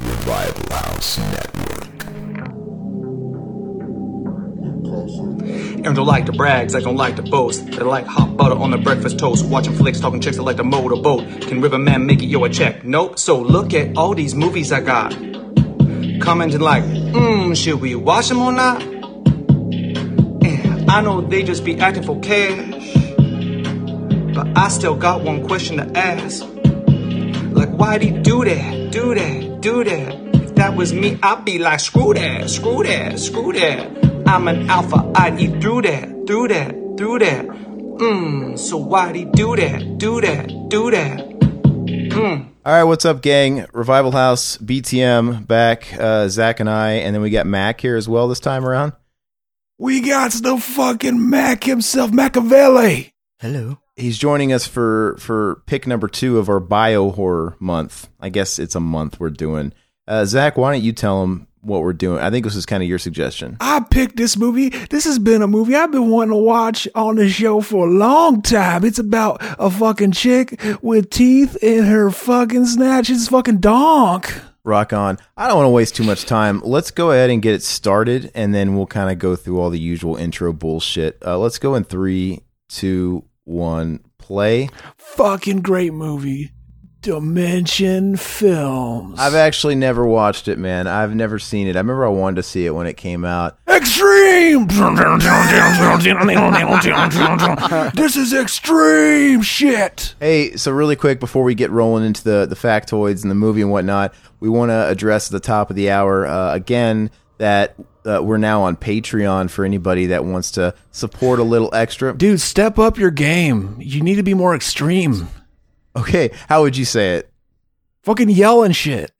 Revival House Network. And don't like to brag, they don't like to boast. They like hot butter on the breakfast toast. Watching flicks, talking chicks, I like to motor boat. Can Riverman make it? Yo, a check. Nope. So look at all these movies I got. Commenting like, mmm, should we watch them or not? Eh, I know they just be acting for cash. But I still got one question to ask. Like, why'd he do that? Do that? Do that? If that was me, I'd be like, screw that, screw that, screw that. I'm an alpha, I'd eat through that, through that, through that. Mmm, so why'd he do that, do that, do that? All right, what's up, gang? Revival House, BTM, back, uh, Zach and I, and then we got Mac here as well this time around. We got the fucking Mac himself, Machiavelli. Hello. He's joining us for for pick number two of our bio horror month. I guess it's a month we're doing. Uh, Zach, why don't you tell him what we're doing? I think this is kind of your suggestion. I picked this movie. This has been a movie I've been wanting to watch on the show for a long time. It's about a fucking chick with teeth in her fucking snatch. It's fucking donk. Rock on. I don't want to waste too much time. Let's go ahead and get it started, and then we'll kind of go through all the usual intro bullshit. Uh, let's go in three, two, one, play. Fucking great movie. Dimension Films. I've actually never watched it, man. I've never seen it. I remember I wanted to see it when it came out. extreme. this is extreme shit. Hey, so really quick before we get rolling into the the factoids and the movie and whatnot, we want to address at the top of the hour uh, again that uh, we're now on Patreon for anybody that wants to support a little extra. Dude, step up your game. You need to be more extreme. Okay, how would you say it? Fucking yelling shit.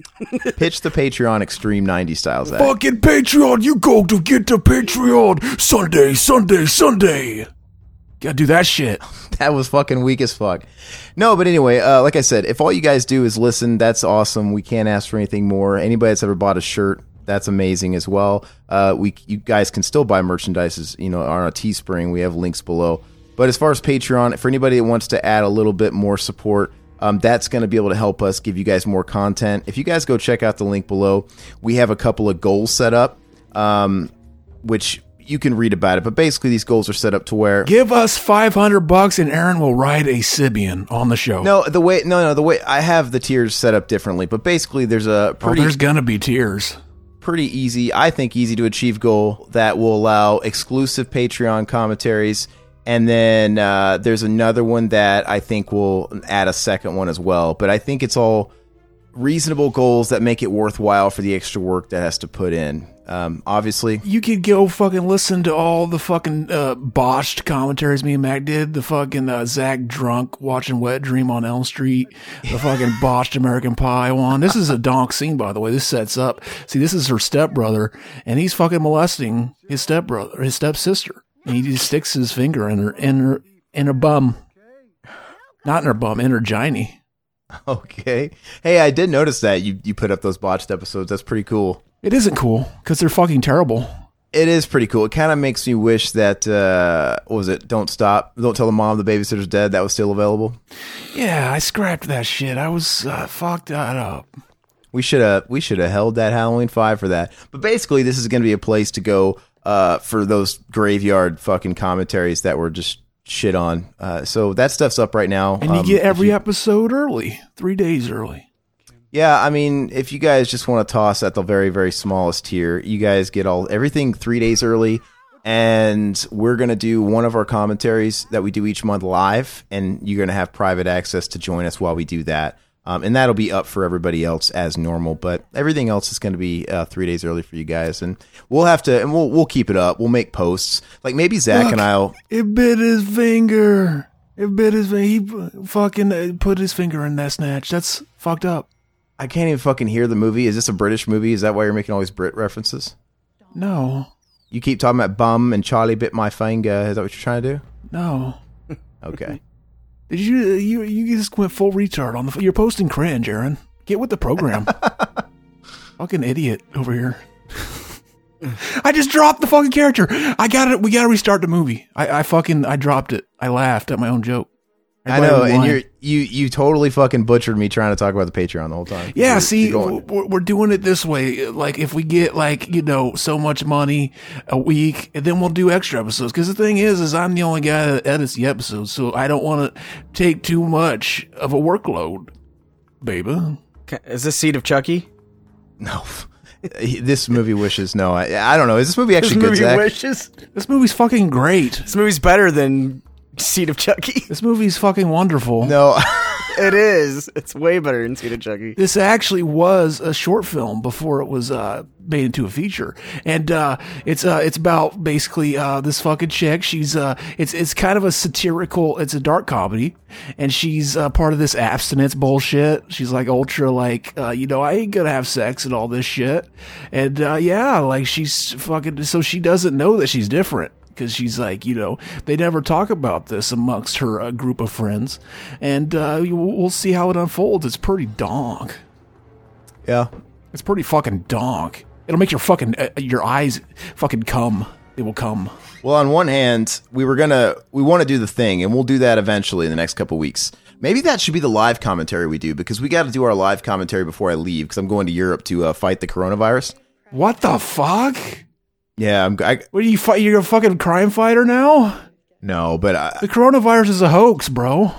Pitch the Patreon Extreme 90 styles. Zach. Fucking Patreon, you go to get to Patreon Sunday, Sunday, Sunday. Gotta do that shit. that was fucking weak as fuck. No, but anyway, uh, like I said, if all you guys do is listen, that's awesome. We can't ask for anything more. Anybody that's ever bought a shirt, that's amazing as well. Uh, we you guys can still buy merchandise, as, you know, on our Teespring. We have links below. But as far as Patreon, for anybody that wants to add a little bit more support, um, that's going to be able to help us give you guys more content. If you guys go check out the link below, we have a couple of goals set up, um, which you can read about it. But basically, these goals are set up to where Give us 500 bucks and Aaron will ride a Sibian on the show. No, the way no no the way I have the tiers set up differently, but basically there's a Oh, pretty there's gonna be tears. pretty easy, I think easy to achieve goal that will allow exclusive Patreon commentaries, and then uh, there's another one that I think will add a second one as well. But I think it's all reasonable goals that make it worthwhile for the extra work that has to put in. Um, obviously, You could go fucking listen to all the fucking uh, botched commentaries me and Mac did. The fucking uh, Zach drunk watching Wet Dream on Elm Street. The fucking botched American Pie one. This is a donk scene, by the way. This sets up. See, this is her stepbrother, and he's fucking molesting his stepbrother, his stepsister. And he just sticks his finger in her, in her, in her bum. Not in her bum, in her giny. okay. Hey, I did notice that you you put up those botched episodes. That's pretty cool. It isn't cool because they're fucking terrible. it is pretty cool. It kind of makes me wish that uh, what was it? Don't stop. Don't tell the mom the babysitter's dead. That was still available. Yeah, I scrapped that shit. I was uh, fucked that up. We should have we should have held that Halloween five for that. But basically, this is going to be a place to go uh, for those graveyard fucking commentaries that were just shit on. Uh, so that stuff's up right now. And Um, you get every episode early, three days early. yeah, I mean, if you guys just want to toss at the very very smallest tier, you guys get all everything three days early. And we're gonna do one of our commentaries that we do each month live, and you're gonna have private access to join us while we do that. Um, and that'll be up for everybody else as normal, but everything else is going to be uh, three days early for you guys, and we'll have to, and we'll we'll keep it up. We'll make posts, like maybe Zach and I'll. It bit his finger. It bit his finger. He p- fucking uh, put his finger in that snatch. That's fucked up. I can't even fucking hear the movie. Is this a British movie? Is that why you're making all these Brit references? No, You keep talking about bum and Charlie bit my finger. Is that what you're trying to do? no. Okay. Did you uh, you you just went full retard on the? f- You're posting cringe, Aaron. Get with the program. fucking idiot over here. I just dropped the fucking character. I got it. We gotta restart the movie. I, I fucking I dropped it. I laughed at my own joke. I Everybody know, was and lying. you're you you totally fucking butchered me trying to talk about the Patreon the whole time. Yeah, You're- see, you're w- going- we're, we're doing it this way. Like, if we get like you know so much money a week, and then we'll do extra episodes. Because the thing is, is I'm the only guy that edits the episodes, so I don't want to take too much of a workload, baby. Ca- Is this Seed of Chucky? no. this movie wishes no. I, I don't know. Is this movie actually good? Zach? wishes. This movie's fucking great. This movie's better than Seed of Chucky. This movie's fucking wonderful. no. it is. It's way better than Seed of Chucky. This actually was a short film before it was uh, made into a feature, and uh, it's uh, it's about basically uh, this fucking chick. She's uh, it's it's kind of a satirical. It's a dark comedy, and she's uh, part of this abstinence bullshit. She's like ultra, like uh, you know, I ain't gonna have sex and all this shit, and uh, yeah, like she's fucking. So she doesn't know that she's different because she's like, you know, they never talk about this amongst her uh, group of friends, and uh, you- we'll see how it unfolds. It's pretty donk. yeah. It's pretty fucking donk. It'll make your fucking uh, your eyes fucking come. They will come. Well, on one hand, we were gonna we want to do the thing, and we'll do that eventually in the next couple weeks. Maybe that should be the live commentary we do because we got to do our live commentary before I leave because I'm going to Europe to uh, fight the coronavirus. What the fuck? Yeah, I'm. I, What are you? Fi- you're a fucking crime fighter now. no, but I, The coronavirus is a hoax, bro.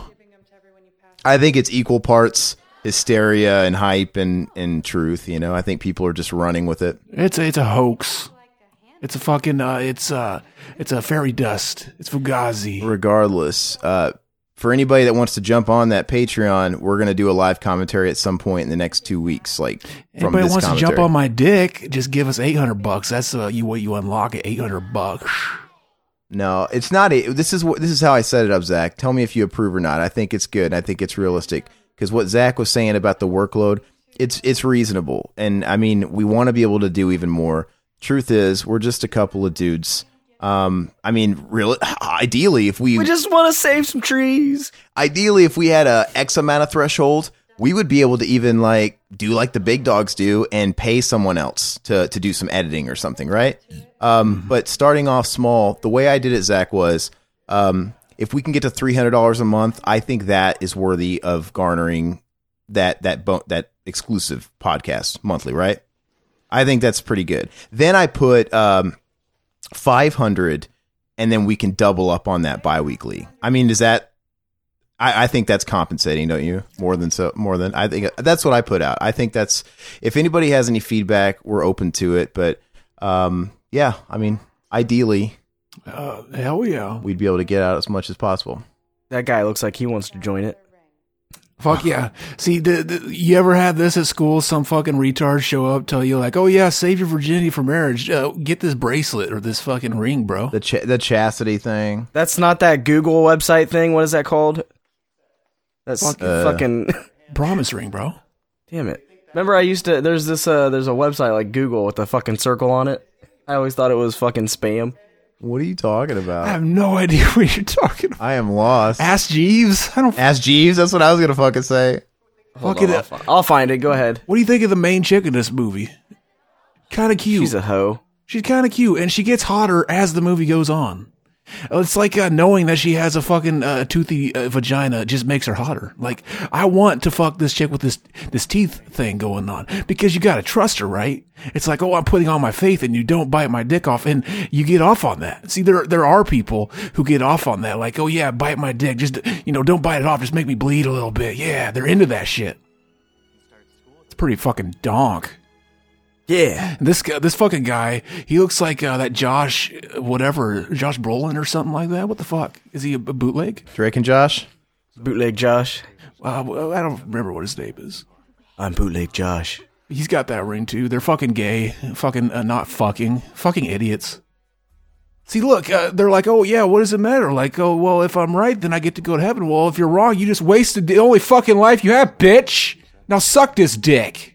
I think it's equal parts hysteria and hype and and truth. You know, I think people are just running with it. It's a, it's a hoax. It's a fucking uh, it's uh, it's a fairy dust. It's Fugazi. Regardless, uh, for anybody that wants to jump on that Patreon, we're gonna do a live commentary at some point in the next two weeks. Like from Anybody this wants commentary. to jump on my dick? Just give us eight hundred bucks. That's uh, you what you unlock at eight hundred bucks. No, it's not. A, this is what this is how I set it up, Zach. Tell me if you approve or not. I think it's good. I think it's realistic because what Zach was saying about the workload, it's it's reasonable. And I mean, we want to be able to do even more. Truth is, we're just a couple of dudes. Um, I mean, real ideally, if we, We just want to save some trees. ideally if we had a X amount of threshold, we would be able to even like do like the big dogs do and pay someone else to to do some editing or something, right? Um, but starting off small, the way I did it, Zach, was um, if we can get to three hundred dollars a month, I think that is worthy of garnering that that bo- that exclusive podcast monthly, right? I think that's pretty good. Then I put um, five hundred, and then we can double up on that biweekly. I mean, does that I, I think that's compensating, don't you? More than so, more than I think that's what I put out. I think that's if anybody has any feedback, we're open to it. But um, yeah, I mean, ideally, Uh, hell yeah! we'd be able to get out as much as possible. That guy looks like he wants to join it. Fuck yeah! See, the, the, you ever had this at school? Some fucking retards show up, tell you like, "Oh yeah, save your virginity for marriage. Uh, get this bracelet or this fucking ring, bro." The ch- the chastity thing. That's not that Google website thing. What is that called? That's Fuck, uh, fucking. Promise ring, bro. Damn it. Remember I used to there's this uh there's a website like Google with a fucking circle on it. I always thought it was fucking spam. What are you talking I about? have no idea what you're talking about. I am lost. Ask Jeeves. I don't. Ask Jeeves. That's what I was gonna fucking say. Hold Fuck on, it I'll, up. fi- I'll find it. Go ahead. What do you think of the main chick in this movie? Kind of cute. She's a hoe. She's kind of cute, and she gets hotter as the movie goes on. Uh, It's like uh, knowing that she has a fucking uh, toothy uh, vagina just makes her hotter. Like I want to fuck this chick with this this teeth thing going on because you gotta trust her, right? It's like, oh, I'm putting all my faith, and you don't bite my dick off, and you get off on that. See, there there are people who get off on that, like, oh yeah, bite my dick, just you know, don't bite it off, just make me bleed a little bit. Yeah, they're into that shit. It's pretty fucking donk. Yeah. This guy, this fucking guy, he looks like uh, that Josh, uh, whatever, Josh Brolin or something like that. What the fuck? Is he a, a bootleg? Drake and Josh. Bootleg Josh. Uh, well, I don't remember what his name is. I'm bootleg Josh. He's got that ring too. They're fucking gay, fucking uh, not fucking, fucking idiots. See, look, uh, they're like, oh yeah, what does it matter? Like, oh well, if I'm right, then I get to go to heaven. Well, if you're wrong, you just wasted the only fucking life you have, bitch. Now suck this dick.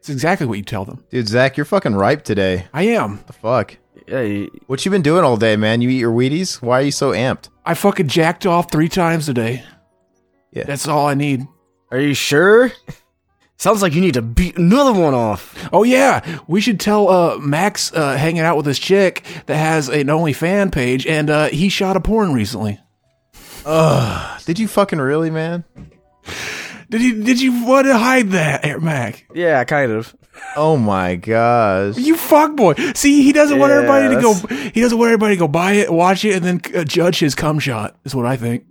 It's exactly what you tell them. Dude, Zach, you're fucking ripe today. I am. The fuck. Yeah, you- What you been doing all day, man? You eat your Wheaties? Why are you so amped? I fucking jacked off three times a day. Yeah. That's all I need. are you sure? Sounds like you need to beat another one off. Oh yeah, we should tell uh, Max uh, hanging out with this chick that has an OnlyFan page, and uh, he shot a porn recently. Did you fucking really, man? Did you did you want to hide that, Air Mac? Yeah, kind of. Oh my gosh. You fuckboy. See, he doesn't want Yeah, everybody to go. that's- He doesn't want everybody to go buy it, watch it, and then uh, judge his cum shot. Is what I think.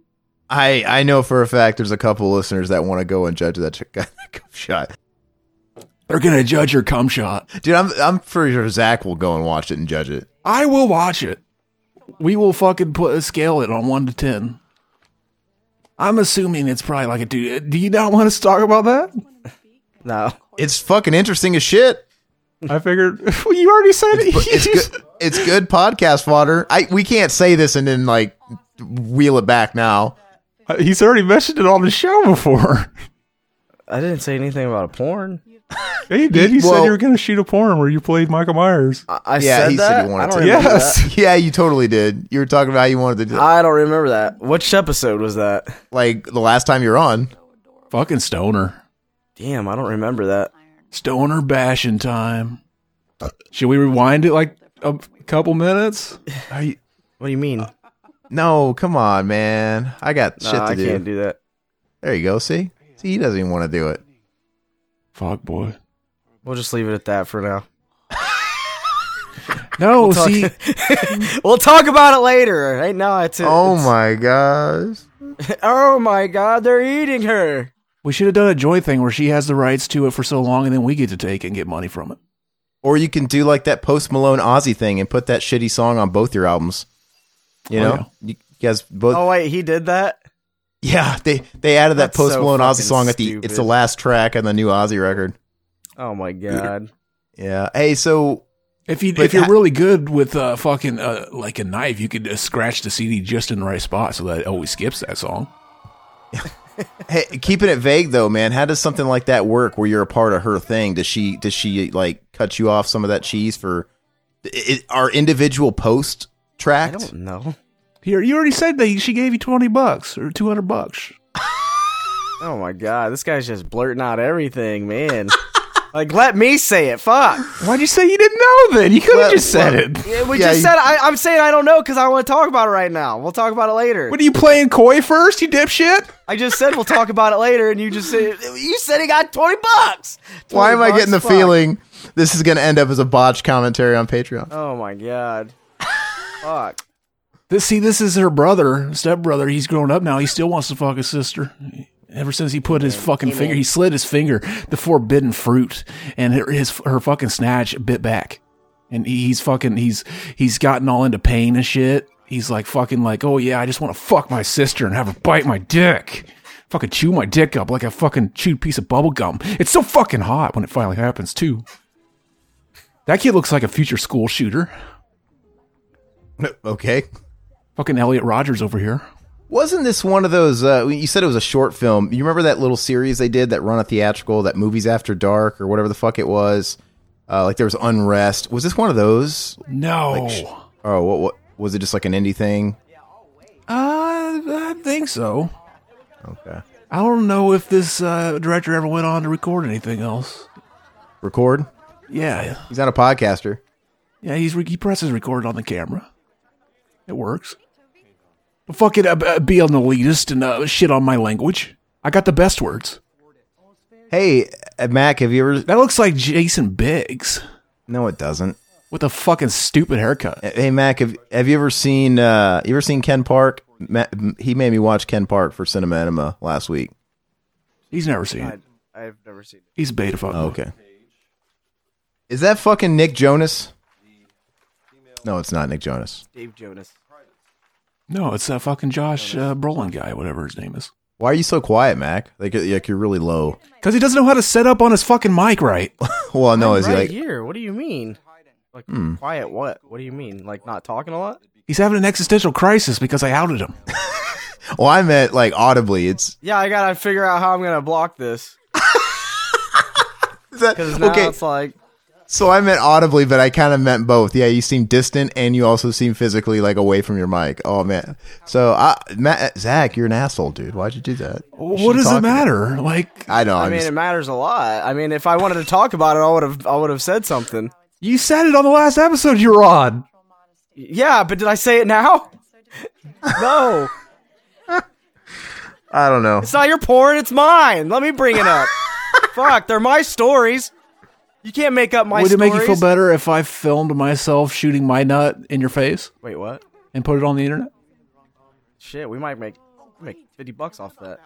I I know for a fact there's a couple listeners that want to go and judge that chick- that shot. They're gonna judge your cum shot. Dude, I'm I'm pretty sure Zach will go and watch it and judge it. I will watch it. We will fucking put a scale it on one to ten. I'm assuming it's probably like a dude. Do you not want us to talk about that? No. It's fucking interesting as shit. I figured well, you already said it. But it's good. It's good podcast fodder. I we can't say this and then like wheel it back now. He's already mentioned it on the show before. I didn't say anything about a porn. Hey, you did. You said Well- you were going to shoot a porn where you played Michael Myers. I, I Yeah, said he that. said he wanted I don't to. remember that. Yeah, you totally did. You were talking about how you wanted to do I don't remember that. Which episode was that? like the last time you're on. Fucking stoner. Damn, I don't remember that. Stoner bashing time. Should we rewind it like a couple minutes? Are you, What do you mean? no, come on, man. I got Nah, shit to I do. can't do that. There you go. See, see, he doesn't even want to do it. Fuck boy. We'll just leave it at that for now. No, see, We'll talk about it later. Right now, it's Oh my gosh. it's- oh my god, they're eating her. we should have done a joint thing where she has the rights to it for so long, and then we get to take it and get money from it. Or you can do like that Post Malone Ozzy thing and put that shitty song on both your albums. You Oh, know, yeah. you guys both. Oh wait, he did that. Yeah, they they added that That's Post so Malone Ozzy fucking song at the. stupid. It's the last track on the new Ozzy record. Oh my god. Yeah. Hey, so If you But if you're ha- really good with uh, fucking uh, like a knife, you could uh, scratch the CD just in the right spot so that it always skips that song. hey, keeping it vague though, man. How does something like that work? Where you're a part of her thing? Does she does she like cut you off some of that cheese for? i i- are individual post I tracked? don't know. Here, you already said that she gave you twenty bucks or two hundred bucks. Oh my god, this guy's just blurting out everything, man. like, let me say it. Fuck. Why'd you say you didn't know? Then you could Well, have just said well, it. Yeah, We Yeah, just you- said I, I'm saying I don't know because I want to talk about it right now. We'll talk about it later. What are you playing coy first, you dipshit? I just said we'll talk about it later, and you just said you said he got twenty bucks. Why 20 am I bucks? getting the Fuck. feeling this is going to end up as a botched commentary on Patreon? Oh my god. Fuck. This see, this is her brother, stepbrother. He's grown up now. He still wants to fuck his sister. Ever since he put his fucking finger, he slid his finger, the forbidden fruit, and her, his her fucking snatch bit back. And he- he's fucking he's he's gotten all into pain and shit. He's like fucking like, oh yeah, I just want to fuck my sister and have her bite my dick, fucking chew my dick up like a fucking chewed piece of bubble gum. It's so fucking hot when it finally happens too. That kid looks like a future school shooter. Okay. Fucking Elliot Rogers over here. Wasn't this one of those? Uh, you said it was a short film. You remember that little series they did that run a theatrical, that movies after dark or whatever the fuck it was. Uh, like there was unrest. Was this one of those? No. Oh, what, what was it? Just like an indie thing? Uh, I think so. Okay. I don't know if this uh, director ever went on to record anything else. Record. Yeah, He's not a podcaster. yeah, he's re- he presses record on the camera. It works. But fucking uh, uh, be an elitist and uh, shit on my language. I got the best words. Hey, uh, Mac, have you ever? That looks like Jason Biggs No, it doesn't. with a fucking stupid haircut. Uh, Hey, Mac, have, have you ever seen? Uh, you ever seen Ken Park? Ma- he made me watch Ken Park for Cinema Enema last week. He's never seen it. I've never seen it. He's a beta fuck. Okay. Is that fucking Nick Jonas? No, it's not Nick Jonas. Dave Jonas. No, it's that fucking Josh uh, Brolin guy, whatever his name is. Why are you so quiet, Mac? Like, uh, like you're really low. Because he doesn't know how to set up on his fucking mic right. Well, no, is he right like? Hmm. here? What do you mean? Like quiet? What? What do you mean? Like not talking a lot? He's having an existential crisis because I outed him. Well, I meant like audibly. It's Yeah, I gotta figure out how I'm gonna block this is that, because now okay. it's like So I meant audibly, but I kind of meant both. Yeah, you seem distant, and you also seem physically like away from your mic. Oh man. So, I, Ma Zach, you're an asshole, dude. Why'd you do that? You What shouldn't does talk to- it matter? Like I know. I I'm mean, just- it matters a lot. I mean, if I wanted to talk about it, I would have. I would have said something. you said it on the last episode you were on. Yeah, but did I say it now? no. I don't know. It's not your porn, it's mine. Let me bring it up. Fuck, they're my stories. You can't make up my Would it stories. make you feel better if I filmed myself shooting my nut in your face Wait, what? and put it on the internet? Shit, we might make make 50 bucks off that.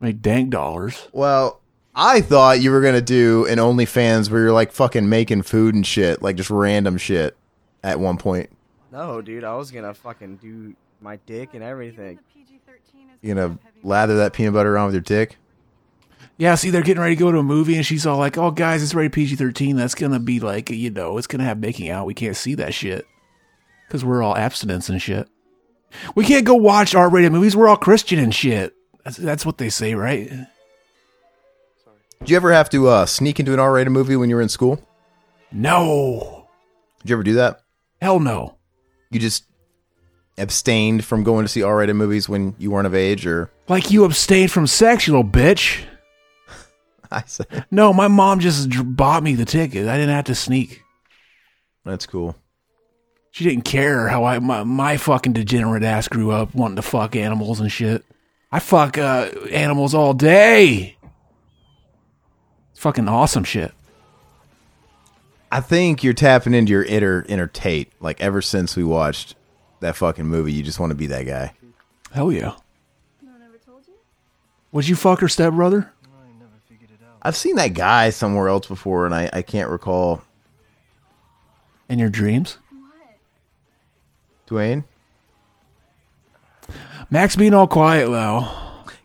Make dank dollars. Well, I thought you were gonna do an OnlyFans where you're like fucking making food and shit, like just random shit. At one point, No, dude, I was gonna fucking do my dick and everything. you're gonna lather that peanut butter around with your dick. Yeah, see, they're getting ready to go to a movie, and she's all like, "Oh, guys, it's rated PG thirteen. That's gonna be like, you know, it's gonna have making out. We can't see that shit because we're all abstinence and shit. We can't go watch R rated movies. We're all Christian and shit. That's, that's what they say, right? Did you ever have to uh, sneak into an R-rated movie when you were in school? No, Did you ever do that? hell no. You just abstained from going to see R-rated movies when you weren't of age, or Like you abstained from sex, you little bitch. I said No, my mom just dr- bought me the ticket. I didn't have to sneak. that's cool. She didn't care how I my, my fucking degenerate ass grew up wanting to fuck animals and shit. I fuck uh, animals all day. It's fucking awesome shit. I think you're tapping into your inner inner Tate. Like ever since we watched that fucking movie, you just want to be that guy. Hell yeah. Would you fuck her stepbrother? I've seen that guy somewhere else before, and I, I can't recall. In your dreams? Dwayne. Max being all quiet though.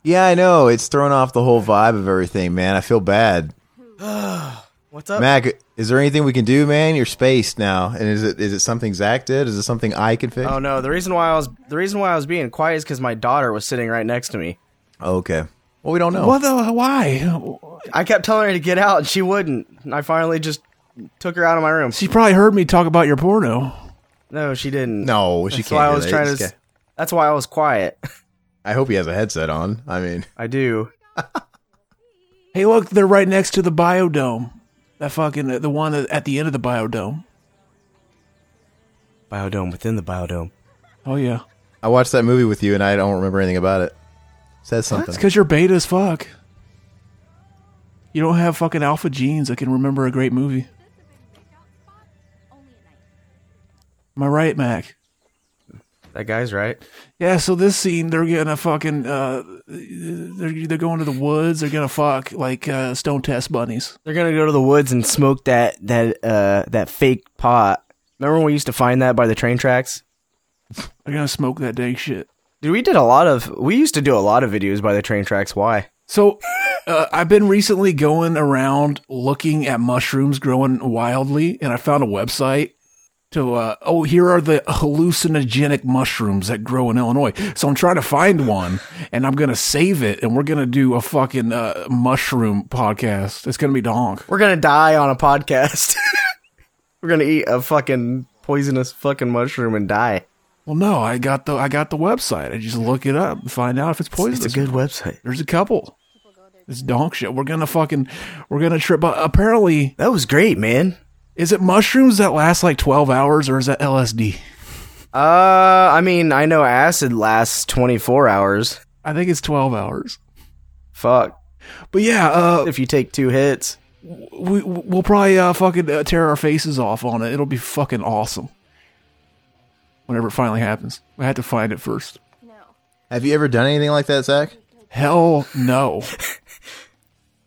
Yeah, I know. It's thrown off the whole vibe of everything, man. I feel bad. What's up? Mac, is there anything we can do, man? You're spaced now. And is it is it something Zach did? Is it something I can fix? Oh no, the reason why I was the reason why I was being quiet is because my daughter was sitting right next to me. Okay. Well, we don't know. What the? Why? I kept telling her to get out, and she wouldn't. And I finally just took her out of my room. She probably heard me talk about your porno. No, she didn't. No, she that's can't Why I hear was that. trying It's to. s- ca- That's why I was quiet. I hope he has a headset on. I mean, I do. Hey, look, they're right next to the biodome. That fucking the one at the end of the biodome. Biodome within the biodome. Oh yeah, I watched that movie with you, and I don't remember anything about it. Says something. It's because you're beta as fuck. You don't have fucking alpha genes that can remember a great movie. Am I right, Mac? That guy's right. Yeah. So this scene, they're gonna fucking uh, they're they're going to the woods. They're gonna fuck like uh, stone test bunnies. They're gonna go to the woods and smoke that that uh that fake pot. Remember when we used to find that by the train tracks? They're gonna smoke that dank shit. Dude, we did a lot of we used to do a lot of videos by the train tracks. Why? So uh, I've been recently going around looking at mushrooms growing wildly, and I found a website to uh, oh here are the hallucinogenic mushrooms that grow in Illinois. So I'm trying to find one, and I'm gonna save it, and we're gonna do a fucking uh, mushroom podcast. It's gonna be donk. We're gonna die on a podcast. We're gonna eat a fucking poisonous fucking mushroom and die. Well, no, I got the I got the website. I just look it up and find out if it's poisonous. It's a good website. There's a couple. It's donk shit. We're gonna fucking we're gonna trip. But apparently. That was great, man. Is it mushrooms that last like 12 hours or is that LSD? Uh I mean, I know acid lasts twenty four hours. I think it's 12 hours. Fuck. But yeah, uh, If you take two hits. we, we'll probably uh, fucking uh, tear our faces off on it. It'll be fucking awesome. Whenever it finally happens. I had to find it first. Have you ever done anything like that, Zach? Hell no.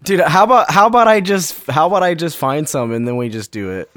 Dude, how about how about I just how about I just find some and then we just do it?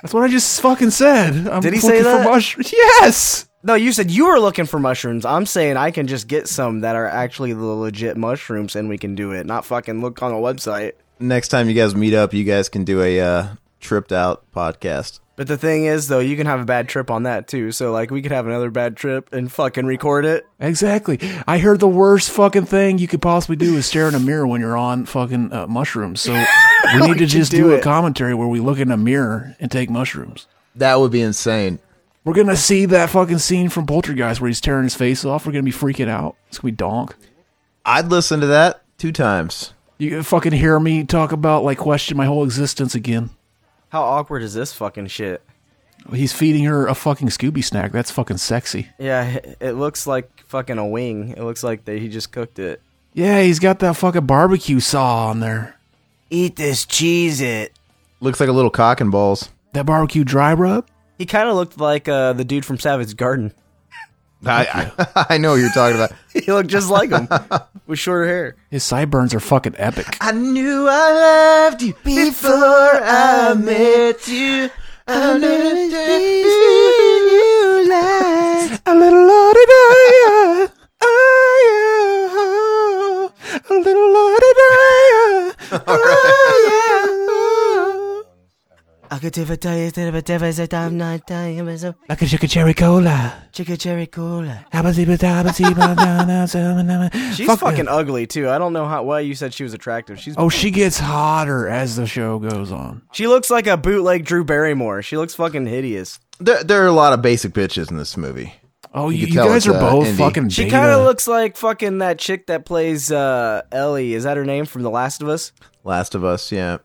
That's what I just fucking said. I'm Did he looking say that? For mushrooms. Yes! No, you said you were looking for mushrooms. I'm saying I can just get some that are actually the legit mushrooms and we can do it. Not fucking look on a website. Next time you guys meet up, you guys can do a uh, tripped out podcast. But the thing is though, you can have a bad trip on that too. So like we could have another bad trip and fucking record it. Exactly. I heard the worst fucking thing you could possibly do is stare in a mirror when you're on fucking uh, mushrooms. So we need to just do do a it. commentary where we look in a mirror and take mushrooms. That would be insane. We're gonna see that fucking scene from Poltergeist where he's tearing his face off. We're gonna be freaking out. It's gonna be donk. I'd listen to that two times. You gonna fucking hear me talk about like question my whole existence again. How awkward is this fucking shit? He's feeding her a fucking Scooby snack. That's fucking sexy. Yeah, it looks like fucking a wing. It looks like they, he just cooked it. Yeah, he's got that fucking barbecue saw on there. Eat this cheese it. Looks like a little cock and balls. That barbecue dry rub. He kind of looked like uh, the dude from Savage Garden. I, I, I know what you're talking about. he looked just like him with shorter hair. His sideburns are fucking epic. I knew I loved you before I met you. I knew you last. A little uh, la-di-da-ya, ah, yeah, ah, a little uh, la-di-da-ya, ah, yeah. I could never tell you that but never said I'm not dying but so Like a chicken cherry cola. chicken cherry cola. She's She's fucking ugly too. I don't know how why you said she was attractive. She's Oh, she gets hotter as the show goes on. she looks like a bootleg Drew Barrymore. She looks fucking hideous. There, there are a lot of basic bitches in this movie. Oh, you, You you can tell guys are it's, uh, both indie. fucking. She beta. kind of looks like fucking that chick that plays uh, Ellie. Is that her name from The Last of Us? Last of Us, yeah.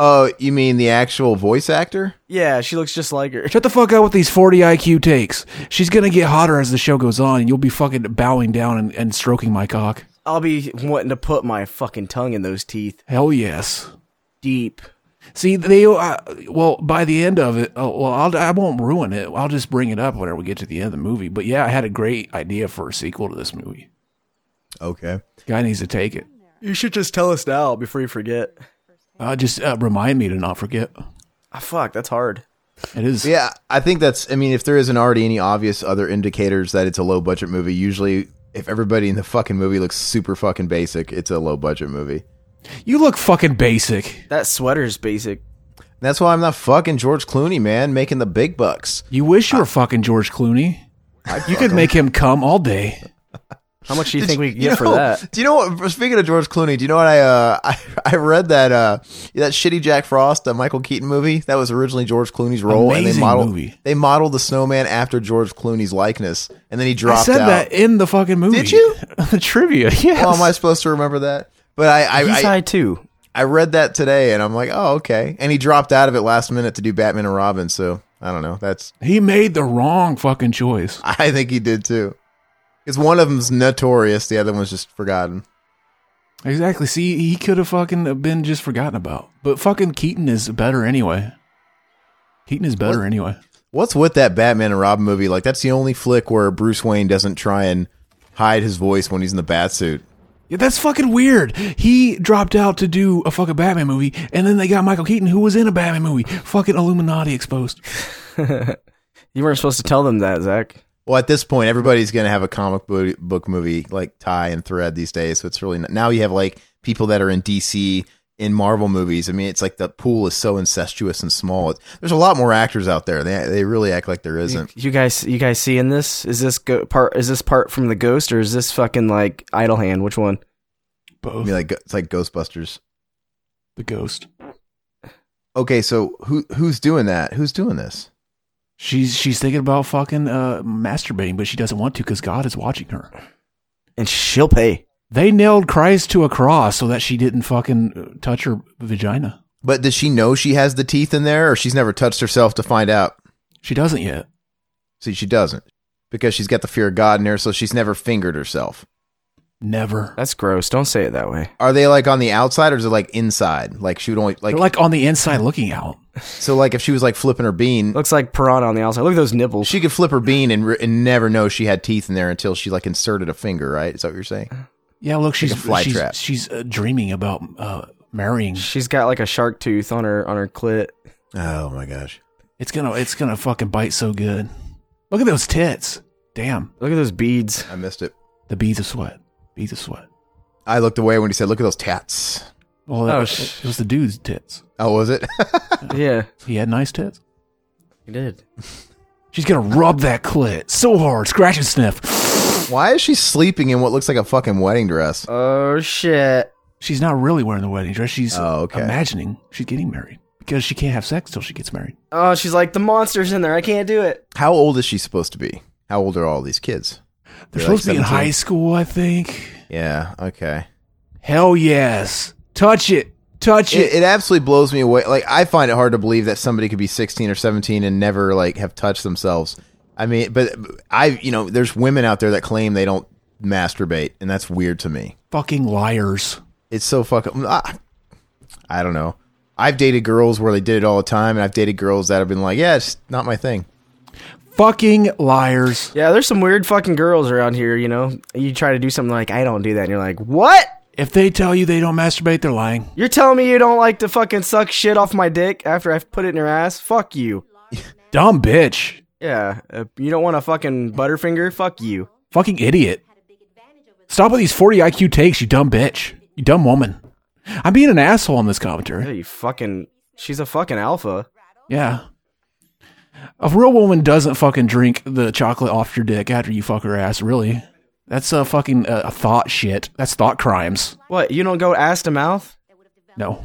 Oh, you mean the actual voice actor? Yeah, she looks just like her. Shut the fuck up with these 40 IQ takes. She's gonna get hotter as the show goes on, and you'll be fucking bowing down and, and stroking my cock. I'll be wanting to put my fucking tongue in those teeth Hell yes. deep. See, they, uh, well, by the end of it, oh, well, I'll, I won't ruin it. I'll just bring it up whenever we get to the end of the movie. But yeah, I had a great idea for a sequel to this movie. Okay. Guy needs to take it. You should just tell us now before you forget. Uh, just uh, remind me to not forget. Ah, fuck, that's hard. It is. Yeah, I think that's. I mean, if there isn't already any obvious other indicators that it's a low budget movie, usually if everybody in the fucking movie looks super fucking basic, it's a low budget movie. You look fucking basic. That sweater's basic. And that's why I'm not fucking George Clooney, man, making the big bucks. You wish you were fucking George Clooney. You could make him come all day. How much do you think we could You get for know- that? Do you know what? Speaking of George Clooney, do you know what I uh, I, I read that uh, that shitty Jack Frost, that Michael Keaton movie that was originally George Clooney's role, and they Amazing modeled movie. they modeled the snowman after George Clooney's likeness, and then he I dropped said out. that in the fucking movie. Did you? the trivia. Yes. How am I supposed to remember that? But I I, He's I, high too. I read that today, and I'm like, oh okay. And he dropped out of it last minute to do Batman and Robin, so I don't know. That's He made the wrong fucking choice. I think he did too. Because one of them's notorious, the other one's just forgotten. Exactly. See, he could have fucking been just forgotten about. But fucking Keaton is better anyway. Keaton is better anyway. What's with that Batman and Robin movie? Like that's the only flick where Bruce Wayne doesn't try and hide his voice when he's in the bat suit. Yeah, that's fucking weird. He dropped out to do a fucking Batman movie, and then they got Michael Keaton, who was in a Batman movie. Fucking Illuminati exposed. You weren't supposed to tell them that, Zach. Well, at this point, everybody's going to have a comic bo- book movie like tie and thread these days. So it's really not, now you have like people that are in DC in Marvel movies. I mean, it's like the pool is so incestuous and small. It, there's a lot more actors out there. They they really act like there isn't. You guys, you guys seeing this? Is this go- part? Is this part from the Ghost, or is this fucking like Idle Hand? Which one? I Both mean, like it's like Ghostbusters. the ghost. Okay, so who who's doing that? Who's doing this? She's she's thinking about fucking uh, masturbating, but she doesn't want to because God is watching her. And she'll pay. They nailed Christ to a cross so that she didn't fucking uh, touch her vagina. But does she know she has the teeth in there, or she's never touched herself to find out? She doesn't yet. See, she doesn't because she's got the fear of God in her, so she's never fingered herself. Never. That's gross. Don't say it that way. Are they like on the outside or is it like inside? Like she would only like, They're like on the inside looking out. so like if she was like flipping her bean, Looks like piranha on the outside. Look at those nipples. she could flip her bean and, re- and never know she had teeth in there until she like inserted a finger, right? Is that what you're saying? Yeah, look, she's a fly she's, trap. she's uh, dreaming about uh, marrying. She's got like a shark tooth on her on her clit. Oh my gosh. It's gonna it's gonna fucking bite so good. Look at those tits. Damn, Look at those beads. I missed it. the beads of sweat, beads of sweat. I looked away when he said, look at those tats. Well, that Oh, was, sh- it was the dude's tits. Oh, was it? Yeah, He had nice tits. you did. She's gonna rub that clit so hard, scratch and sniff. Why is she sleeping in what looks like a fucking wedding dress? Oh shit. She's not really wearing the wedding dress. She's Oh, okay. imagining she's getting married because she can't have sex till she gets married. Oh, she's like the monsters in there. I can't do it. How old is she supposed to be? How old are all these kids? They're They're supposed like to be 17. in high school, I think. Yeah. Okay. Hell yes, touch it, touch it. it, it absolutely blows me away. Like I find it hard to believe that somebody could be 16 or 17 and never like have touched themselves. I mean, but I, you know, there's women out there that claim they don't masturbate, and that's weird to me. Fucking liars. It's so fucking. I, I don't know. I've dated girls where they did it all the time, and I've dated girls that have been like, "Yeah, it's not my thing." Fucking liars. Yeah, there's some weird fucking girls around here, you know. You try to do something like, I don't do that, and you're like, what? If they tell you they don't masturbate, they're lying. You're telling me you don't like to fucking suck shit off my dick after I've put it in your ass? Fuck you. Dumb bitch. Yeah, uh, you don't want a fucking butterfinger? Fuck you. Fucking idiot. Stop with these 40 IQ takes, you dumb bitch. You dumb woman. I'm being an asshole in this Yeah, commentary. you fucking. She's a fucking alpha. Yeah. A real woman doesn't fucking drink the chocolate off your dick after you fuck her ass, really. That's a fucking uh, a thought shit. That's thought crimes. What? You don't go ass to mouth? No.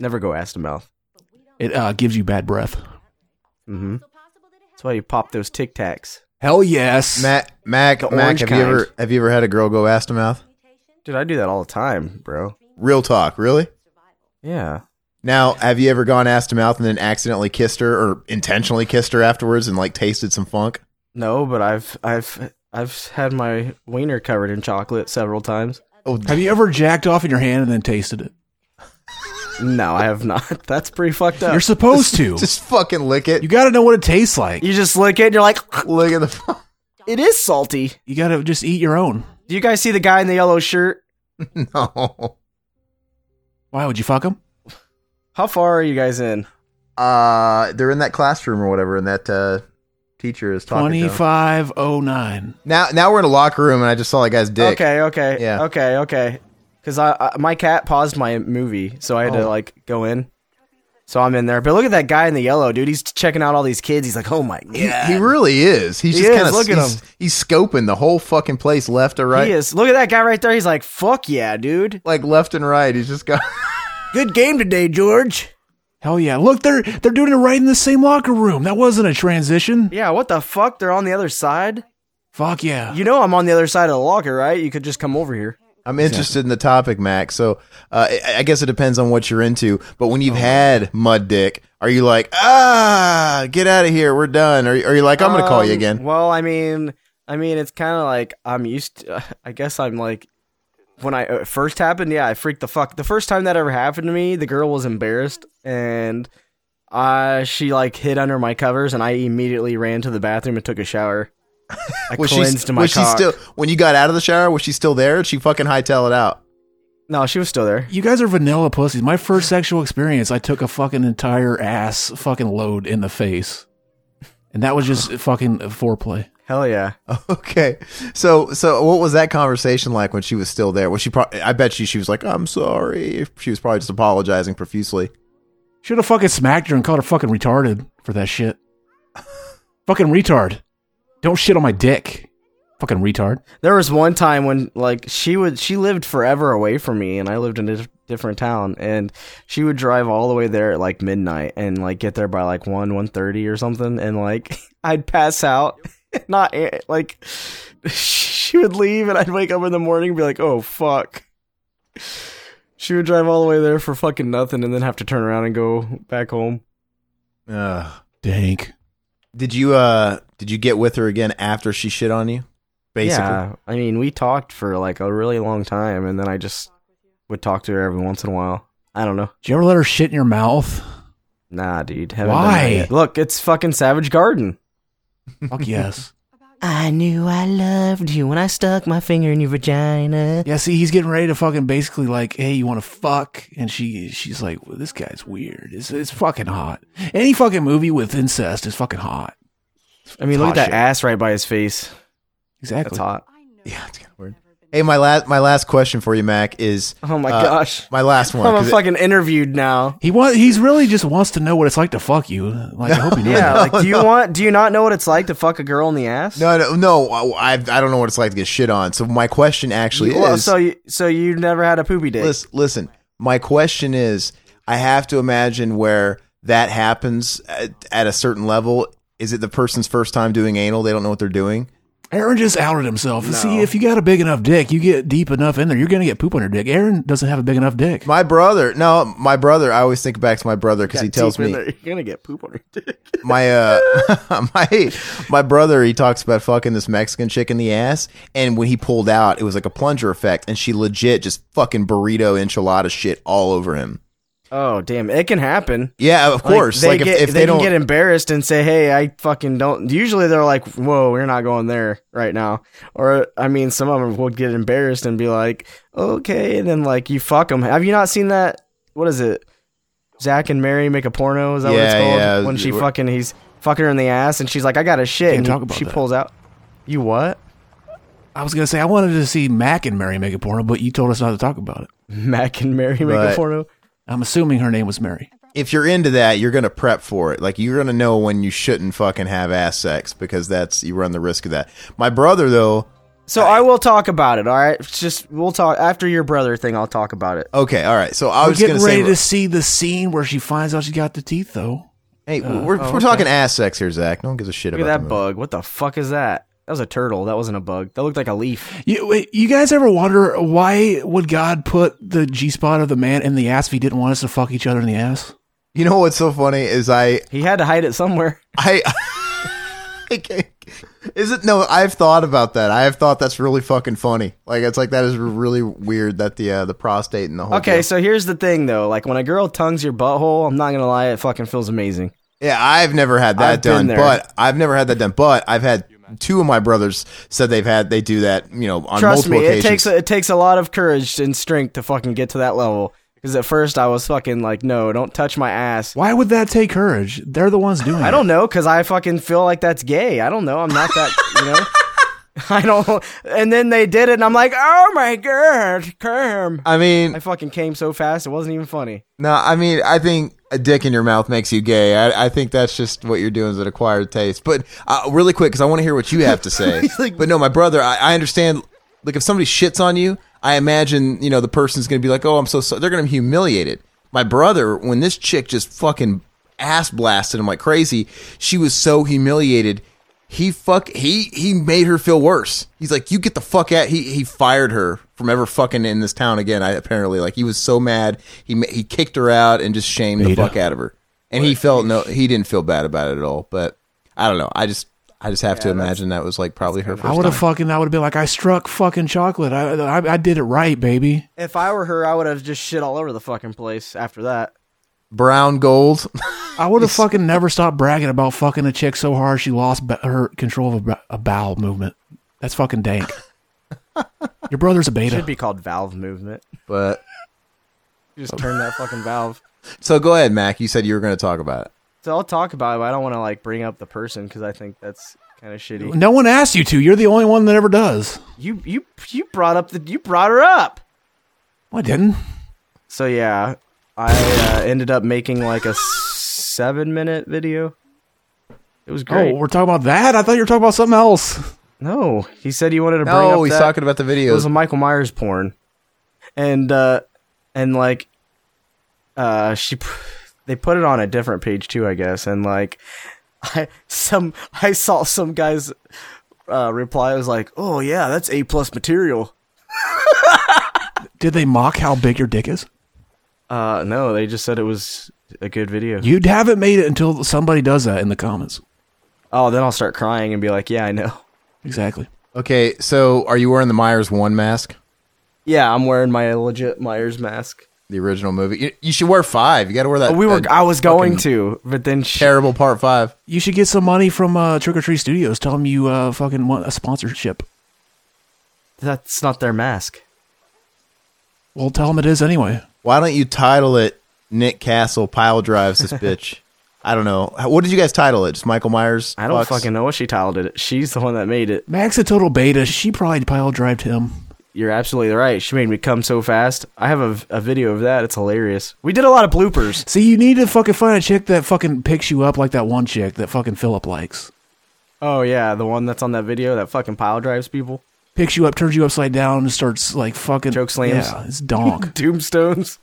Never go ass to mouth. It uh, gives you bad breath. Mm-hmm. That's why you pop those Tic Tacs. Hell yes. Mac, Mac, Mac. orange Have kind. you ever have you ever had a girl go ass to mouth? Dude, I do that all the time, bro. Real talk, really. Yeah. Now, have you ever gone ass to mouth and then accidentally kissed her or intentionally kissed her afterwards and like tasted some funk? No, but I've I've I've had my wiener covered in chocolate several times. Oh, Have you ever jacked off in your hand and then tasted it? No, I have not. That's pretty fucked up. You're supposed to. just fucking lick it. You got to know what it tastes like. you just lick it and you're like, lick at the. it is salty. You got to just eat your own. Do you guys see the guy in the yellow shirt? no. Why would you fuck him? How far are you guys in? Uh, they're in that classroom or whatever, and that uh, teacher is talking. to them. 2509. Now, now we're in a locker room, and I just saw that guy's dick. Okay, okay, Yeah. okay, okay. Because I, I my cat paused my movie, so I had to like go in. So I'm in there. But look at that guy in the yellow, dude. He's checking out all these kids. He's like, oh my god. He really is. He's He just is. kind of Look at he's, him. he's scoping the whole fucking place left or right. He is. Look at that guy right there. He's like, fuck yeah, dude. Like left and right. He's just got Good game today, George. Hell yeah. Look, they're they're doing it right in the same locker room. That wasn't a transition. Yeah, what the fuck? They're on the other side? Fuck yeah. You know I'm on the other side of the locker, right? You could just come over here. I'm interested in the topic, Mac. So uh, I, I guess it depends on what you're into. But when Oh. you've had mud dick, are you like, ah, get out of here, we're done? Or are you like, I'm going to call you Um, again? Well, I mean, I mean, it's kind of like I'm used. To, I guess I'm like when I it first happened. Yeah, I freaked the fuck. The first time that ever happened to me, the girl was embarrassed and uh, she like hid under my covers, and I immediately ran to the bathroom and took a shower. I cleansed my was she cock. still when you got out of the shower? Was she still there? Did she fucking hightail it out? No, she was still there. You guys are vanilla pussies. My first sexual experience, I took a fucking entire ass fucking load in the face. And that was just fucking foreplay. Hell yeah. Okay, so so what was that conversation like when she was still there? Was she? Pro- I bet you she was like, I'm sorry. She was probably just apologizing profusely. Should have fucking smacked her and called her fucking retarded for that shit. fucking retard. Don't shit on my dick. Fucking retard. There was one time when like she would she lived forever away from me and I lived in a dif- different town and she would drive all the way there at like midnight and like get there by like 1 1:30 or something and like I'd pass out not eh, like she would leave and I'd wake up in the morning and be like oh fuck she would drive all the way there for fucking nothing and then have to turn around and go back home Ugh. Dank. Did you uh did you get with her again after she shit on you? Basically. yeah I mean we talked for like a really long time and then I just would talk to her every once in a while I don't know Did you ever let her shit in your mouth? Nah, dude. haven't Why? done that yet. Look, it's fucking Savage Garden. Fuck yes. I knew I loved you when I stuck my finger in your vagina. Yeah, see, he's getting ready to fucking basically like, hey, you want to fuck? And she she's like, well, this guy's weird. It's, it's fucking hot. Any fucking movie with incest is fucking hot. I mean, It's look hot at that shit. ass right by his face. Exactly. That's hot. Yeah, it's kind of weird. Hey, my last my last question for you, Mac, is Oh my uh, gosh. my last one. I'm a 'cause it- fucking interviewed now. He want, he's really just wants to know what it's like to fuck you. Like, I hope he knows. Yeah, that. like, do you want? Do you not know what it's like to fuck a girl in the ass? no, no, no. I I I don't know what it's like to get shit on. So my question actually Well, is so you, so you never had a poopy dick? listen, listen. My question is, I have to imagine where that happens at, at a certain level. Is it the person's first time doing anal? They don't know what they're doing. Aaron just outed himself. See, if you got a big enough dick, you get deep enough in there, you're gonna get poop on your dick. Aaron doesn't have a big enough dick. My brother, no, my brother. I always think back to my brother because he Got tells deep me in there, you're gonna get poop on your dick. my uh my my brother he talks about fucking this Mexican chick in the ass, and when he pulled out, it was like a plunger effect, and she legit just fucking burrito enchilada shit all over him. Oh damn, it can happen. Yeah, of Like, course. they Like, get- if, if they, can don't, get embarrassed and say, "Hey, I fucking don't." Usually, they're like, "Whoa, we're not going there right now." Or, I mean, some of them will get embarrassed and be like, "Okay," and then like you fuck them. Have you not seen that? What is it? Zach and Mary make a porno. Is that what it's Yeah, called? yeah. When she We're- fucking, he's fucking her in the ass, and she's like, "I got a shit." Can't and he- talk about she that. pulls out. You what? I was gonna say I wanted to see Mac and Mary make a porno, but you told us not to talk about it. Mac and Mary make a But- porno. I'm assuming her name was Mary. if you're into that, you're gonna prep for it. Like you're gonna know when you shouldn't fucking have ass sex because that's you run the risk of that. My brother though, So I will talk about it. All right, It's just we'll talk after your brother thing. I'll talk about it. okay, all right. So I We're was gonna getting ready say, to see the scene where she finds out she got the teeth, though. hey, we're, Oh, we're talking ass sex here, Zach. No one gives a shit Look at about that the movie. bug. What the fuck is that? That was a turtle. That wasn't a bug. That looked like a leaf. You, wait, you guys ever wonder why would God put the G spot of the man in the ass if He didn't want us to fuck each other in the ass? You know what's so funny is I He had to hide it somewhere. I, I can't- is it no? I've thought about that. I have thought that's really fucking funny. Like it's like that is really weird that the uh, the prostate and the whole Okay, deal- so here's the thing though. Like when a girl tongues your butthole, I'm not gonna lie, it fucking feels amazing. Yeah, I've never had that I've been done, there. but I've never had that done. But I've had two of my brothers said they've had they do that. You know, on Trust me, multiple it occasions. takes it takes a lot of courage and strength to fucking get to that level. Because at first I was fucking like, no, don't touch my ass. Why would that take courage? They're the ones doing it. I don't know, because I fucking feel like that's gay. I don't know. I'm not that, you know. I don't. And then they did it, and I'm like, oh my god, Kerm. I mean, I fucking came so fast, it wasn't even funny. no, I mean, I think a dick in your mouth makes you gay. I, I think that's just what you're doing is an acquired taste. But uh, really quick, because I want to hear what you have to say. but no, my brother, I, I understand. Like, if somebody shits on you, I imagine you know the person's going to be like, "Oh, I'm so sorry." They're going to be humiliated. My brother, when this chick just fucking ass blasted him like crazy, she was so humiliated. he fuck he he made her feel worse. He's like, you get the fuck out. He he fired her from ever fucking in this town again. I apparently like he was so mad he ma- he kicked her out and just shamed the fuck out of her. And he felt no, he didn't feel bad about it at all. But I don't know. I just I just have to imagine that was like probably her I first would time. have fucking. I would have been like, I struck fucking chocolate. I, I I did it right, baby. If I were her, I would have just shit all over the fucking place after that. Brown gold. I would have fucking never stopped bragging about fucking a chick so hard she lost ba- her control of a, bo- a bowel movement. That's fucking dank. Your brother's a beta. Should be called valve movement. but Just turn that fucking valve. so go ahead, Mac. You said you were going to talk about it. So I'll talk about it, but I don't want to like bring up the person because I think that's kind of shitty. No one asked you to. You're the only one that ever does. You you you brought up the you brought her up. Well, I didn't. So yeah, I uh, ended up making like a seven minute video. It was great. Oh, we're talking about that. I thought you were talking about something else. no, he said he wanted to bring up. No, Oh, he's that- talking about the It was videos. a Michael Myers porn, and uh, and like, uh, she p- they put it on a different page too, I guess, and like, I some I saw some guys uh, reply was like, oh yeah, that's A plus material. Did they mock how big your dick is? Uh, no, they just said it was a good video. You haven't made it until somebody does that in the comments. oh, then I'll start crying and be like, yeah, I know. Exactly. okay, so are you wearing the Myers one mask? Yeah, I'm wearing my legit Myers mask. The original movie. You, you should wear five. You got to wear that. we were. that I was going to, but then she, terrible part five. You should get some money from uh, Trick or Treat Studios. Tell them you uh, fucking want a sponsorship. that's not their mask. Well, tell them it is anyway. Why don't you title it Nick Castle pile drives this bitch? I don't know. How- What did you guys title it? Just Michael Myers? I don't fucks? fucking know what she tiled it. She's the one that made it. Max a total beta. She probably pile drived him. You're absolutely right. She made me come so fast. I have a, a video of that. It's hilarious. We did a lot of bloopers. See, you need to fucking find a chick that fucking picks you up like that one chick that fucking Philip likes. Oh yeah, the one that's on that video that fucking pile drives people. Picks you up, turns you upside down, and starts like fucking Choke slams. Yeah, it's donk. Tombstones.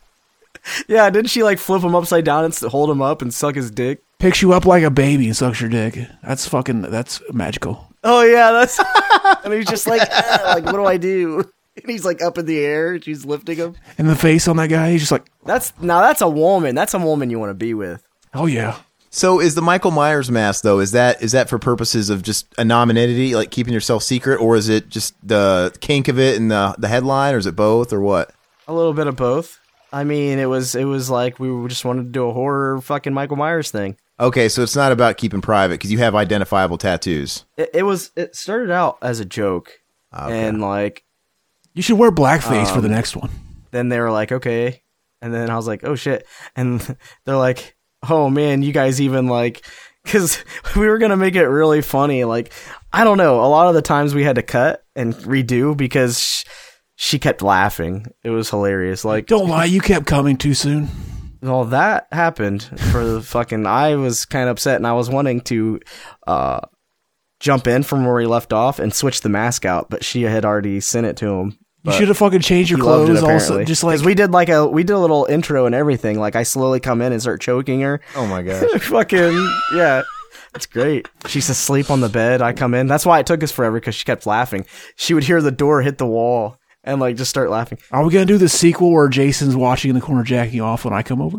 yeah, didn't she like flip him upside down and s- hold him up and suck his dick? picks you up like a baby and sucks your dick. That's fucking. That's magical. Oh yeah, that's. and he's just like, "Ah," like, what do I do? And he's like up in the air. and She's lifting him. And the face on that guy, he's just like, That's now. That's a woman. That's a woman you want to be with. oh yeah. So is the Michael Myers mask though? Is that is that for purposes of just anonymity, like keeping yourself secret, or is it just the kink of it and the the headline, or is it both, or what? A little bit of both. I mean, it was it was like we were- just wanted to do a horror fucking Michael Myers thing. Okay, so it's not about keeping private because you have identifiable tattoos. It, it was it started out as a joke, and like You should wear blackface Um, for the next one. then they were like, okay, and then I was like, oh shit, and they're like, oh man, you guys even like, because we were gonna make it really funny. Like, I don't know. A lot of the times we had to cut and redo because sh- she kept laughing. It was hilarious. Like, Don't lie, you kept coming too soon. Well, that happened for the fucking. I was kind of upset, and I was wanting to uh, jump in from where we left off and switch the mask out, but she had already sent it to him. You should have fucking changed your He loved it clothes. apparently, Also, just like 'Cause we did, like a we did a little intro and everything. Like I slowly come in and start choking her. Oh my gosh! fucking yeah. That's great. She's asleep on the bed. I come in. That's why it took us forever because she kept laughing. She would hear the door hit the wall and like just start laughing. Are we gonna do the sequel where Jason's watching in the corner jacking off when I come over?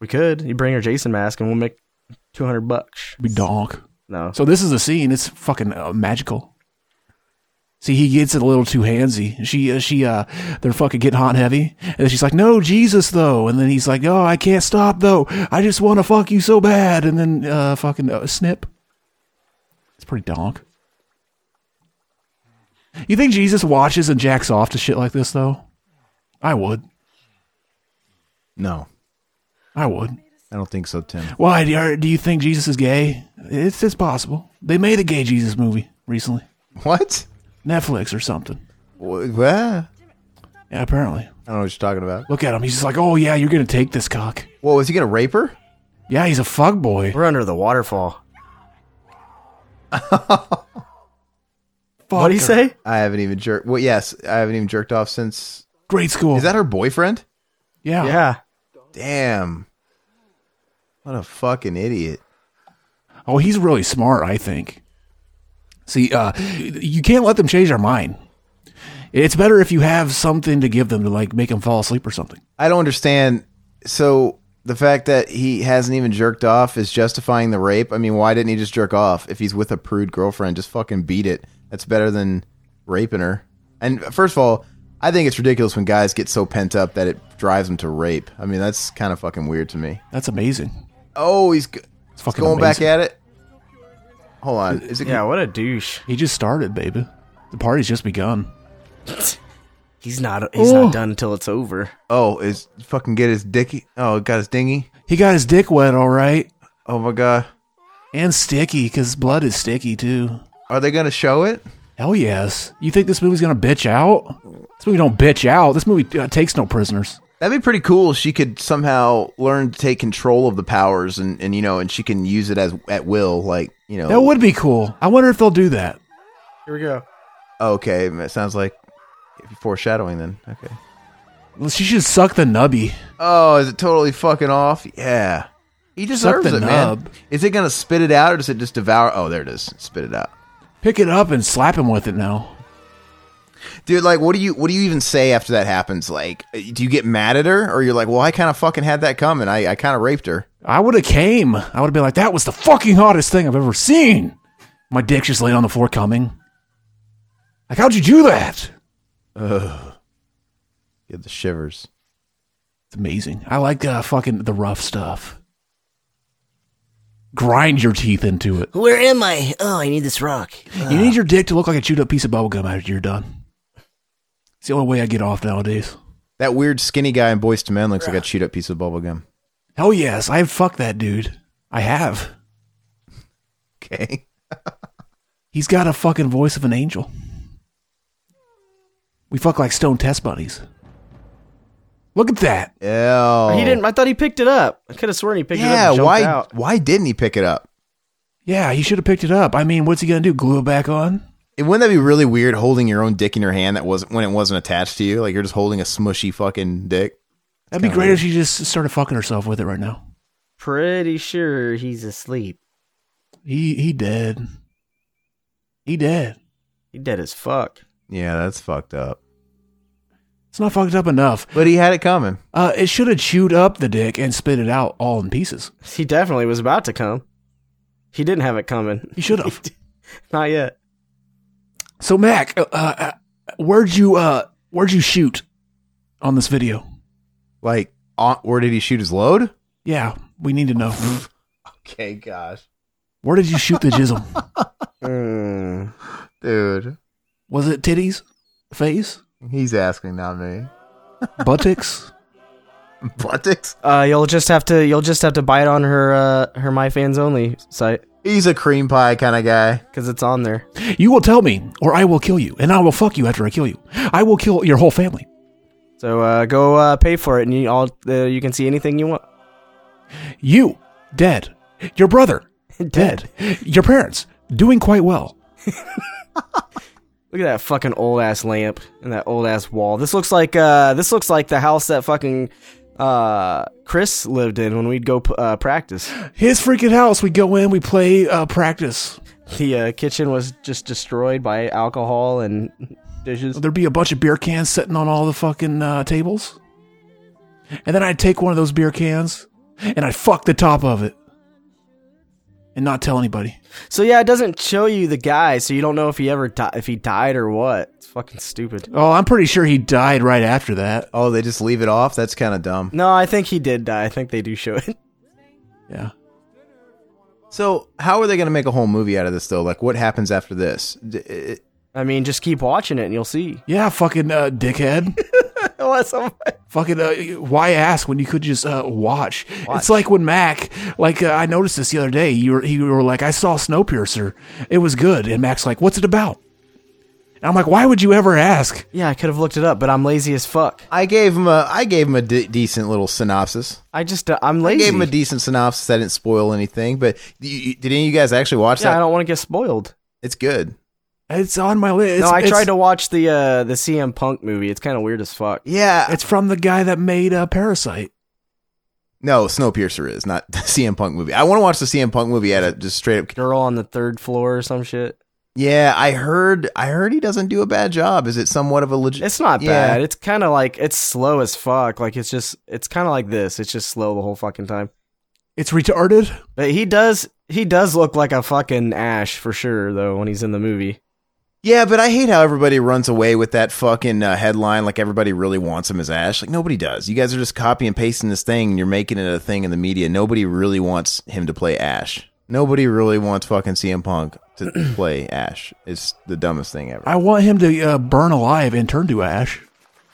We could. You bring her Jason mask and we'll make two hundred bucks. Be donk. No. So this is a scene. It's fucking uh, magical. See, he gets it a little too handsy. She, uh, she, uh, they're fucking getting hot and heavy, and then she's like, "No, Jesus, though." And then he's like, "Oh, I can't stop though. I just want to fuck you so bad." And then, uh, fucking uh, snip. It's pretty donk. You think Jesus watches and jacks off to shit like this though? I would. No, I would. I don't think so, Tim. Why do you, do you think Jesus is gay? It's it's possible. They made a gay Jesus movie recently, What? Netflix or something. Wha- what? I Yeah, apparently. don't know what you're talking about. Look at him. He's just like, oh yeah, you're gonna take this cock. What was he gonna rape her? Yeah, he's a fuck boy. We're under the waterfall. What What'd he say? I haven't even jerked. Well, yes, I haven't even jerked off since. Great school. Is that her boyfriend? yeah. Yeah. Damn! What a fucking idiot! Oh, he's really smart. I think. See, uh, you can't let them change their mind. It's better if you have something to give them to like make them fall asleep or something. I don't understand. So the fact that he hasn't even jerked off is justifying the rape. I mean, why didn't he just jerk off if he's with a prude girlfriend? Just fucking beat it. That's better than raping her. And first of all, I think it's ridiculous when guys get so pent up that it drives them to rape. I mean, that's kind of fucking weird to me. That's amazing. Oh, he's, g- he's fucking going back amazing. at it. Hold on. Is it? Yeah, what a douche. He just started, baby. The party's just begun. He's not he's Ooh. not done until it's over. Oh, is fucking get his dicky? Oh, got his dinghy. He got his dick wet, all right, Oh my god. and sticky because blood is sticky too. Are they gonna show it? Hell yes. You think this movie's gonna bitch out? This movie don't bitch out. This movie uh, takes no prisoners. That'd be pretty cool. if She could somehow learn to take control of the powers, and, and you know, and she can use it as at will. Like you know, That would be cool. I wonder if they'll do that. Here we go. okay. It sounds like foreshadowing. Then okay. Well, She should suck the nubby. Oh, is it totally fucking off? Yeah, he deserves the it, man. nub. Is it gonna spit it out, or does it just devour? Oh, there it is. Spit it out, Pick it up and slap him with it now. dude. Like, what do you what do you even say after that happens? Like, uh, do you get mad at her, or you're like, well, I kind of fucking had that coming. I I kind of raped her. I would have came. I would have been like, that was the fucking hottest thing I've ever seen. My dick just laid on the floor coming. Like, how'd you do that? Get the shivers. It's amazing. I like uh, fucking the rough stuff. Grind your teeth into it. Where am I? Oh, I need this rock. You need your dick to look like a chewed up piece of bubblegum after you're done. It's the only way I get off nowadays. That weird skinny guy in Boys to Men looks like a chewed up piece of bubble gum. Hell yes, I've fucked that dude. I have. Okay. He's got a fucking voice of an angel. We fuck like stone test buddies. Look at that. Ew. He didn't I thought he picked it up. I could have sworn he picked it up. Oh. Yeah, and jumped why out. why didn't he pick it up? Yeah, he should have picked it up. I mean, what's he gonna do? Glue it back on? It- Wouldn't that be really weird holding your own dick in your hand that wasn't when it wasn't attached to you? Like you're just holding a smushy fucking dick. That'd be great if she just started fucking herself with it right now. pretty sure he's asleep. He he dead. He dead. He dead as fuck. Yeah, that's fucked up. It's not fucked up enough. But he had it coming. Uh, it should have chewed up the dick and spit it out all in pieces. He definitely was about to come. He didn't have it coming. He should have. Not yet. so Mac, uh, uh, where'd you uh, where'd you shoot on this video? Like, on, where did he shoot his load? Yeah, we need to know. Okay, gosh, Where did you shoot the jism? Mm. dude, Was it titties, face, he's asking, not me. buttocks? Buttocks. Uh, you'll just have to you'll just have to buy it on her uh, her my fans only site He's a cream pie kind of guy. because it's on there. You will tell me, or I will kill you, and I will fuck you after I kill you. I will kill your whole family. So uh, go uh, pay for it, and you all uh, you can see anything you want. You dead. Your brother dead. Your parents doing quite well. Look at that fucking old ass lamp and that old ass wall. This looks like uh, this looks like the house that fucking uh, Chris lived in when we'd go p- uh, practice. His freaking house. We go in, we play uh, practice. The uh, kitchen was just destroyed by alcohol and dishes. There'd be a bunch of beer cans sitting on all the fucking uh, tables, and then I'd take one of those beer cans and I'd fuck the top of it, and not tell anybody. So yeah, it doesn't show you the guy, so you don't know if he ever di- if he died or what. It's fucking stupid. Oh, I'm pretty sure he died right after that. Oh, they just leave it off. That's kind of dumb. No, I think he did die. I think they do show it. Yeah. So, how are they going to make a whole movie out of this though? Like, what happens after this? D- uh, it- I mean, just keep watching it and you'll see. Yeah, fucking uh, dickhead. Unless I'm- fucking uh, why ask when you could just uh, watch? It's like when Mac, like uh, I noticed this the other day. You were you were like, I saw Snowpiercer. It was good, and Mac's like, What's it about? And I'm like, Why would you ever ask? yeah, I could have looked it up, but I'm lazy as fuck. I gave him a I gave him a de- decent little synopsis. I just uh, I'm lazy. I gave him a decent synopsis. I didn't spoil anything. But you, you- did any of you guys actually watch yeah, I that? don't want to get spoiled. It's good. It's on my list. no, I It's- tried to watch the uh, the CM Punk movie. It's kind of weird as fuck. Yeah. It's from the guy that made uh, Parasite. no, Snowpiercer is not the CM Punk movie. I want to watch the CM Punk movie at a just straight up. Girl on the third floor or some shit. Yeah, I heard. I heard he doesn't do a bad job. Is it somewhat of a legit? It's not Yeah. bad. It's kind of like it's slow as fuck. Like it's just it's kind of like this. It's just slow the whole fucking time. It's retarded. But he does he does look like a fucking Ash for sure though when he's in the movie. Yeah, but I hate how everybody runs away with that fucking uh, headline. Like everybody really wants him as Ash. Like nobody does. You guys are just copy and pasting this thing, and you're making it a thing in the media. Nobody really wants him to play Ash. Nobody really wants fucking CM Punk to play Ash. It's the dumbest thing ever. I want him to uh, burn alive and turn to ash.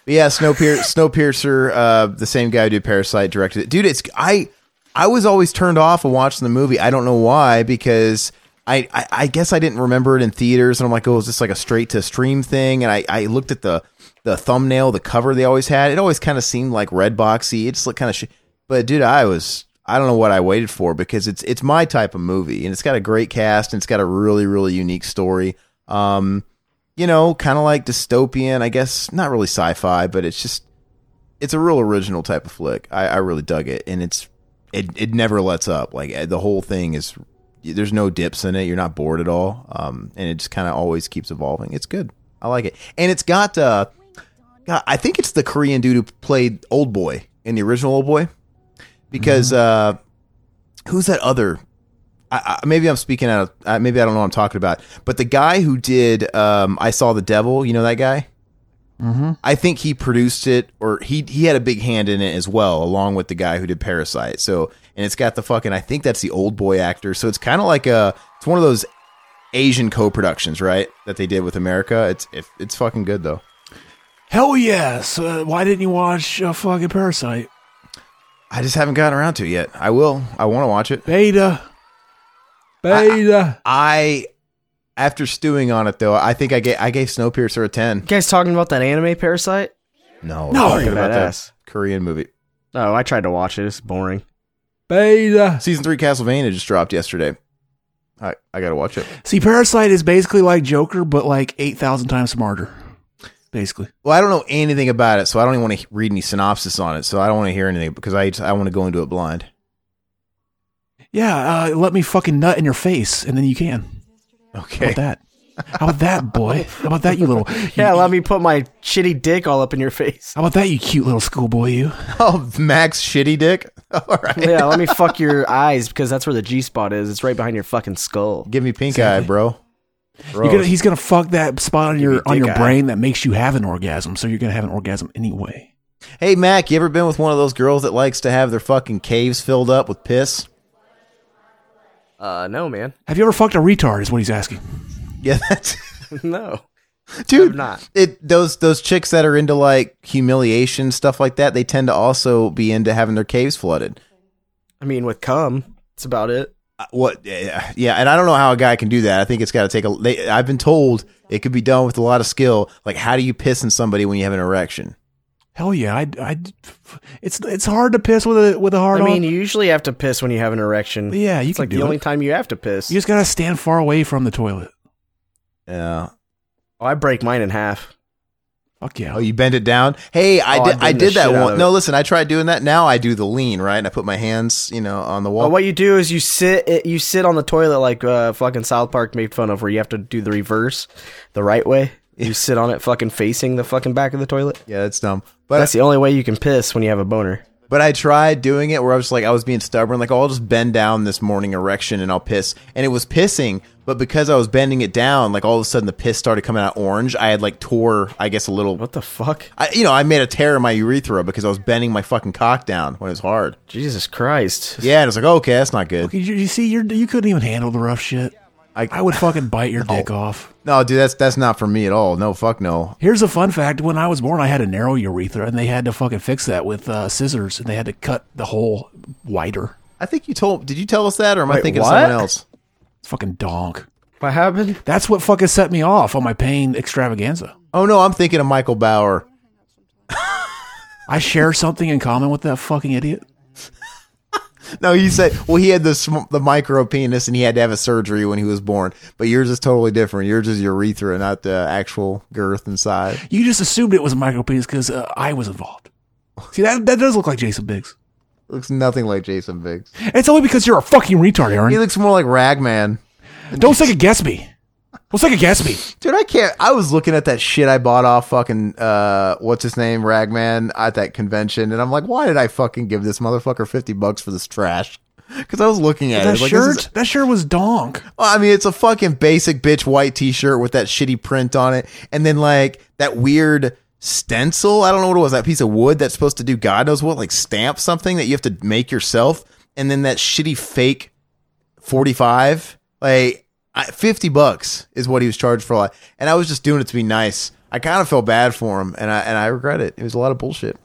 But yeah, Snowpier- Snowpiercer, uh, the same guy who did Parasite directed it. Dude, it's I I was always turned off of watching the movie. I don't know why because I, I, I guess I didn't remember it in theaters, and I'm like, oh, is this like a straight to stream thing? And I, I looked at the the thumbnail, the cover they always had. It always kind of seemed like red boxy. It just looked kind of. Sh- but dude, I was I don't know what I waited for because it's it's my type of movie, and it's got a great cast, and it's got a really really unique story. Um, you know, kind of like dystopian, I guess, not really sci-fi, but it's just it's a real original type of flick. I, I really dug it, and it's it it never lets up. Like eh, the whole thing is there's no dips in it. You're not bored at all, um, and it just kind of always keeps evolving. It's good. I like it, and it's got uh, God, I think it's the Korean dude who played Old Boy in the original Old Boy, because uh, who's that other I, I, maybe I'm speaking out of uh, maybe I don't know what I'm talking about, but the guy who did um, I saw the devil, you know that guy. Mm-hmm. I think he produced it, or he he had a big hand in it as well, along with the guy who did Parasite. So, and it's got the fucking I think that's the old boy actor. So it's kind of like a it's one of those Asian co-productions, right? That they did with America. It's if it's fucking good though. Hell yes. Uh, why didn't you watch uh, fucking Parasite? I just haven't gotten around to it yet. I will. I want to watch it. Beta. Beta. I after stewing on it though, I think I gave I gave Snowpiercer a ten. You guys talking about that anime Parasite? No, No. we're talking about Badass. that Korean movie. Oh, I tried to watch it. It's boring. Beta. Season three Castlevania just dropped yesterday. I I gotta watch it. See, Parasite is basically like Joker, but like 8,000 times smarter. Basically. Well, I don't know anything about it, so I don't even want to read any synopsis on it. So I don't want to hear anything because I just, I want to go into it blind. Yeah, uh, let me fucking nut in your face, and then you can. How Okay. about that? How about that, boy? How about that, you little? you- Yeah, let me put my shitty dick all up in your face. How about that, you cute little schoolboy? You. Oh, Max Shitty Dick. All right. Yeah, let me fuck your eyes because that's where the G spot is. It's right behind your fucking skull. Give me pink eye, bro. Bro. You're gonna, he's gonna fuck that spot on me your on dick your eye. brain that makes you have an orgasm. So you're gonna have an orgasm anyway. hey, Mac, you ever been with one of those girls that likes to have their fucking caves filled up with piss? Uh, no, man, Have you ever fucked a retard? Is what he's asking. Yeah, that's no. dude. I've not. It those those chicks that are into like humiliation stuff like that. They tend to also be into having their caves flooded. I mean, with cum, that's about it. Uh, What? Yeah, yeah, and I don't know how a guy can do that. I think it's got to take a. They, I've been told it could be done with a lot of skill. Like, how do you piss in somebody when you have an erection? Hell yeah, I, I, it's it's hard to piss with a with a hard I mean, on. you usually have to piss when you have an erection. yeah, you it's can like do the it. only time you have to piss. you just gotta stand far away from the toilet. Yeah. oh, I break mine in half. Fuck yeah. Oh, you bend it down. Hey, I Oh, I did. I bend did the that shit out one. of No, it. listen. I tried doing that. Now I do the lean right, and I put my hands, you know, on the wall. Well, Oh, what you do is you sit it, you sit on the toilet like uh, fucking South Park made fun of, where you have to do the reverse, the right way. You sit on it, fucking facing the fucking back of the toilet. yeah, that's dumb. But That's the only way you can piss when you have a boner. But I tried doing it where I was like, I was being stubborn, like, oh, I'll just bend down this morning erection and I'll piss. And it was pissing, but because I was bending it down, like all of a sudden the piss started coming out orange. I had like tore, I guess, a little. What the fuck? I, you know, I made a tear in my urethra because I was bending my fucking cock down when it was hard. Jesus Christ! Yeah, and I was like, oh, okay, that's not good. you, you see, you're you couldn't even handle the rough shit. I- I, Oh. would fucking bite your dick off. No, dude, that's that's not for me at all. No, fuck no. Here's a fun fact: when I was born, I had a narrow urethra, and they had to fucking fix that with uh, scissors, and they had to cut the hole wider. I think you told. Did you tell us that, or am I Wait, thinking what? of someone else? It's fucking donk. What happened? That's what fucking set me off on my pain extravaganza. Oh no, I'm thinking of Michael Bauer. I share something in common with that fucking idiot. No, you said. Well, he had the sm- the micro penis, and he had to have a surgery when he was born. But yours is totally different. Yours is urethra, not the actual girth inside. You just assumed it was a micro penis because uh, I was involved. See, that that does look like Jason Biggs. Looks nothing like Jason Biggs. It's only because you're a fucking retard, He Aaron. looks more like Ragman. Don't second guess me. Don't second guess me. Dude, I can't. I was looking at that shit I bought off fucking uh, what's his name, Ragman, at that convention, and I'm like, why did I fucking give this motherfucker fifty bucks for this trash? Because I was looking at That it. like, this is- shirt, that shirt was donk. Well, I mean, it's a fucking basic bitch white t-shirt with that shitty print on it, and then like that weird stencil. I don't know what it was. That piece of wood that's supposed to do God knows what, like stamp something that you have to make yourself, and then that shitty fake forty-five. Like I, fifty bucks is what he was charged for, and I was just doing it to be nice. I kind of felt bad for him, and I and I regret it. It was a lot of bullshit.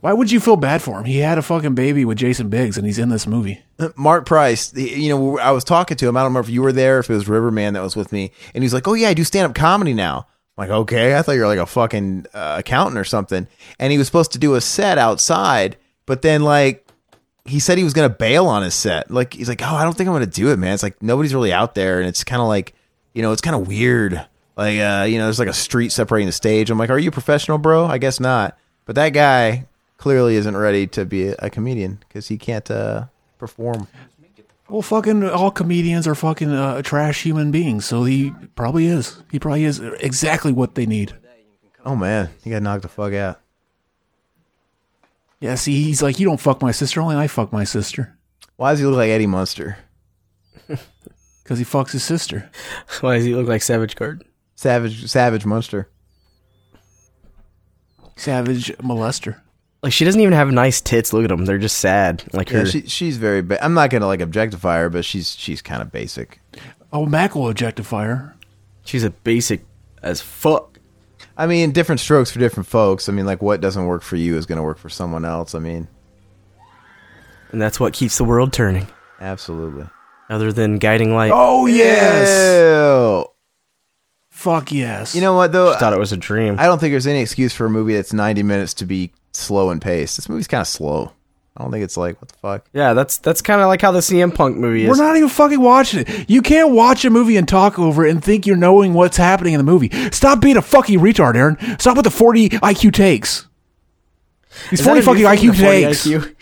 Why would you feel bad for him? He had a fucking baby with Jason Biggs, and he's in this movie. Mark Price, he- you know, I was talking to him. I don't remember if you were there, if it was Riverman that was with me, and he's like, "Oh yeah, I do stand up comedy now." I'm like, okay, I thought you were like a fucking uh, accountant or something. And he was supposed to do a set outside, but then like he said he was gonna bail on his set. Like he's like, "Oh, I don't think I'm gonna do it, man." It's like nobody's really out there, and it's kind of like, you know, it's kind of weird. Like, uh, you know, there's like a street separating the stage. I'm like, "Are you a professional, bro?" I guess not. But that guy clearly isn't ready to be a, a comedian because he can't uh, perform. Well, fucking all comedians are fucking uh, trash human beings, so he probably is. He probably is exactly what they need. Oh man, he got knocked the fuck out. Yeah, see, he's like, you don't fuck my sister, only I fuck my sister. Why does he look like Eddie Munster? Because he fucks his sister. Why does he look like Savage Garden? Savage, Savage Munster. Savage molester. Like she doesn't even have nice tits. Look at them; they're just sad. Like Yeah, her. she, she's very. Ba- I'm not gonna like objectify her, but she's she's kind of basic. Oh, Mac will objectify her. she's a basic as fuck. I mean, different strokes for different folks. I mean, like what doesn't work for you is gonna work for someone else. I mean, And that's what keeps the world turning, absolutely. other than guiding light. Oh, yes! Ew. Fuck yes. You know what though? I thought it was a dream. I don't think there's any excuse for a movie that's 90 minutes to be slow and paced. This movie's kind of slow. I don't think it's like what the fuck. yeah, that's that's kind of like how the CM Punk movie is. we're not even fucking watching it. You can't watch a movie and talk over it and think you're knowing what's happening in the movie. Stop being a fucking retard, Aaron. Stop with the 40 IQ takes. These Is that 40 a new fucking thing, IQ the 40 takes. IQ?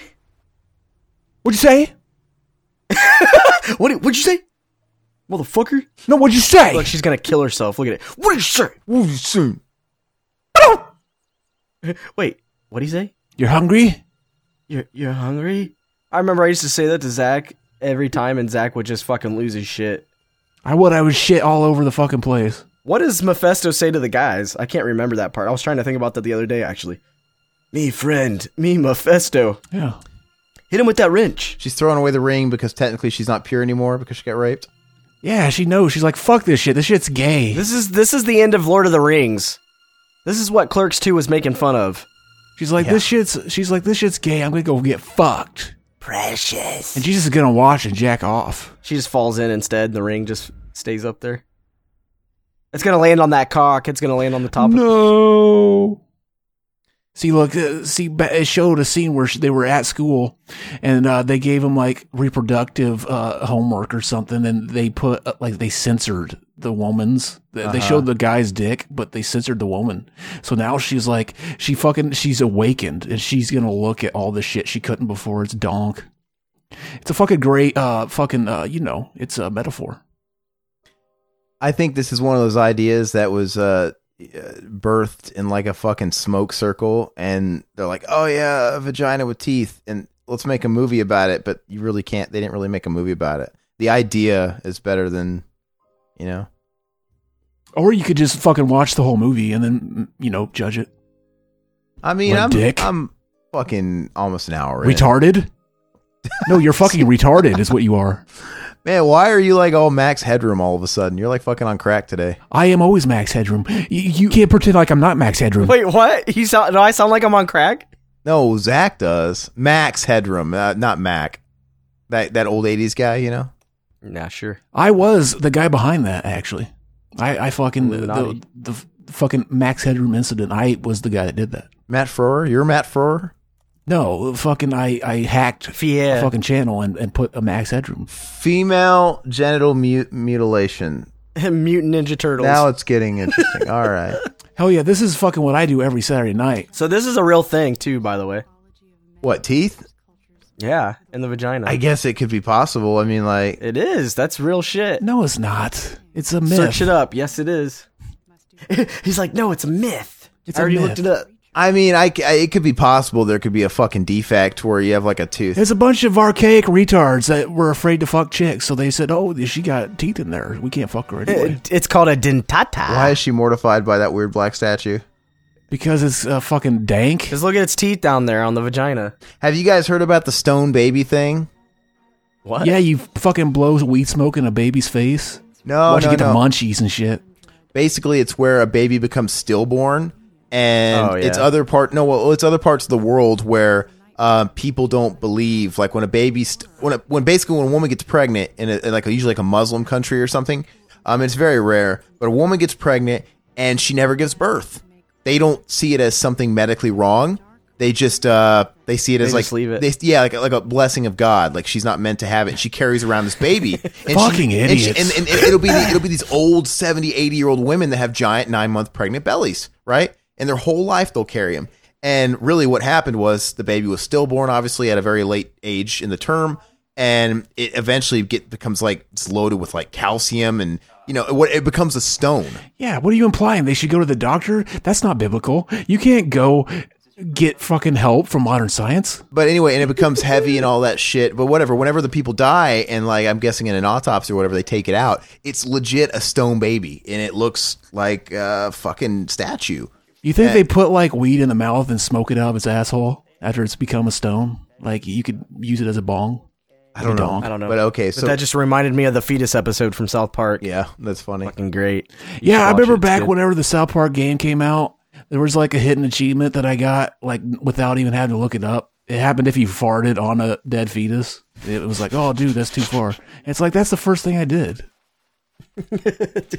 What'd you say? What what'd you say? Motherfucker. No, what'd you say? Look, she's gonna kill herself. Look at it. What did you say? Ooh, soon. Wait, what did he say? You're hungry? You're you're hungry? I remember I used to say that to Zach every time, and Zach would just fucking lose his shit. I would. I would shit all over the fucking place. What does Mephisto say to the guys? I can't remember that part. I was trying to think about that the other day, actually. Me friend, me Mephisto. Yeah. Hit him with that wrench. She's throwing away the ring because technically she's not pure anymore because she got raped. Yeah, she knows. She's like, fuck this shit. This shit's gay. This is this is the end of Lord of the Rings. This is what Clerks 2 was making fun of. She's like, this shit's. She's like, this shit's gay. I'm gonna go get fucked. Precious. And Jesus is gonna watch and jack off. She just falls in instead, and the ring just stays up there. It's gonna land on that cock. It's gonna land on the top. of No. See, look, uh, see, ba- it showed a scene where sh- they were at school, and uh, they gave them like reproductive uh, homework or something, and they put uh, like they censored the woman's. They- They showed the guy's dick, but they censored the woman. So now she's like, she fucking, she's awakened, and she's gonna look at all the shit she couldn't before. It's donk. It's a fucking great, uh, fucking, uh, you know, it's a metaphor. I think this is one of those ideas that was uh, uh, birthed in like a fucking smoke circle, and they're like, "Oh yeah, a vagina with teeth," and let's make a movie about it. But you really can't. They didn't really make a movie about it. The idea is better than, you know. Or you could just fucking watch the whole movie and then, you know, judge it. I mean, What I'm dick? I'm fucking almost an hour. in. retarded. No, you're fucking retarded, is what you are. Man, why are you like all max headroom all of a sudden? You're like fucking on crack today. I am always Max Headroom. You, you can't pretend like I'm not Max Headroom. Wait, what? You sound? Do I sound like I'm on crack? No, Zach does. Max headroom, uh, not Mac. That that old '80s guy, you know. Nah, sure. I was the guy behind that actually. I, I fucking the, the, Illuminati. the fucking Max Headroom incident. I was the guy that did that. Matt Froer, you're Matt Froer. No, fucking I I hacked Yeah. a fucking channel and, and put a Max Headroom. Female genital mu- mutilation. Mutant Ninja Turtles. Now it's getting interesting. All right. Hell yeah, this is fucking what I do every Saturday night. so this is a real thing too, by the way. What teeth? Yeah, in the vagina. I guess it could be possible. I mean, like it is. That's real shit. No, it's not. It's a myth. Search it up. Yes, it is. He's like, no, it's a myth. It's a I already myth. looked it up. I mean, I, c- I- it could be possible. There could be a fucking defect where you have like a tooth. It's a bunch of archaic retards that were afraid to fuck chicks, so they said, "Oh, she got teeth in there. We can't fuck her Eh, anyway." It- it's called a dentata. Why is she mortified by that weird black statue? Because it's uh, fucking dank. Just look at its teeth down there on the vagina. Have you guys heard about the stone baby thing? What? Yeah, you fucking blow weed smoke in a baby's face. No, Watch Oh, no, you get no. the munchies and shit. Basically, it's where a baby becomes stillborn, and Oh, it's yeah. other part. No, well, it's other parts of the world where uh, people don't believe. Like when a baby, st- when a, when basically when a woman gets pregnant in, a, in like a, usually like a Muslim country or something, um, it's very rare. But a woman gets pregnant and she never gives birth. They don't see it as something medically wrong. They just uh, they see it as like just leave it. They, yeah, like like a blessing of God. Like she's not meant to have it. She carries around this baby. And she- Fucking and she- idiots. and- and it- it'll be the, it'll be these old 70 80 year old women that have giant nine month pregnant bellies right and their whole life they'll carry them and really what happened was the baby was stillborn obviously at a very late age in the term and it eventually get becomes like it's loaded with like calcium and you know what it becomes a stone Yeah, what are you implying? They should go to the doctor? That's not biblical. You can't go get fucking help from modern science. but anyway and it becomes heavy and all that shit but whatever whenever the people die and like i'm guessing in an autopsy or whatever they take it out it's legit a stone baby and it looks like a fucking statue You Eh. think they put like weed in the mouth and smoke it up its asshole after it's become a stone? Like you could use it as a bong. I don't know. I don't know. But okay, so But that just reminded me of the fetus episode from South Park. yeah, that's funny. Fucking great. You should Yeah, I watch remember it. It's back good. whenever the South Park game came out, there was like a hidden achievement that I got like without even having to look it up. It happened if you farted on a dead fetus. It was like, oh, dude, that's too far. It's like that's the first thing I did. Dude,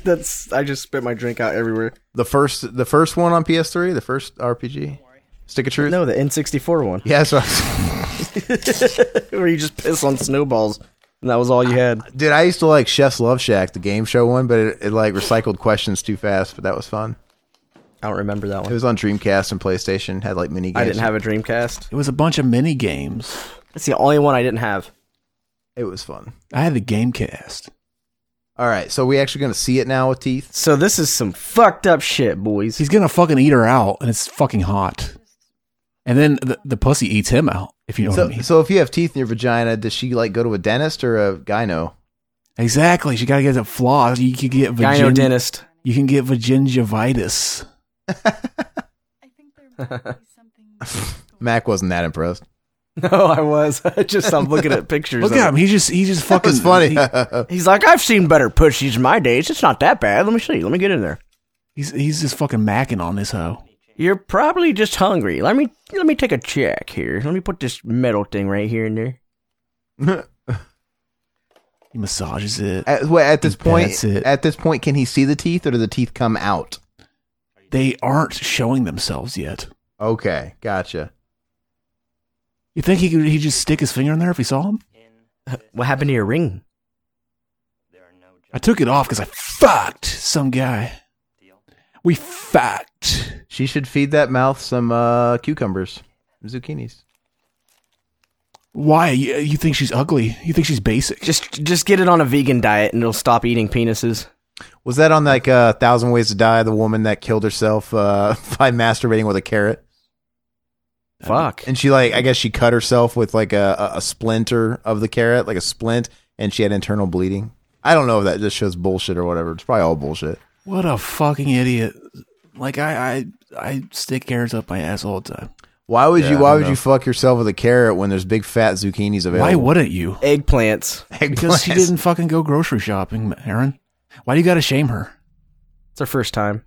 that's I just spit my drink out everywhere. The first, the first one on PS3, the first RPG, Stick of Truth. No, the N64 one Yeah, so I- where you just piss on snowballs and that was all you had. dude, I used to like Chef's Love Shack, the game show one, but it, it like recycled questions too fast. But that was fun. I don't remember that It one. was on Dreamcast and PlayStation. Had like mini games. I didn't have a Dreamcast. It was a bunch of mini games. That's the only one I didn't have. It was fun. I had the Gamecast. All right, so we actually going to see it now with teeth. So this is some fucked up shit, boys. He's gonna fucking eat her out, and it's fucking hot. And then the, the pussy eats him out. If you know what So, I mean. so if you have teeth in your vagina, does she like go to a dentist or a gyno? Exactly. She gotta get the flaws. You can get Gyno vagin- dentist. You can get vagingivitis. I think there might be something. Mac wasn't that impressed. No, I was. I just I'm looking at pictures. Look of at him. it. He just he just That fucking was funny. he- He's like, I've seen better pussies in my days. It's not that bad. Let me see. Let me get in there. he's he's just fucking macking on this hoe. You're probably just hungry. Let me let me take a check here. Let me put this metal thing right here in there. He massages it. at, wait, at this point, That's it. at this point, can he see the teeth or do the teeth come out? They aren't showing themselves yet. Okay, gotcha. You think he could he just stick his finger in there if he saw him? What happened to your ring? I took it off because I fucked some guy. We fucked. She should feed that mouth some uh, cucumbers, zucchinis. Why you, you think she's ugly? You think she's basic? Just just get it on a vegan diet and it'll stop eating penises. Was that on like a uh, thousand ways to die? The woman that killed herself uh, by masturbating with a carrot, Fuck. and she like I guess she cut herself with like a, a- a splinter of the carrot, like a splint, and she had internal bleeding. I don't know if that just shows bullshit or whatever. It's probably all bullshit. what a fucking idiot! Like I I I stick hairs up my ass all the time. Why would Yeah, you? I Why don't would you know. fuck yourself with a carrot when there's big fat zucchinis available? Why wouldn't you? Eggplants. Because she didn't fucking go grocery shopping, Aaron. Why do you gotta shame her? It's her first time.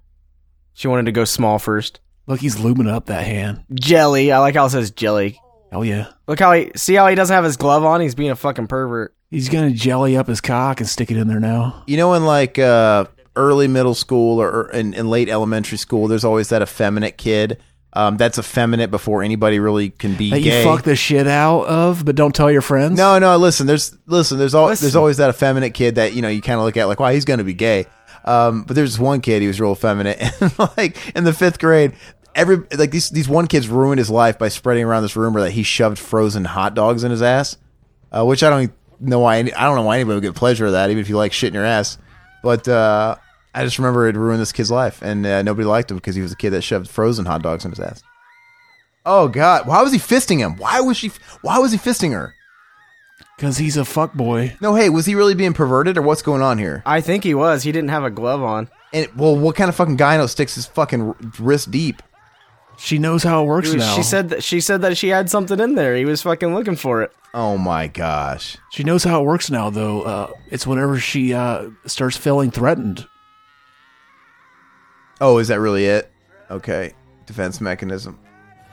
She wanted to go small first. Look, he's lubing up that hand. Jelly. I like how it says jelly. Hell yeah. Look how he see how he doesn't have his glove on. He's being a fucking pervert. He's gonna jelly up his cock and stick it in there now. You know, in like uh, early middle school or, or in, in late elementary school, there's always that effeminate kid. Um, that's effeminate before anybody really can be That gay. you fuck the shit out of, but don't tell your friends. No, no. Listen, there's listen, there's always there's Listen. always that effeminate kid that you know you kind of look at like, wow, he's gonna be gay. Um, but there's this one kid he was real effeminate, and like in the fifth grade, every like these these one kids ruined his life by spreading around this rumor that he shoved frozen hot dogs in his ass, uh, which I don't know why any- I don't know why anybody would get pleasure of that, even if you like shit in your ass. But uh, I just remember it ruined this kid's life, and uh, nobody liked him because he was a kid that shoved frozen hot dogs in his ass. Oh God! Why was he fisting him? Why was she? Why was he fisting her? Because he's a fuck boy. No, hey, was he really being perverted or what's going on here? I think he was. He didn't have a glove on. And well, what kind of fucking gyno sticks his fucking r- wrist deep? She knows how it works Dude, now. She said that she said that she had something in there. He was fucking looking for it. Oh my gosh. she knows how it works now, though. Uh, it's whenever she uh, starts feeling threatened. Oh, is that really it? Okay. Defense mechanism.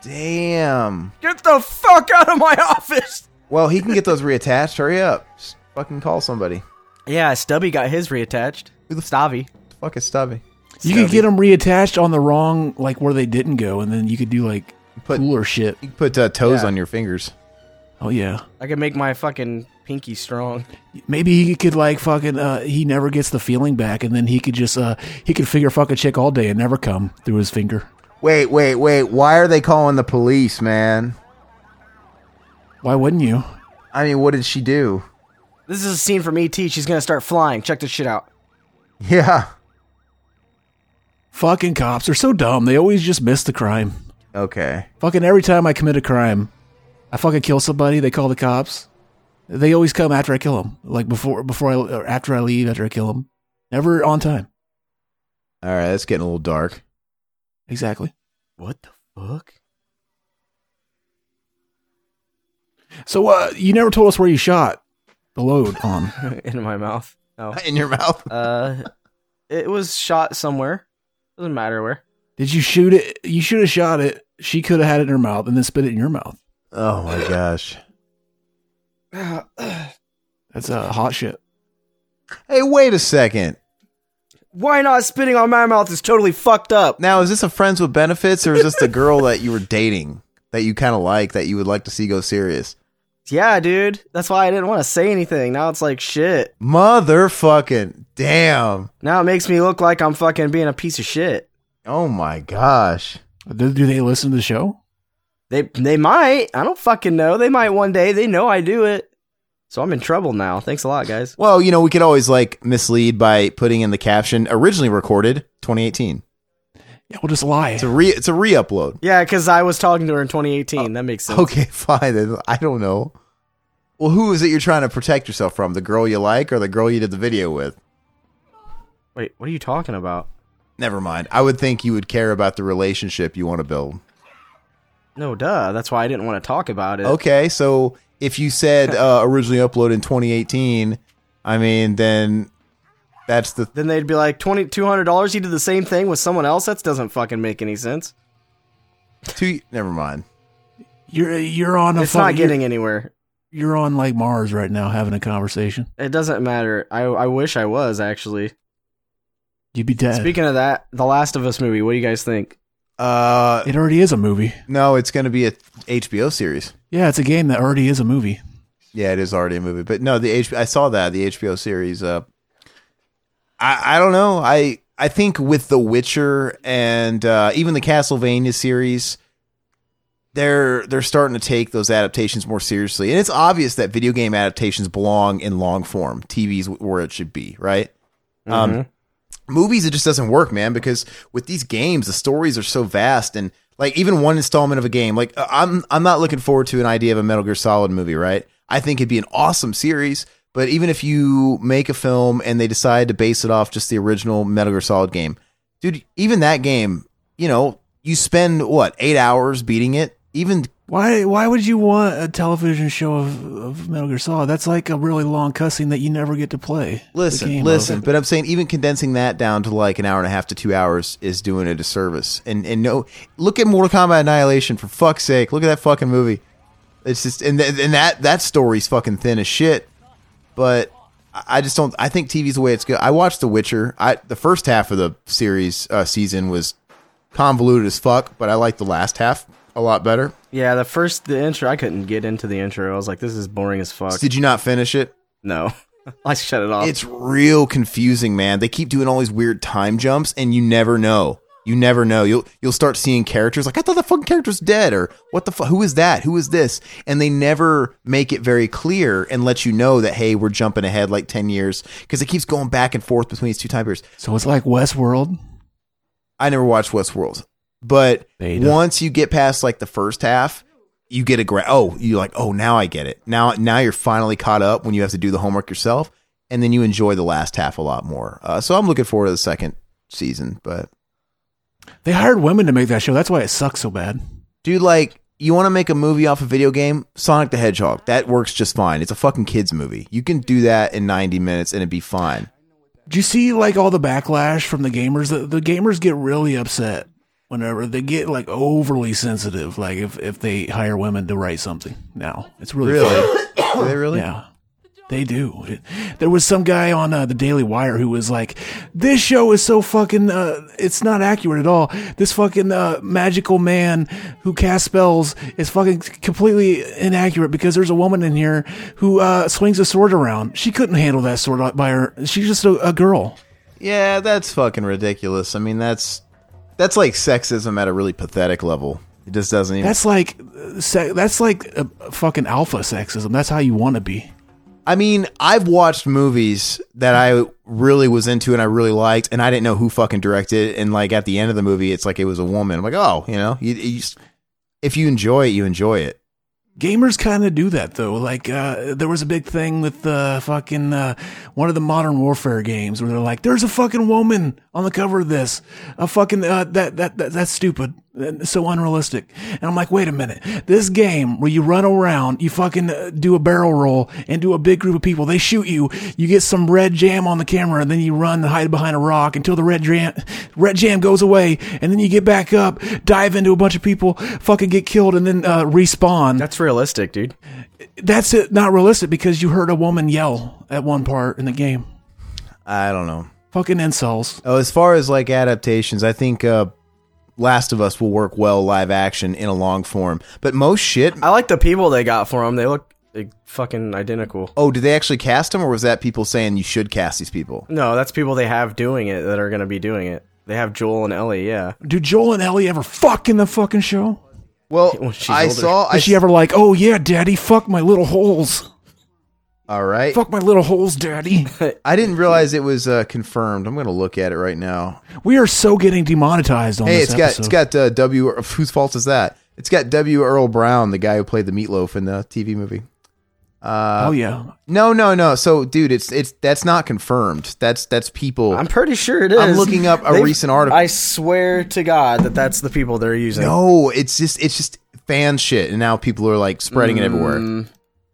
Damn. Get the fuck out of my office. Well, he can get those reattached. Hurry up. Just fucking call somebody. Yeah, Stubby got his reattached. Who the f- Stabby. Fuck is Stubby. You could get them reattached on the wrong, like where they didn't go, and then you could do like Put- cooler shit. You can put uh, toes Yeah. on your fingers. Oh yeah. I could make my fucking pinky strong. Maybe he could like fucking. Uh, he never gets the feeling back, and then he could just uh, he could figure fuck a chick all day and never come through his finger. Wait, wait, wait. Why are they calling the police, man? Why wouldn't you? I mean, what did she do? This is a scene from ET. She's gonna start flying. Check this shit out. Yeah. Fucking cops are so dumb. They always just miss the crime. Okay. Fucking every time I commit a crime, I fucking kill somebody. They call the cops. They always come after I kill them. Like before, before I or after I leave, after I kill them. Never on time. All right, that's getting a little dark. Exactly. What the fuck? So uh, you never told us where you shot the load on. in my mouth. No. In your mouth. Uh, it was shot somewhere. Doesn't matter where. Did you shoot it? You should have shot it. She could have had it in her mouth and then spit it in your mouth. Oh my gosh. That's uh, hot shit. Hey, wait a second. Why not spitting on my mouth is totally fucked up. Now, is this a friends with benefits or is this the girl that you were dating that you kind of like that you would like to see go serious? Yeah, dude. That's why I didn't want to say anything. Now it's like shit. Motherfucking damn. Now it makes me look like I'm fucking being a piece of shit. Oh my gosh. Do, do they listen to the show? They they might. I don't fucking know. They might one day. They know I do it. So I'm in trouble now. Thanks a lot, guys. Well, you know, we could always like mislead by putting in the caption originally recorded 2018. Yeah, we'll just lie. It's a re it's a re-upload. Yeah, because I was talking to her in 2018. that makes sense. Okay, fine. Then. I don't know. Well, who is it you're trying to protect yourself from? The girl you like or the girl you did the video with? Wait, what are you talking about? Never mind. I would think you would care about the relationship you want to build. No, duh. That's why I didn't want to talk about it. Okay, so if you said uh, originally uploaded in 2018, I mean, then that's the Then they'd be like, $20, $200, you did the same thing with someone else? That doesn't fucking make any sense. two. Never mind. You're you're on a It's not fucking- you're- getting anywhere. You're on like Mars right now, having a conversation. It doesn't matter. I, I wish I was, actually. You'd be dead. Speaking of that, The Last of Us movie, what do you guys think? Uh, it already is a movie. no, it's going to be a HBO series. Yeah, it's a game that already is a movie. Yeah, it is already a movie, but no, the H- I saw that the HBO series. Uh, I I don't know. I I think with The Witcher and uh, even the Castlevania series, they're they're starting to take those adaptations more seriously, and it's obvious that video game adaptations belong in long form. TV's where it should be, right? Um, movies, it just doesn't work, man, because with these games, the stories are so vast and like even one installment of a game, like uh, I'm I'm not looking forward to an idea of a Metal Gear Solid movie, right? I think it'd be an awesome series, but even if you make a film and they decide to base it off just the original Metal Gear Solid game, dude, even that game, you know, you spend what eight hours beating it. Even Why why would you want a television show of, of Metal Gear Solid? That's like a really long cussing that you never get to play. the game Listen, of. listen, but I'm saying even condensing that down to like an hour and a half to two hours is doing a disservice. And and no, look at Mortal Kombat Annihilation for fuck's sake. Look at that fucking movie. It's just and th- and that that story's fucking thin as shit. But I I just don't. I think TV's the way it's good. I watched The Witcher. I the first half of the series uh, season was convoluted as fuck, but I liked the last half a lot better. Yeah, the first, the intro, I couldn't get into the intro. I was like, this is boring as fuck. Did you not finish it? No. I shut it off. It's real confusing, man. They keep doing all these weird time jumps, and you never know. You never know. You'll you'll start seeing characters like I thought the fucking character's dead, or what the fuck? Who is that? Who is this? And they never make it very clear and let you know that hey, we're jumping ahead like ten years because it keeps going back and forth between these two time periods. So it's like Westworld. I never watched Westworld, but Beta. once you get past like the first half, you get a gra- oh, you're like, oh, now I get it. Now, now you're finally caught up when you have to do the homework yourself, and then you enjoy the last half a lot more. Uh, so I'm looking forward to the second season. But They hired women to make that show. That's why it sucks so bad. dude, like, you want to make a movie off a video game? Sonic the Hedgehog that works just fine. It's a fucking kids movie. You can do that in 90 minutes and it'd be fine. Do you see like all the backlash from the gamers? The, the gamers get really upset whenever they get like overly sensitive. Like if, if they hire women to write something now, it's really, funny. Do they really? yeah. They do. There was some guy on uh, the Daily Wire who was like, "This show is so fucking. Uh, it's not accurate at all. This fucking uh, magical man who casts spells is fucking completely inaccurate because there's a woman in here who uh, swings a sword around. She couldn't handle that sword by her. She's just a, a girl. Yeah, that's fucking ridiculous. I mean, that's that's like sexism at a really pathetic level. It just doesn't even. That's like, uh, se- that's like uh fucking alpha sexism. That's how you want to be. I mean, I've watched movies that I really was into and I really liked, and I didn't know who fucking directed. it, And like at the end of the movie, it's like it was a woman. I'm like, oh, you know, you, you just- if you enjoy it, you enjoy it. Gamers kind of do that though. Like uh, there was a big thing with uh, fucking uh, one of the modern warfare games where they're like, "There's a fucking woman on the cover of this. A fucking uh, that, that that that's stupid. That's so unrealistic." And I'm like, "Wait a minute. This game where you run around, you fucking uh, do a barrel roll and do a big group of people. They shoot you. You get some red jam on the camera, and then you run and hide behind a rock until the red jam red jam goes away, and then you get back up, dive into a bunch of people, fucking get killed, and then uh, respawn." That's realistic, dude. that's it not realistic because you heard a woman yell at one part in the game I don't know. fucking insults Oh, as far as like adaptations, I think uh, Last of Us will work well live action in a long form, but most shit. I like the people they got for them. They look like, fucking identical. Oh, did they actually cast them, or was that people saying you should cast these people? No, that's people they have doing it that are going to be doing it. They have Joel and Ellie, yeah. do joel and ellie ever fuck in the fucking show Well, Well, she's I older. saw. I is she ever like oh yeah daddy fuck my little holes All right. Fuck my little holes, daddy. I didn't realize it was uh, confirmed. I'm going to look at it right now. We are so getting demonetized on Hey, this it's got episode. it's got uh, W. Ear- Whose fault is that? It's got W. Earl Brown, the guy who played the meatloaf in the TV movie. oh yeah, No, no, no. So, dude, it's it's that's not confirmed. That's that's people. I'm pretty sure it is. I'm looking up a recent article. I swear to God that that's the people they're using. no, it's just it's just fan shit, and now people are like spreading it Mm. everywhere.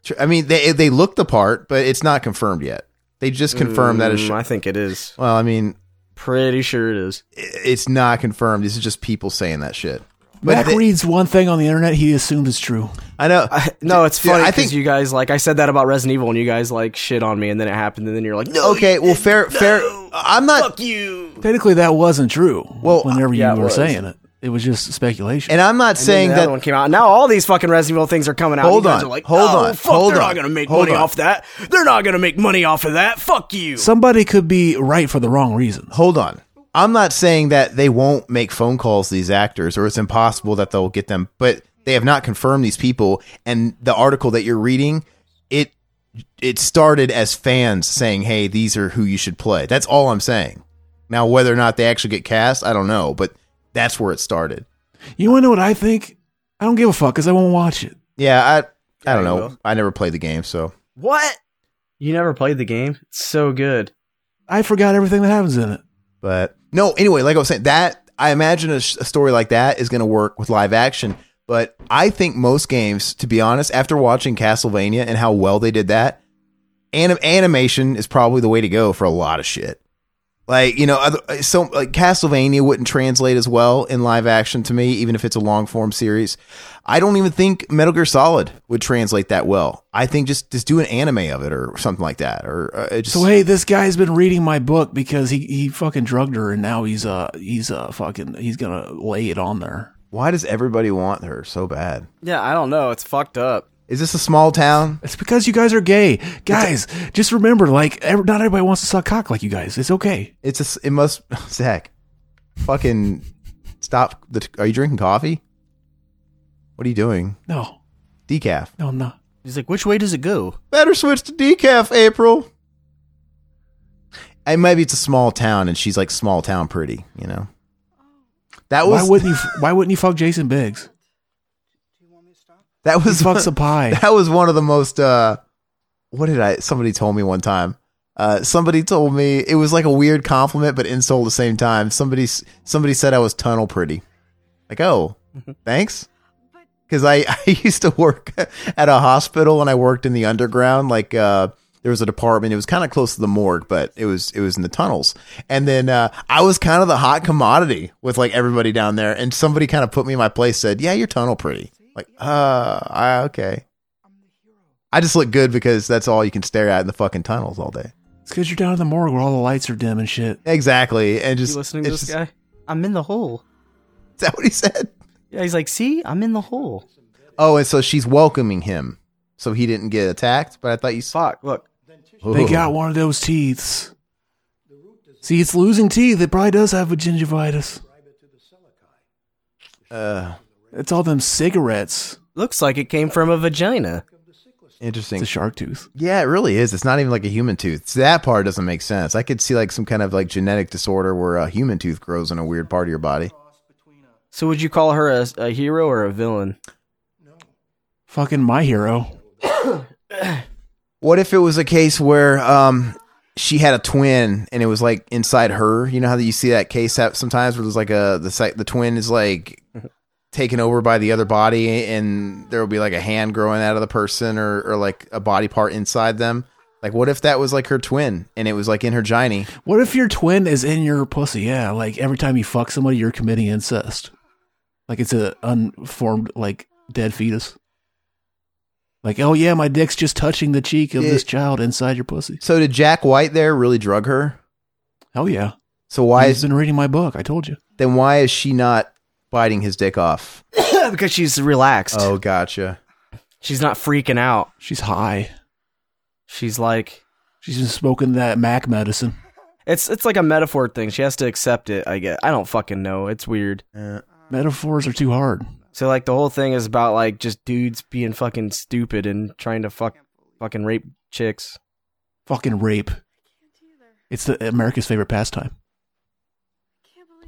Tr- I mean, they they look the part, but it's not confirmed yet. They just confirmed that it's. Mm, I think it is. well, I mean, Pretty sure it is. i- it's not confirmed. This is just people saying that shit. Mac they- reads one thing on the internet he assumes is true. I know. I, no, it's Dude, funny I because think- you guys like I said that about Resident Evil, and you guys like shit on me, and then it happened, and then you're like, no, okay, well, fair, fair. I'm not. Technically, that wasn't true. Well, whenever yeah, it you were was. saying it, it was just speculation. And I'm not saying the that other one came out. Now all these fucking Resident Evil things are coming out. and Hold you guys on, are like, hold oh, on, fuck, hold they're on, not gonna make hold money on. off that. They're not gonna make money off of that. Fuck you. Somebody could be right for the wrong reasons. hold on. I'm not saying that they won't make phone calls to these actors or it's impossible that they'll get them, but they have not confirmed these people and the article that you're reading, it it started as fans saying, "Hey, these are who you should play." That's all I'm saying. Now whether or not they actually get cast, I don't know, but that's where it started. You want to know what I think? I don't give a fuck because I won't watch it. Yeah, I I don't Yeah, you know. will. I never played the game, so What? You never played the game? It's so good. I forgot everything that happens in it. But no, anyway, like I was saying, that I imagine a, sh- a story like that is going to work with live action. But I think most games, to be honest, after watching Castlevania and how well they did that, anim- animation is probably the way to go for a lot of shit. Like you know, other, so like Castlevania wouldn't translate as well in live action to me, even if it's a long form series. I don't even think Metal Gear Solid would translate that well. I think just just do an anime of it or something like that, or uh, it just So hey, this guy's been reading my book because he, he fucking drugged her, and now he's uh he's uh fucking he's gonna lay it on there. why does everybody want her so bad? Yeah, I don't know. It's fucked up. Is this a small town? It's because you guys are gay, guys. just remember, like, ev not everybody wants to suck cock like you guys. It's okay. It's a. s- It must. Zach, fucking stop. The. Are you drinking coffee? What are you doing? No, Decaf. no, I'm not. He's like, which way does it go? Better switch to decaf, April. And maybe it's a small town, and she's like small town pretty. You know. That Why was wouldn't you? Why wouldn't you fuck Jason Biggs? that was Fucks a pie. that was one of the most uh what did i somebody told me one time uh somebody told me it was like a weird compliment but insult at the same time somebody s- somebody said i was tunnel pretty like oh thanks because I, I used to work at a hospital and i worked in the underground like uh there was a department it was kind of close to the morgue but it was it was in the tunnels and then uh, i was kind of the hot commodity with like everybody down there and somebody kind of put me in my place said yeah you're tunnel pretty like uh I, okay I just look good because that's all you can stare at in the fucking tunnels all day. It's because you're down in the morgue where all the lights are dim and shit. Exactly, and just You listening to it's this just- guy? I'm in the hole. Is that what he said? Yeah, he's like, see, I'm in the hole. Oh, and so she's welcoming him, so he didn't get attacked. But I thought you saw. Oh, Fuck. Look, They got one of those teeth. See, it's losing teeth. It probably does have a gingivitis. Uh, It's all them cigarettes. looks like it came from a vagina. It's interesting. a shark tooth. yeah, it really is. It's not even like a human tooth. So that part doesn't make sense. I could see like some kind of like genetic disorder where a human tooth grows in a weird part of your body. So would you call her a, a hero or a villain? Fucking my hero. What if it was a case where um she had a twin and it was like inside her? You know how that you see that case hap- sometimes where there's like a the si- the twin is like taken over by the other body and there will be like a hand growing out of the person or or like a body part inside them. Like what if that was like her twin and it was like in her giny? What if your twin is in your pussy? Yeah, like every time you fuck somebody, you're committing incest. Like it's a unformed, like dead fetus. Like, oh yeah, my dick's just touching the cheek of Yeah. this child inside your pussy. So did Jack White there really drug her? Hell yeah. So why He's is been reading my book. I told you. then why is she not biting his dick off? because she's relaxed. Oh, gotcha. She's not freaking out. She's high. She's like, She's been smoking that Mac medicine. it's it's like a metaphor thing. She has to accept it. I guess I don't fucking know. It's weird. Uh, Metaphors are too hard. So like the whole thing is about like just dudes being fucking stupid and trying to fuck fucking rape chicks. Fucking rape. It's the America's favorite pastime.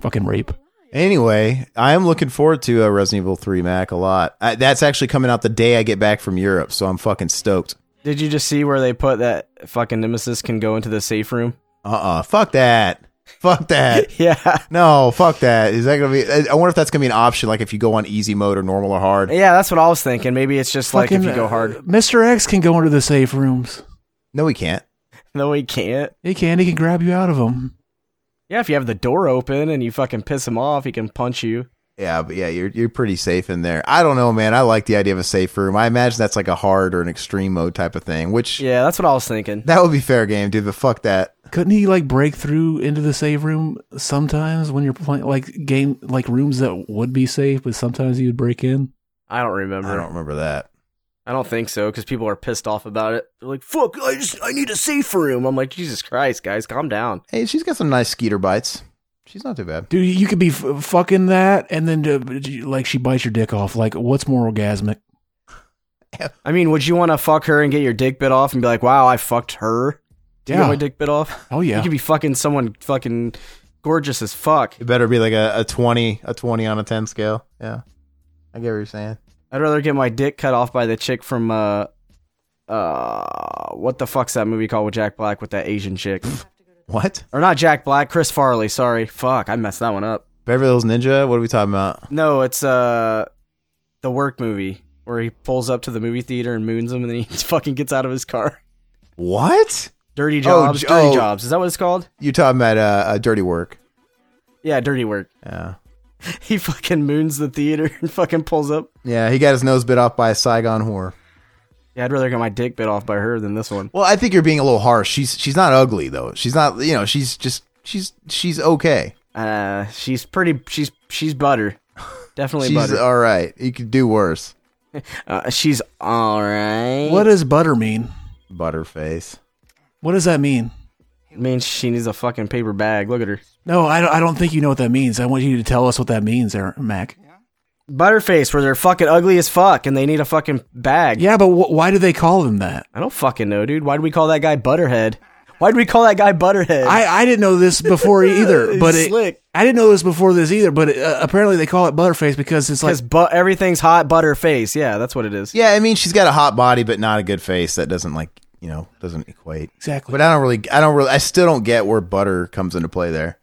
Fucking rape. Anyway, I am looking forward to uh, Resident Evil 3 Mac a lot. I, that's actually coming out the day I get back from Europe, so I'm fucking stoked. Did you just see where they put that fucking nemesis can go into the safe room? Uh uh Fuck that. Fuck that. Yeah. No, fuck that. Is that going to be. I- I wonder if that's going to be an option, like if you go on easy mode or normal or hard. Yeah, that's what I was thinking. Maybe it's just like if Fucking, you go hard. uh, Mr. X can go into the safe rooms. No, we can't. No, he can't. He can. He can grab you out of them. Yeah, if you have the door open and you fucking piss him off, he can punch you. Yeah, but yeah, you're you're pretty safe in there. I don't know, man. I like the idea of a safe room. I imagine that's like a hard or an extreme mode type of thing, which Yeah, that's what I was thinking. that would be fair game, dude. But fuck that. Couldn't he like break through into the safe room sometimes when you're playing like game like rooms that would be safe, but sometimes he would break in. I don't remember. I don't remember that. I don't think so because people are pissed off about it. They're like, "Fuck! I just I need a safe room." I'm like, Jesus Christ, guys, calm down. Hey, she's got some nice skeeter bites. She's not too bad. Dude, you could be f- fucking that, and then uh, like she bites your dick off. Like, what's more orgasmic? I mean, would you want to fuck her and get your dick bit off and be like, "Wow, I fucked her"? Do you Yeah. get my dick bit off? Oh You yeah, could be fucking someone fucking gorgeous as fuck. It better be like a, a twenty, a twenty on a ten scale. Yeah, I get what you're saying. I'd rather get my dick cut off by the chick from uh uh what the fuck's that movie called with Jack Black with that Asian chick? What? or not Jack Black, Chris Farley, sorry. Fuck, I messed that one up. Beverly Hills Ninja? What are we talking about? No, it's uh the work movie where he pulls up to the movie theater and moons him and then he fucking gets out of his car. What? Dirty jobs, j- dirty oh. jobs. Is that what it's called? You're talking about uh, uh, dirty work? Yeah, dirty work. Yeah. He fucking moons the theater and fucking pulls up. Yeah, he got his nose bit off by a Saigon whore. Yeah, I'd rather get my dick bit off by her than this one. Well, I think you're being a little harsh. She's she's not ugly though. She's not. You know, she's just she's she's okay. Uh, she's pretty. She's she's butter. Definitely She's butter. all right. You could do worse. Uh, she's all right. what does butter mean? Butterface. What does that mean? I mean, she needs a fucking paper bag. Look at her. No, I don't, I don't think you know what that means. I want you to tell us what that means, there, Mac. Butterface, where they're fucking ugly as fuck and they need a fucking bag. Yeah, but wh- why do they call them that? I don't fucking know, dude. Why'd we call that guy Butterhead? Why'd we call that guy Butterhead? I, I didn't know this before either, He's but it, slick. I didn't know this before this either. But it, uh, apparently they call it butterface because it's like Because but everything's hot Butterface. Yeah, that's what it is. Yeah, I mean, she's got a hot body, but not a good face. That doesn't like you know doesn't equate. exactly But I don't really, I don't really, I still don't get where butter comes into play there.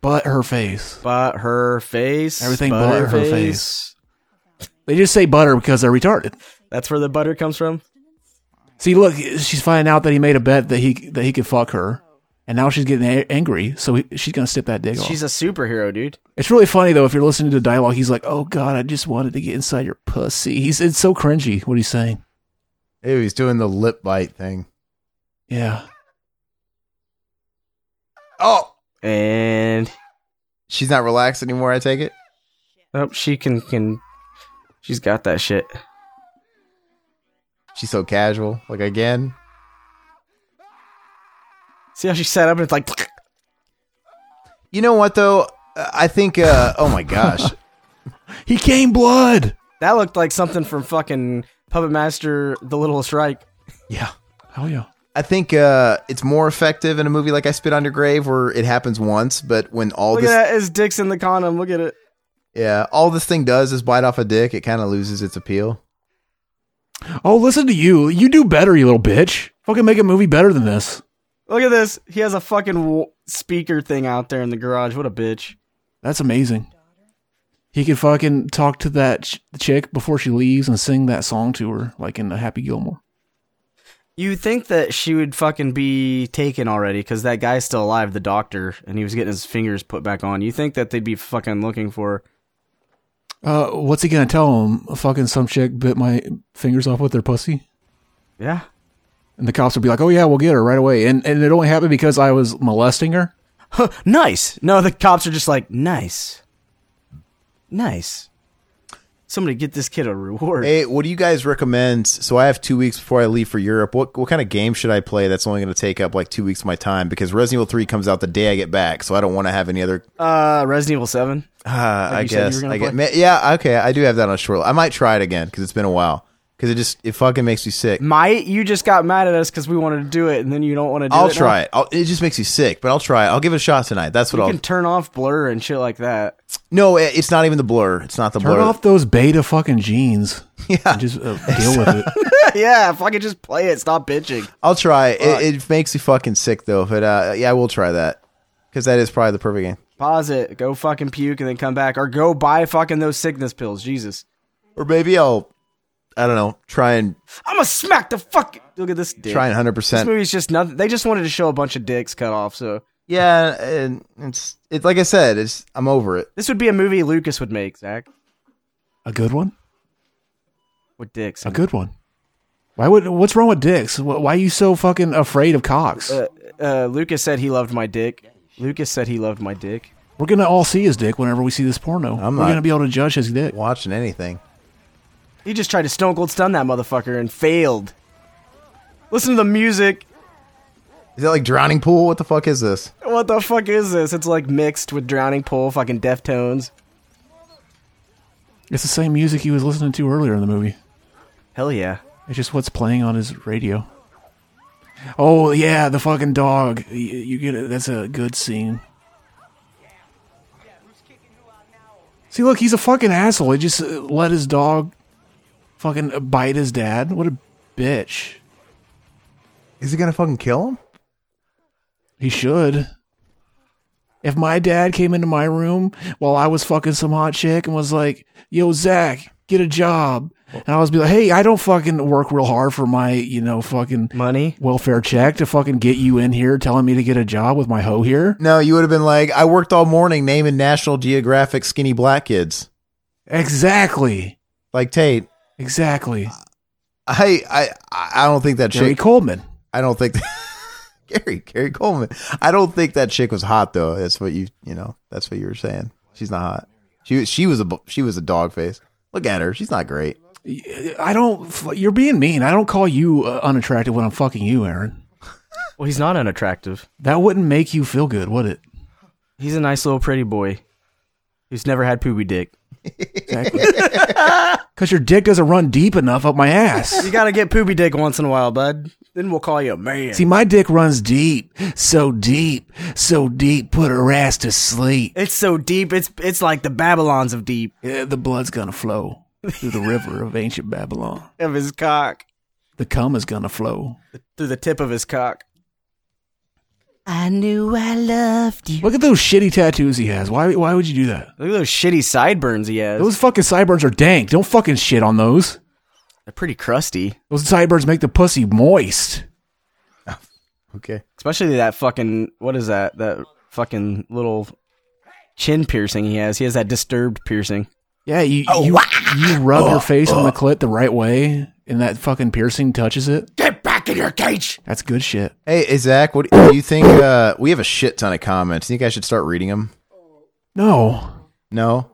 but her face. But her face. Everything but her Butterface. face. They just say butter because they're retarded. That's where the butter comes from. See, look, she's finding out that he made a bet that he that he could fuck her, and now she's getting a- angry. So he, she's gonna step that dick off. She's a superhero, dude. It's really funny though if you're listening to the dialogue. He's like, "Oh God, I just wanted to get inside your pussy." He's it's so cringy what he's saying. Ew, he's doing the lip bite thing. Yeah, Oh, And she's not relaxed anymore. I take it. oh, she can can. She's got that shit. She's so casual. Like again, See how she sat up and it's like. you know what though? Uh, I think. uh Oh my gosh, he came blood. That looked like something from fucking Puppet Master The Littlest Reich. Yeah, oh yeah. I think uh it's more effective in a movie like I Spit on Your Grave, where it happens once, but when all Look this, at that. His dick's in the condom. Look at it. yeah, all this thing does is bite off a dick. It kind of loses its appeal. Oh, listen to you. You do better, you little bitch. Fucking make a movie better than this. Look at this. He has a fucking w- speaker thing out there in the garage. What a bitch. That's amazing. He could fucking talk to that ch- chick before she leaves and sing that song to her, like in the Happy Gilmore. You think that she would fucking be taken already because that guy's still alive, the doctor, and he was getting his fingers put back on. You think that they'd be fucking looking for? Uh, what's he gonna tell him? Fucking some chick bit my fingers off with their pussy. Yeah. And the cops would be like, "Oh yeah, we'll get her right away." And and it only happened because I was molesting her. Nice. No, the cops are just like nice, nice. Somebody get this kid a reward. Hey, what do you guys recommend? So I have two weeks before I leave for Europe. What what kind of game should I play that's only going to take up like two weeks of my time? Because Resident Evil Three comes out the day I get back, so I don't want to have any other. Uh, Resident Evil Seven. Uh, I you said you were guess gonna I get. play? ma- Yeah, okay. I do have that on a short. I might try it again because it's been a while. because it just it fucking makes you sick. Might you just got mad at us because we wanted to do it, and then you don't want to do it. I'll now? try it. I'll, it just makes you sick, but I'll try it. I'll give it a shot tonight. That's what You I'll. can turn off blur and shit like that. no, it- it's not even the blur. It's not the Turn blur. off those beta fucking jeans. Yeah. And just uh, deal with it. yeah, if I could just play it, stop bitching. I'll try. it. It, it makes you fucking sick though. But uh, yeah, I will try that because that is probably the perfect game. Pause it. Go fucking puke and then come back, or go buy fucking those sickness pills. Jesus, Or maybe I'll, I don't know, try and I'm gonna smack the fuck. Look at this dick. try and hundred This percent. movie's just nothing. They just wanted to show a bunch of dicks cut off. So Yeah, and it's it like I said, it's I'm over it. this would be a movie Lucas would make, Zach, A good one? with dicks. A good one. Why would what's wrong with dicks? Wh- Why are you so fucking afraid of cocks? Uh, Lucas said he loved my dick. Lucas said he loved my dick. We're gonna all see his dick whenever we see this porno. I'm We're not- gonna be able to judge his dick. Watching anything. He just tried to stone cold stun that motherfucker and failed. Listen to the music. Is that like drowning pool? What the fuck is this? What the fuck is this? It's like mixed with Drowning Pool, fucking Deftones. It's the same music he was listening to earlier in the movie. Hell yeah. It's just what's playing on his radio. Oh yeah, the fucking dog. You, you get it. That's a good scene. See, look, he's a fucking asshole. He just uh, let his dog fucking bite his dad. What a bitch. Is he gonna fucking kill him? He should. If my dad came into my room while I was fucking some hot chick and was like, yo, Zach, get a job. And I was be like, hey, I don't fucking work real hard for my, you know, fucking Money? welfare check to fucking get you in here telling me to get a job with my hoe here. No, you would have been like, I worked all morning naming National Geographic skinny black kids. Exactly. Like Tate, Exactly. I I I don't think that Jerry chick. Coleman. I don't think Gary Gary Coleman. I don't think that chick was hot though. That's what you you know. That's what you were saying. She's not hot. She was- she was a bu- she was a dog face. Look at her. She's not great. I don't, f- you're being mean. I don't call you uh, unattractive when I'm fucking you, Aaron. Well, he's not unattractive. That wouldn't make you feel good, would it? He's a nice little pretty boy who's never had poopy dick. Because your dick doesn't run deep enough up my ass. You gotta get poopy dick once in a while, bud. Then we'll call you a man. See, my dick runs deep, so deep, so deep, put her ass to sleep. it's so deep, it's it's like the Babylons of deep Yeah, the blood's gonna flow through the river of ancient Babylon. of his cock. The cum is gonna flow. Through the tip of his cock. I knew I loved you. Look at those shitty tattoos he has. Why? Why would you do that? Look at those shitty sideburns he has. Those fucking sideburns are dank. Don't fucking shit on those. They're pretty crusty. Those sideburns make the pussy moist. Okay. Especially that fucking what is that? That fucking little chin piercing he has. He has that disturbed piercing. Yeah, you you, you rub your face on the clit the right way, and that fucking piercing touches it. Get back in your cage. That's good shit. Hey, hey Zach, what do you think? Uh, we have a shit ton of comments. You think I should start reading them? No, No.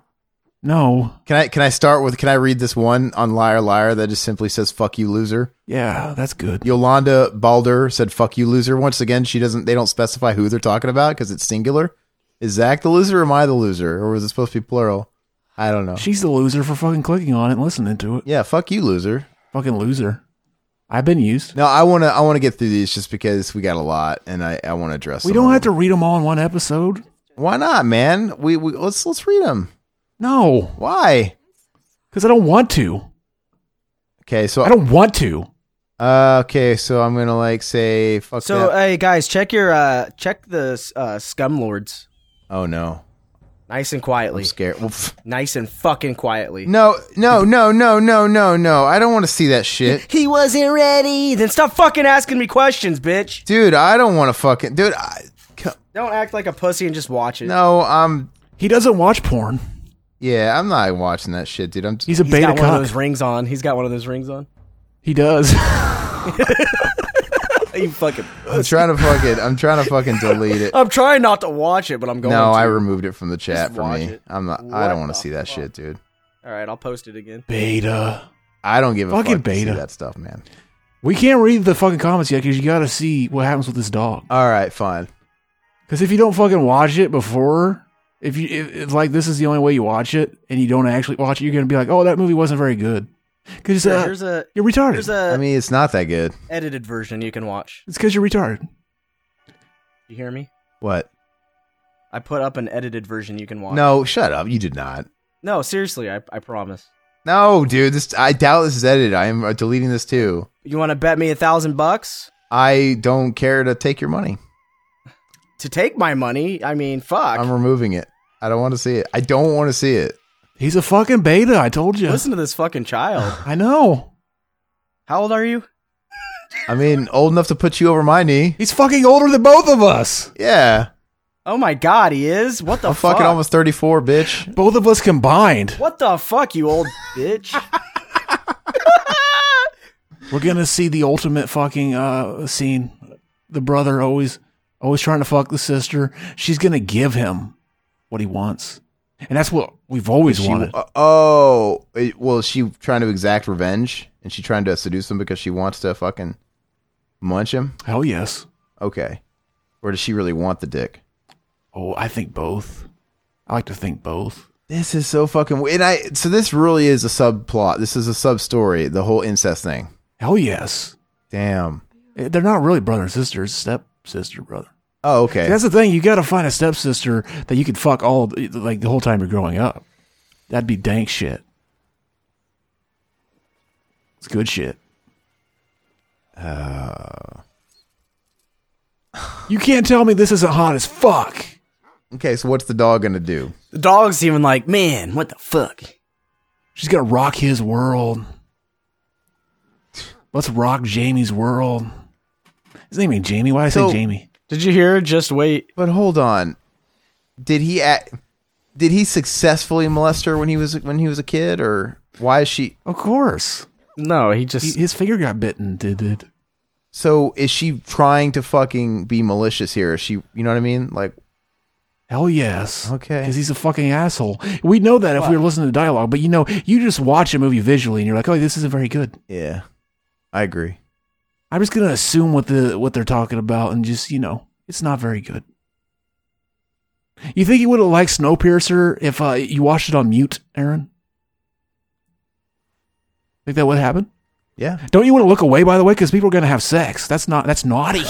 no. Can I can I start with? Can I read this one on Liar Liar that just simply says "fuck you, loser"? Yeah, that's good. Yolanda Balder said "fuck you, loser." Once again, she doesn't. They don't specify who they're talking about because it's singular. Is Zach the loser? or Am I the loser? Or was it supposed to be plural? I don't know. She's the loser for fucking clicking on it and listening to it. yeah, fuck you, loser. Fucking loser. I've been used. No, I wanna I wanna get through these just because we got a lot and I, I want to address. We them don't all. have to read them all in one episode. Why not, man? We, we let's let's read them. No, Why? because I don't want to. Okay, so I don't want to. Uh, okay, so I'm gonna like say fuck So that. hey guys, check your uh check the uh scum lords. oh no, Nice and quietly. I'm scared. Well, pff. Nice and fucking quietly. no, no, no, no, no, no, no. I don't want to see that shit, He wasn't ready. Then stop fucking asking me questions, bitch. dude. I don't want to fucking dude. I, co- Don't act like a pussy and just watch it. no, I'm He doesn't watch porn. yeah, I'm not watching that shit, dude. I'm just, He's a He's beta got one of cock. those rings on. He's got one of those rings on. He does. You fucking. I'm trying to fucking I'm trying to fucking delete it. I'm trying not to watch it, but I'm going. No, to. I removed it from the chat Just for watch me. it. I'm not. What I don't want the to see that fuck? shit, dude. All right, I'll post it again. beta. I don't give a Fucking fuck to see beta. that stuff, man. We can't read the fucking comments yet because you got to see what happens with this dog. Uh, All right, fine. Because if you don't fucking watch it before, if you if, if like this is the only way you watch it and you don't actually watch it, you're gonna be like, oh, that movie wasn't very good. Because Here, uh, here's a you're retarded. here's a I mean, it's not that good. edited version you can watch. it's because you're retarded. You hear me? What? I put up an edited version you can watch. No, shut up. You did not. no, seriously, I I promise. No, dude. This I doubt this is edited. I am uh, deleting this too. You want to bet me a thousand bucks I don't care to take your money. to take my money? I mean, fuck. I'm removing it. I don't want to see it. I don't want to see it. He's a fucking beta. I told you. Listen to this fucking child. I know. How old are you? I mean, old enough to put you over my knee. He's fucking older than both of us. Yeah. Oh my god, he is. What the I'm fuck? fucking almost 34, bitch. Both of us combined. What the fuck, you old bitch? We're gonna see the ultimate fucking uh scene. The brother always always trying to fuck the sister. She's gonna give him what he wants. And that's what we've always She, wanted. uh, oh, it- well, is she trying to exact revenge, and she trying to seduce him because she wants to fucking munch him. Hell yes. Okay, or does she really want the dick? Oh, I think both. I like to think both. This is so fucking. And I so this really is a subplot. This is a sub story. The whole incest thing. Hell yes. Damn. Eh, They're not really brother and sister, it's step sister, brother. Oh, okay. That's the thing. You got to find a stepsister that you could fuck all like the whole time you're growing up. That'd be dank shit. It's good shit. Uh, you can't tell me this isn't hot as fuck. okay. So what's the dog gonna do? the dog's even like, man, what the fuck? She's gonna rock his world. Let's rock Jamie's world. His name ain't Jamie. Why did I say So- Jamie? Did you hear? Just wait. But hold on. Did he act? Did he successfully molest her when he was when he was a kid, or why is she? Of course, No, he just He- his finger got bitten. Did it? So is she trying to fucking be malicious here? Is she, you know what I mean? Like, Hell yes. Okay. Because he's a fucking asshole. We know that if we were listening to dialogue, but you know, you just watch a movie visually and you're like, oh, this isn't very good. yeah, I agree. I'm just gonna assume what the what they're talking about and just you know, it's not very good. You think you would have liked Snowpiercer if uh, you watched it on mute, Aaron? Think that would happen? Yeah, Don't you want to look away, by the way, because people are gonna have sex. That's not that's naughty.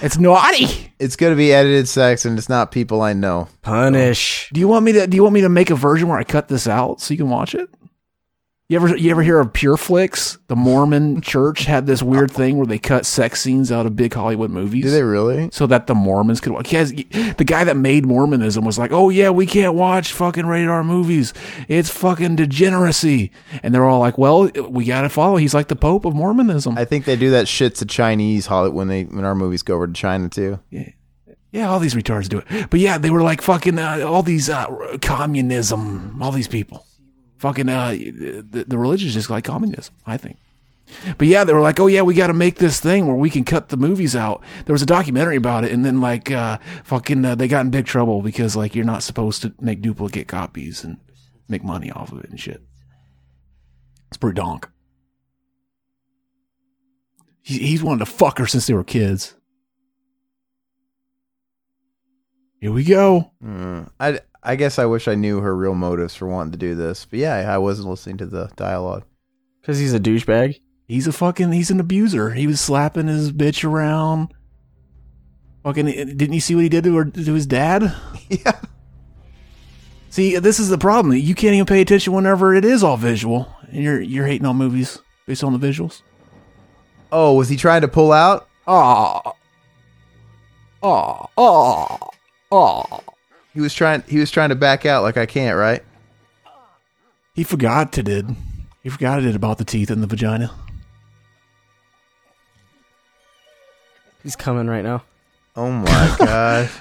it's naughty. it's gonna be edited sex, and it's not people I know. punish. Oh. Do you want me to do you want me to make a version where I cut this out so you can watch it? You ever you ever hear of Pure Flix? The Mormon church had this weird thing where they cut sex scenes out of big Hollywood movies. Do they really? so that the Mormons could watch. Yes, the guy that made Mormonism was like, "Oh yeah, we can't watch fucking rated R movies. It's fucking degeneracy." And they're all like, "Well, we gotta follow. He's like the Pope of Mormonism." I think they do that shit to Chinese Hollywood when they when our movies go over to China too. Yeah, all these retards do it. But yeah, they were like fucking uh, all these uh, communism, all these people. Fucking uh, the, the religion is just like communism, I think. But yeah, they were like, oh yeah, we got to make this thing where we can cut the movies out. There was a documentary about it, and then like uh, fucking uh, they got in big trouble because like you're not supposed to make duplicate copies and make money off of it and shit. It's pretty donk. He, he's wanted to fuck her since they were kids. Here we go. Mm. I I guess I wish I knew her real motives for wanting to do this, but yeah, I wasn't listening to the dialogue. Because he's a douchebag. He's a fucking he's an abuser. He was slapping his bitch around. Fucking didn't you see what he did to, her, to his dad? Yeah, See, this is the problem. You can't even pay attention whenever it is all visual, and you're you're hating on movies based on the visuals. Oh, was he trying to pull out? Ah, ah, ah, ah. He was trying. He was trying to back out. Like I can't, right? He forgot to did. He forgot it about the teeth and the vagina. He's coming right now. Oh my gosh.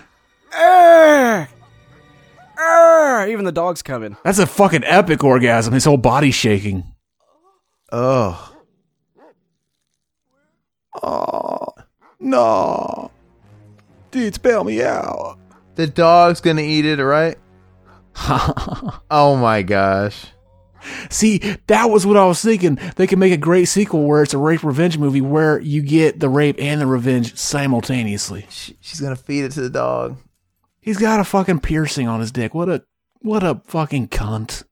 Arr, even the dog's coming. That's a fucking epic orgasm. His whole body shaking. Oh. No. Dude, spell me out. The dog's gonna eat it, right? oh my gosh. See, that was what I was thinking. They could make a great sequel where it's a rape revenge movie where you get the rape and the revenge simultaneously. She, she's gonna feed it to the dog. He's got a fucking piercing on his dick. What a what a fucking cunt.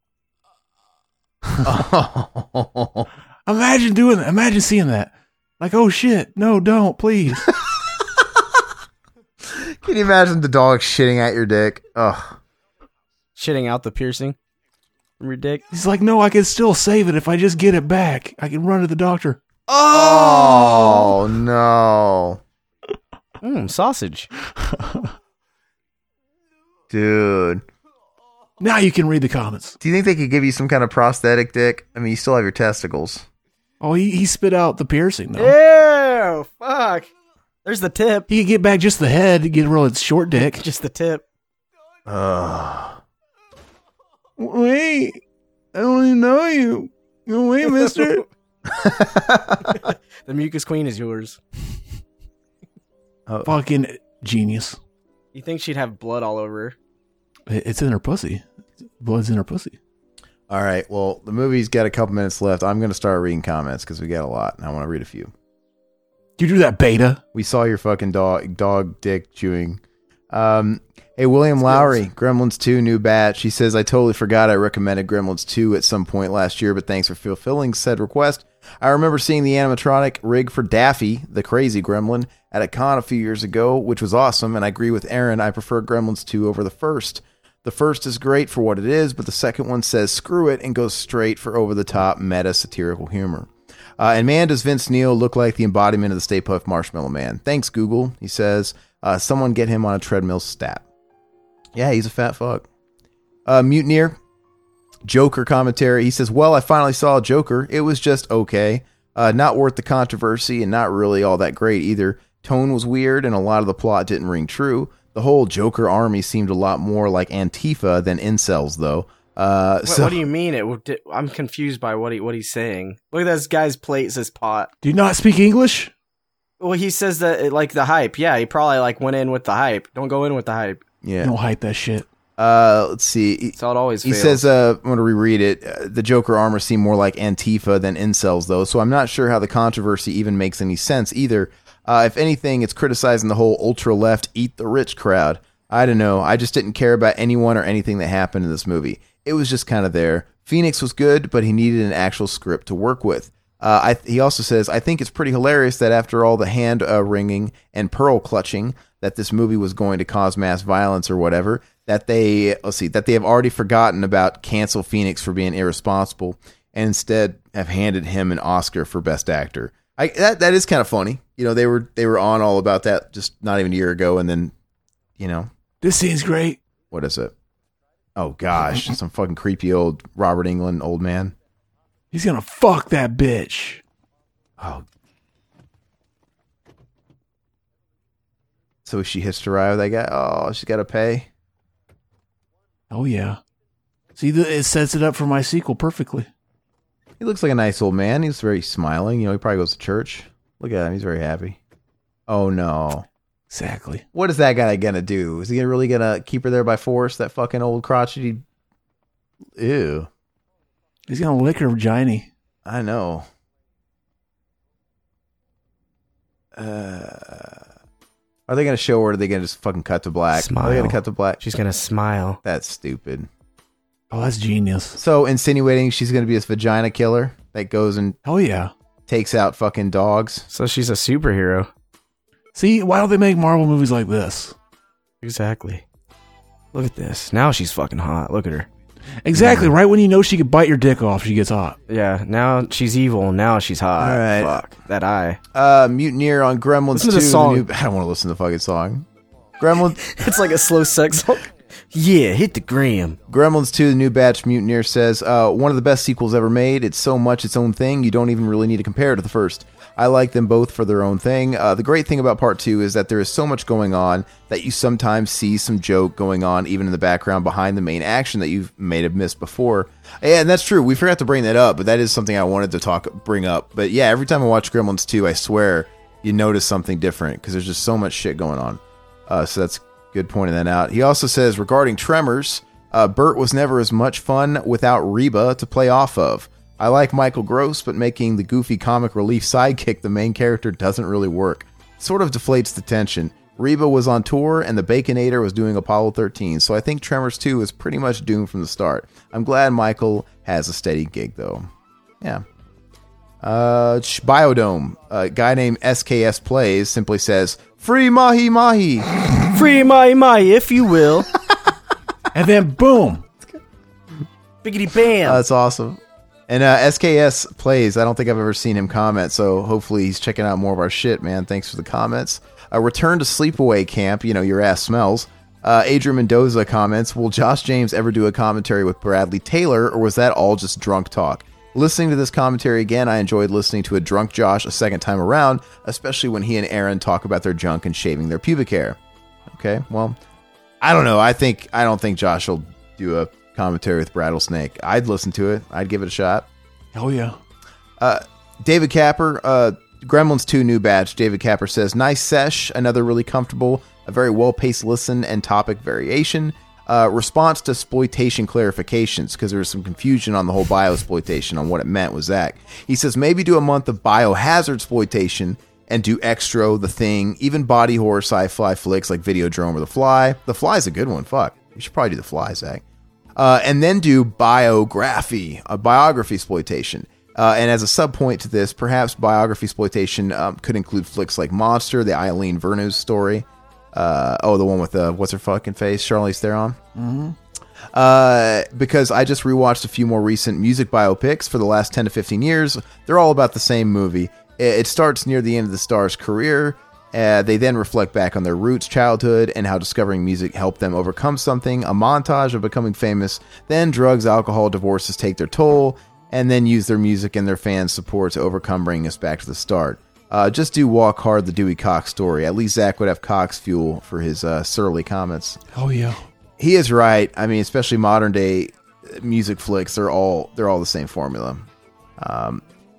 Imagine doing that. Imagine seeing that. Like, oh shit, no, don't, please. Can you imagine the dog shitting at your dick? Ugh. Shitting out the piercing from your dick. He's like, no, I can still save it if I just get it back. I can run to the doctor. Oh no, Mm, sausage. dude. Now you can read the comments. Do you think they could give you some kind of prosthetic dick? I mean, you still have your testicles. Oh, he, he spit out the piercing though. Ew, fuck. There's the tip. He could get back just the head, get rid of his short dick. Just the tip. Ugh. Wait, I don't even know you. Wait, mister. The mucus queen is yours. Uh, Fucking genius. You think she'd have blood all over her? It- It's in her pussy. Blood's in her pussy. All right. Well, the movie's got a couple minutes left. I'm going to start reading comments because we got a lot, and I want to read a few. You do that beta. We saw your fucking dog, dog dick chewing. Um, hey, William Lowry, Gremlins 2, new batch. He says, I totally forgot I recommended Gremlins 2 at some point last year, but thanks for fulfilling said request. I remember seeing the animatronic rig for Daffy, the crazy gremlin, at a con a few years ago, which was awesome, and I agree with Aaron. I prefer Gremlins 2 over the first. The first is great for what it is, but the second one says screw it and goes straight for over the top meta satirical humor. Uh, and man, does Vince Neil look like the embodiment of the Stay Puft Marshmallow Man. Thanks, Google, he says. Uh, someone get him on a treadmill stat. Yeah, he's a fat fuck. Uh, Mutineer, Joker commentary. He says, Well, I finally saw Joker. It was just okay. Uh, not worth the controversy and not really all that great either. Tone was weird and a lot of the plot didn't ring true. The whole Joker army seemed a lot more like Antifa than incels, though. Uh, What, so, what do you mean? It? would- I'm confused by what he what he's saying. Look at this guy's plate says pot. Do you not speak English? Well, he says that like the hype. Yeah, he probably like went in with the hype. Don't go in with the hype. yeah. Don't hype that shit. Uh, let's see. So it always. He fails. says, uh, I'm going to reread it. Uh, the Joker armor seemed more like Antifa than incels, though, so I'm not sure how the controversy even makes any sense either. Uh, if anything, it's criticizing the whole ultra left, eat the rich crowd. I don't know. I just didn't care about anyone or anything that happened in this movie. It was just kind of there. Phoenix was good, but he needed an actual script to work with. Uh, I, he also says, I think it's pretty hilarious that after all the hand uh, wringing and pearl clutching, that this movie was going to cause mass violence or whatever. That they let's see that they have already forgotten about cancel Phoenix for being irresponsible and instead have handed him an Oscar for Best Actor. I that that is kind of funny. You know they were they were on all about that just not even a year ago, and then you know This scene's great. what is it? Oh gosh, some fucking creepy old Robert England old man. He's gonna fuck that bitch. Oh. So is she hysterized with that guy? Oh, she's got to pay. Oh yeah. See, th- it sets it up for my sequel perfectly. He looks like a nice old man. He's very smiling. You know, he probably goes to church. Look at him. He's very happy. Oh, no. Exactly. What is that guy going to do? Is he really going to keep her there by force? That fucking old crotchety. Ew. He's gonna lick her vagina. I know. Uh, are they going to show her or are they going to just fucking cut to black? Are they going Smile. to cut to black? she's gonna smile. That's stupid. Oh, that's genius. So insinuating she's going to be this vagina killer that goes and Oh yeah. takes out fucking dogs. So she's a superhero. See, why don't they make Marvel movies like this? Exactly. Look at this. Now she's fucking hot. Look at her. Exactly. Right when you know she could bite your dick off, she gets hot. Yeah. Now she's evil. Now she's hot. All right. Fuck that eye. Uh, Mutineer on Gremlins 2. Listen to the the song. new- I don't want to listen to the fucking song. Gremlins, It's like a slow sex. yeah. Hit the gram. Gremlins 2, the new batch, Mutineer says, uh, one of the best sequels ever made. It's so much its own thing, you don't even really need to compare it to the first. I like them both for their own thing. Uh, the great thing about part two is that there is so much going on that you sometimes see some joke going on even in the background behind the main action that you may have missed before. Yeah, and that's true. We forgot to bring that up, but that is something I wanted to talk bring up. But yeah, every time I watch Gremlins 2, I swear you notice something different because there's just so much shit going on. Uh, so that's good pointing that out. He also says regarding Tremors, uh, Bert was never as much fun without Reba to play off of. I like Michael Gross, but making the goofy comic relief sidekick the main character doesn't really work. Sort of deflates the tension. Reba was on tour and the Baconator was doing Apollo 13, so I think Tremors 2 was pretty much doomed from the start. I'm glad Michael has a steady gig though. Yeah. Uh, sh- Biodome. A guy named SKS Plays simply says, Free Mahi Mahi! Free my my, if you will. And then boom. Biggity bam. Uh, That's awesome. And uh, SKS plays. I don't think I've ever seen him comment, so hopefully he's checking out more of our shit, man. Thanks for the comments. Uh, return to sleepaway camp. You know your ass smells. Uh, Adrian Mendoza comments: Will Josh James ever do a commentary with Bradley Taylor, or was that all just drunk talk? Listening to this commentary again, I enjoyed listening to a drunk Josh a second time around, especially when he and Aaron talk about their junk and shaving their pubic hair. Okay, well, I don't know. I think I don't think Josh will do a commentary with Rattlesnake. I'd listen to it. I'd give it a shot. Oh yeah. David Capper, uh, Gremlins 2 new batch. David Capper says, Nice sesh. Another really comfortable, a very well paced listen and topic variation. Uh, response to exploitation clarifications because there was some confusion on the whole bio exploitation on what it meant with Zach. He says maybe do a month of biohazard exploitation and do extra the thing, even body horror sci-fi flicks like Videodrome or The Fly. The Fly's a good one. Fuck, we should probably do The Fly, Zach uh, and then do biography, a biography exploitation. Uh, and as a subpoint to this, perhaps biography exploitation um, could include flicks like Monster, the Eileen Vernews story. Uh, oh, the one with the what's her fucking face, Charlize Theron. Mm-hmm. Uh, because I just rewatched a few more recent music biopics for the last ten to fifteen years. They're all about the same movie. It, it starts near the end of the star's career. Uh, they then reflect back on their roots, childhood, and how discovering music helped them overcome something, a montage of becoming famous, then drugs, alcohol, divorces take their toll, and then use their music and their fans' support to overcome, bringing us back to the start. Uh, just do Walk Hard, the Dewey Cox story. At least Zach would have Cox fuel for his uh, surly comments Oh yeah. he is right. I mean, especially modern day music flicks, they're all they're all the same formula. Um,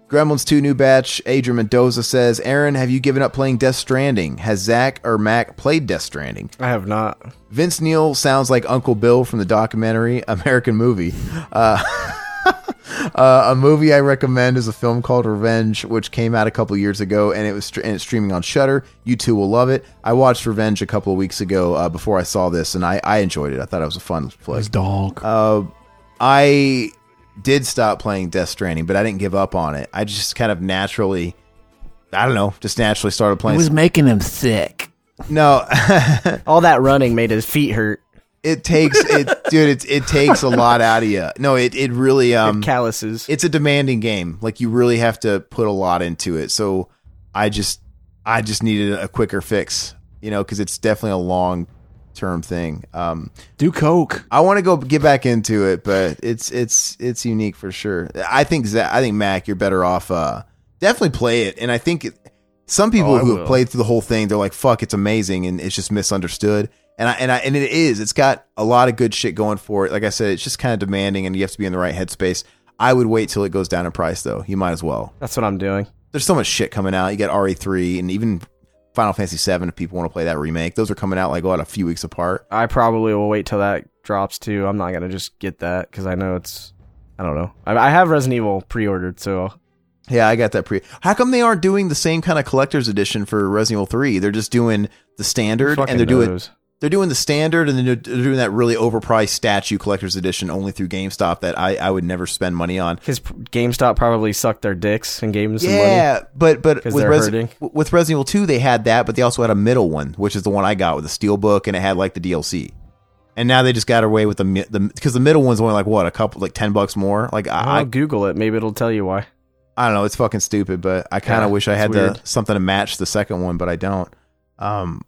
Gremlins two new batch. Adrian Mendoza says, "Aaron, have you given up playing Death Stranding? Has Zach or Mac played Death Stranding? I have not. Vince Neil sounds like Uncle Bill from the documentary American Movie. Uh, uh, a movie I recommend is a film called Revenge, which came out a couple years ago, and it was and it's streaming on Shutter. You two will love it. I watched Revenge a couple of weeks ago uh, before I saw this, and I, I enjoyed it. I thought it was a fun flick. His dog. I did stop playing Death Stranding, but I didn't give up on it. I just kind of naturally, I don't know, just naturally started it playing. was making him sick. no, All that running made his feet hurt. it takes it, dude. It it takes a lot out of you. No, it it really um, Calluses. it's a demanding game. Like you really have to put a lot into it. So I just I just needed a quicker fix, you know, because it's definitely a long term thing. Um, Do coke. I want to go get back into it, but it's it's it's unique for sure. I think Za I think Mac, you're better off. Uh, definitely play it, and I think it, some people Oh, I who have will. played through the whole thing, they're like, "Fuck, it's amazing," and it's just misunderstood. And I and I and it is. It's got a lot of good shit going for it. Like I said, it's just kind of demanding, and you have to be in the right headspace. I would wait till it goes down in price, though. You might as well. That's what I'm doing. There's so much shit coming out. You got RE3 and even Final Fantasy VII. If people want to play that remake, those are coming out like what a few weeks apart. I probably will wait till that drops too. I'm not gonna just get that because I know it's. I don't know. I, I have Resident Evil pre-ordered, so Yeah, I got that pre. How come they aren't doing the same kind of collector's edition for Resident Evil Three? They're just doing the standard, Fucking and they're doing knows. they're doing the standard, and then they're they're doing that really overpriced statue collector's edition only through GameStop that I I would never spend money on. Because p- GameStop probably sucked their dicks and gave them some money. Yeah, but but 'Cause with they're Resi- hurting. w- with Resident Evil Two, they had that, but they also had a middle one, which is the one I got with the steel book, and it had like the DLC. And now they just got away with the mi- the because the middle one's only like what a couple like ten bucks more. Like I, I'll I Google it. Maybe it'll tell you why. I don't know. It's fucking stupid, but I kind of Yeah, wish I it's had the, weird. something to match the second one, but I don't. Um,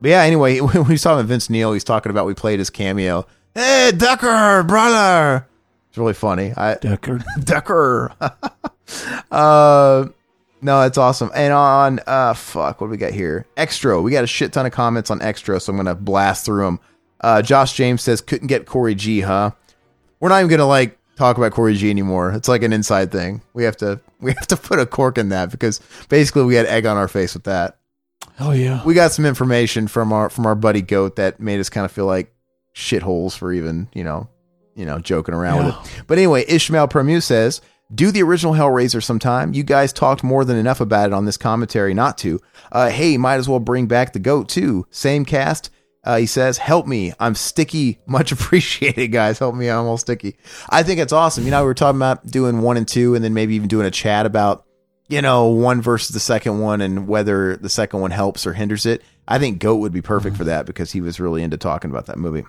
but yeah, anyway, when we saw him, Vince Neil, he's talking about we played his cameo. Hey, Ducker, brother. It's really funny. I Decker. Ducker. uh, no, that's awesome. And on uh, fuck, what do we got here? Extra. We got a shit ton of comments on extra, so I'm gonna blast through them. Uh, Josh James says couldn't get Corey G, huh? We're not even gonna like talk about Corey G anymore. It's like an inside thing. We have to we have to put a cork in that because basically we had egg on our face with that. Oh yeah. We got some information from our from our buddy Goat that made us kind of feel like shitholes for even you know you know joking around with it. But anyway, Ishmael Premu says Do the original Hellraiser sometime. You guys talked more than enough about it on this commentary not to. Uh, hey, might as well bring back the goat too. Same cast. Uh, he says, "Help me, I'm sticky. Much appreciated, guys. Help me, I'm all sticky." I think it's awesome. You know, we were talking about doing one and two, and then maybe even doing a chat about you know one versus the second one and whether the second one helps or hinders it. I think Goat would be perfect for that because he was really into talking about that movie.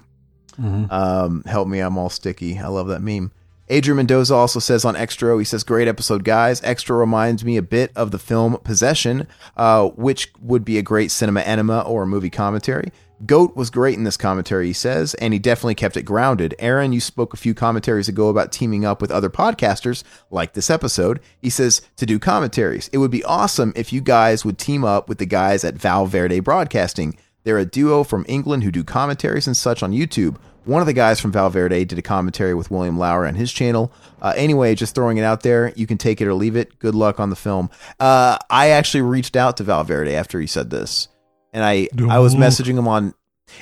Um, help me, I'm all sticky. I love that meme. Adrian Mendoza also says on Extra, he says, Great episode, guys. Extra reminds me a bit of the film Possession, uh, which would be a great cinema enema or a movie commentary. Goat was great in this commentary, he says, and he definitely kept it grounded. Aaron, you spoke a few commentaries ago about teaming up with other podcasters like this episode. He says, To do commentaries, it would be awesome if you guys would team up with the guys at Val Verde Broadcasting. They're a duo from England who do commentaries and such on YouTube. One of the guys from Valverde did a commentary with William Lauer on his channel. Uh, anyway, just throwing it out there. You can take it or leave it. Good luck on the film. Uh, I actually reached out to Valverde after he said this, and I I was messaging him on.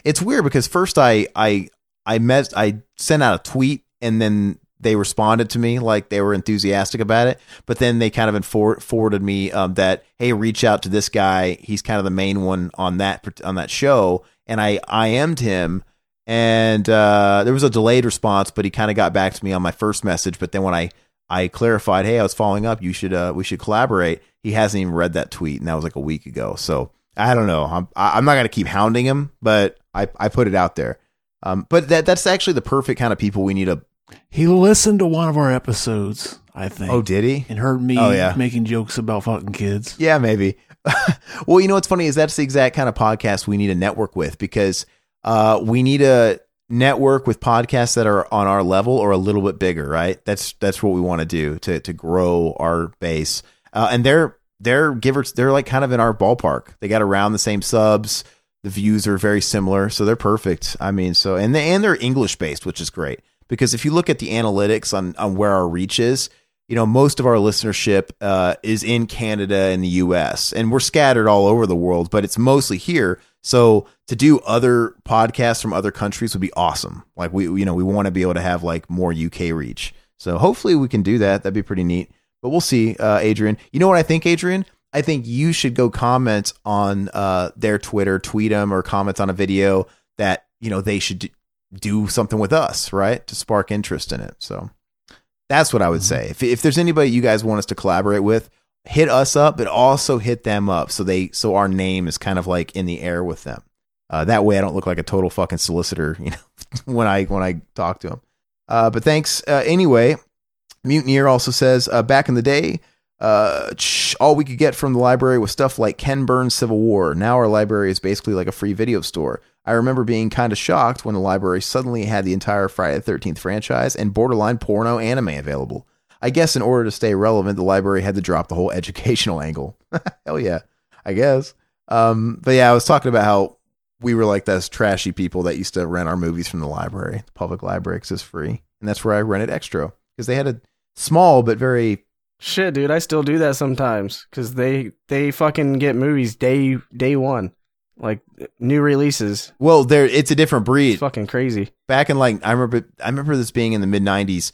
It's weird because first I I I met I sent out a tweet and then they responded to me like they were enthusiastic about it, but then they kind of infor- forwarded me um, that hey, reach out to this guy. He's kind of the main one on that part- on that show, and I I would him, and uh, there was a delayed response, but he kind of got back to me on my first message. But then when I I clarified, hey, I was following up. You should uh, we should collaborate. He hasn't even read that tweet, and that was like a week ago. So I don't know. I'm I- I'm not gonna keep hounding him, but I I put it out there. Um, but that that's actually the perfect kind of people we need to He listened to one of our episodes, I think. Oh, did he? and heard me Oh, yeah. making jokes about fucking kids. Yeah, maybe. well, you know what's funny is that's the exact kind of podcast we need to network with because uh, we need to network with podcasts that are on our level or a little bit bigger, right? That's that's what we want to do to to grow our base. Uh, and they're they're givers. They're like kind of in our ballpark. They got around the same subs. The views are very similar, so they're perfect. I mean, so and they, and they're English based, which is great because if you look at the analytics on on where our reach is, you know, most of our listenership uh, is in Canada and the U.S. and we're scattered all over the world, but it's mostly here. So to do other podcasts from other countries would be awesome. Like we, you know, we want to be able to have like more UK reach. So hopefully we can do that. That'd be pretty neat. But we'll see, uh, Adrian. You know what I think, Adrian? I think you should go comment on uh, their Twitter, tweet them, or comment on a video that you know they should do- do something with us, right, to spark interest in it. So. That's what I would say. If, if there's anybody you guys want us to collaborate with, hit us up, but also hit them up so they so our name is kind of like in the air with them. Uh, that way, I don't look like a total fucking solicitor, you know, when I when I talk to them. Uh, but thanks uh, anyway. Mutineer also says uh, back in the day, uh, tsh, all we could get from the library was stuff like Ken Burns' Civil War. Now our library is basically like a free video store. I remember being kind of shocked when the library suddenly had the entire Friday the 13th franchise and borderline porno anime available. I guess in order to stay relevant, the library had to drop the whole educational angle. Hell yeah, I guess. Um, but yeah, I was talking about how we were like those trashy people that used to rent our movies from the library, the public library, 'cause it's free, and that's where I rented extra because they had a small but very Shit, dude, I still do that sometimes because they they fucking get movies day day one, like new releases. well. There, it's a different breed. It's fucking crazy. back in like I remember I remember this being in the mid '90s,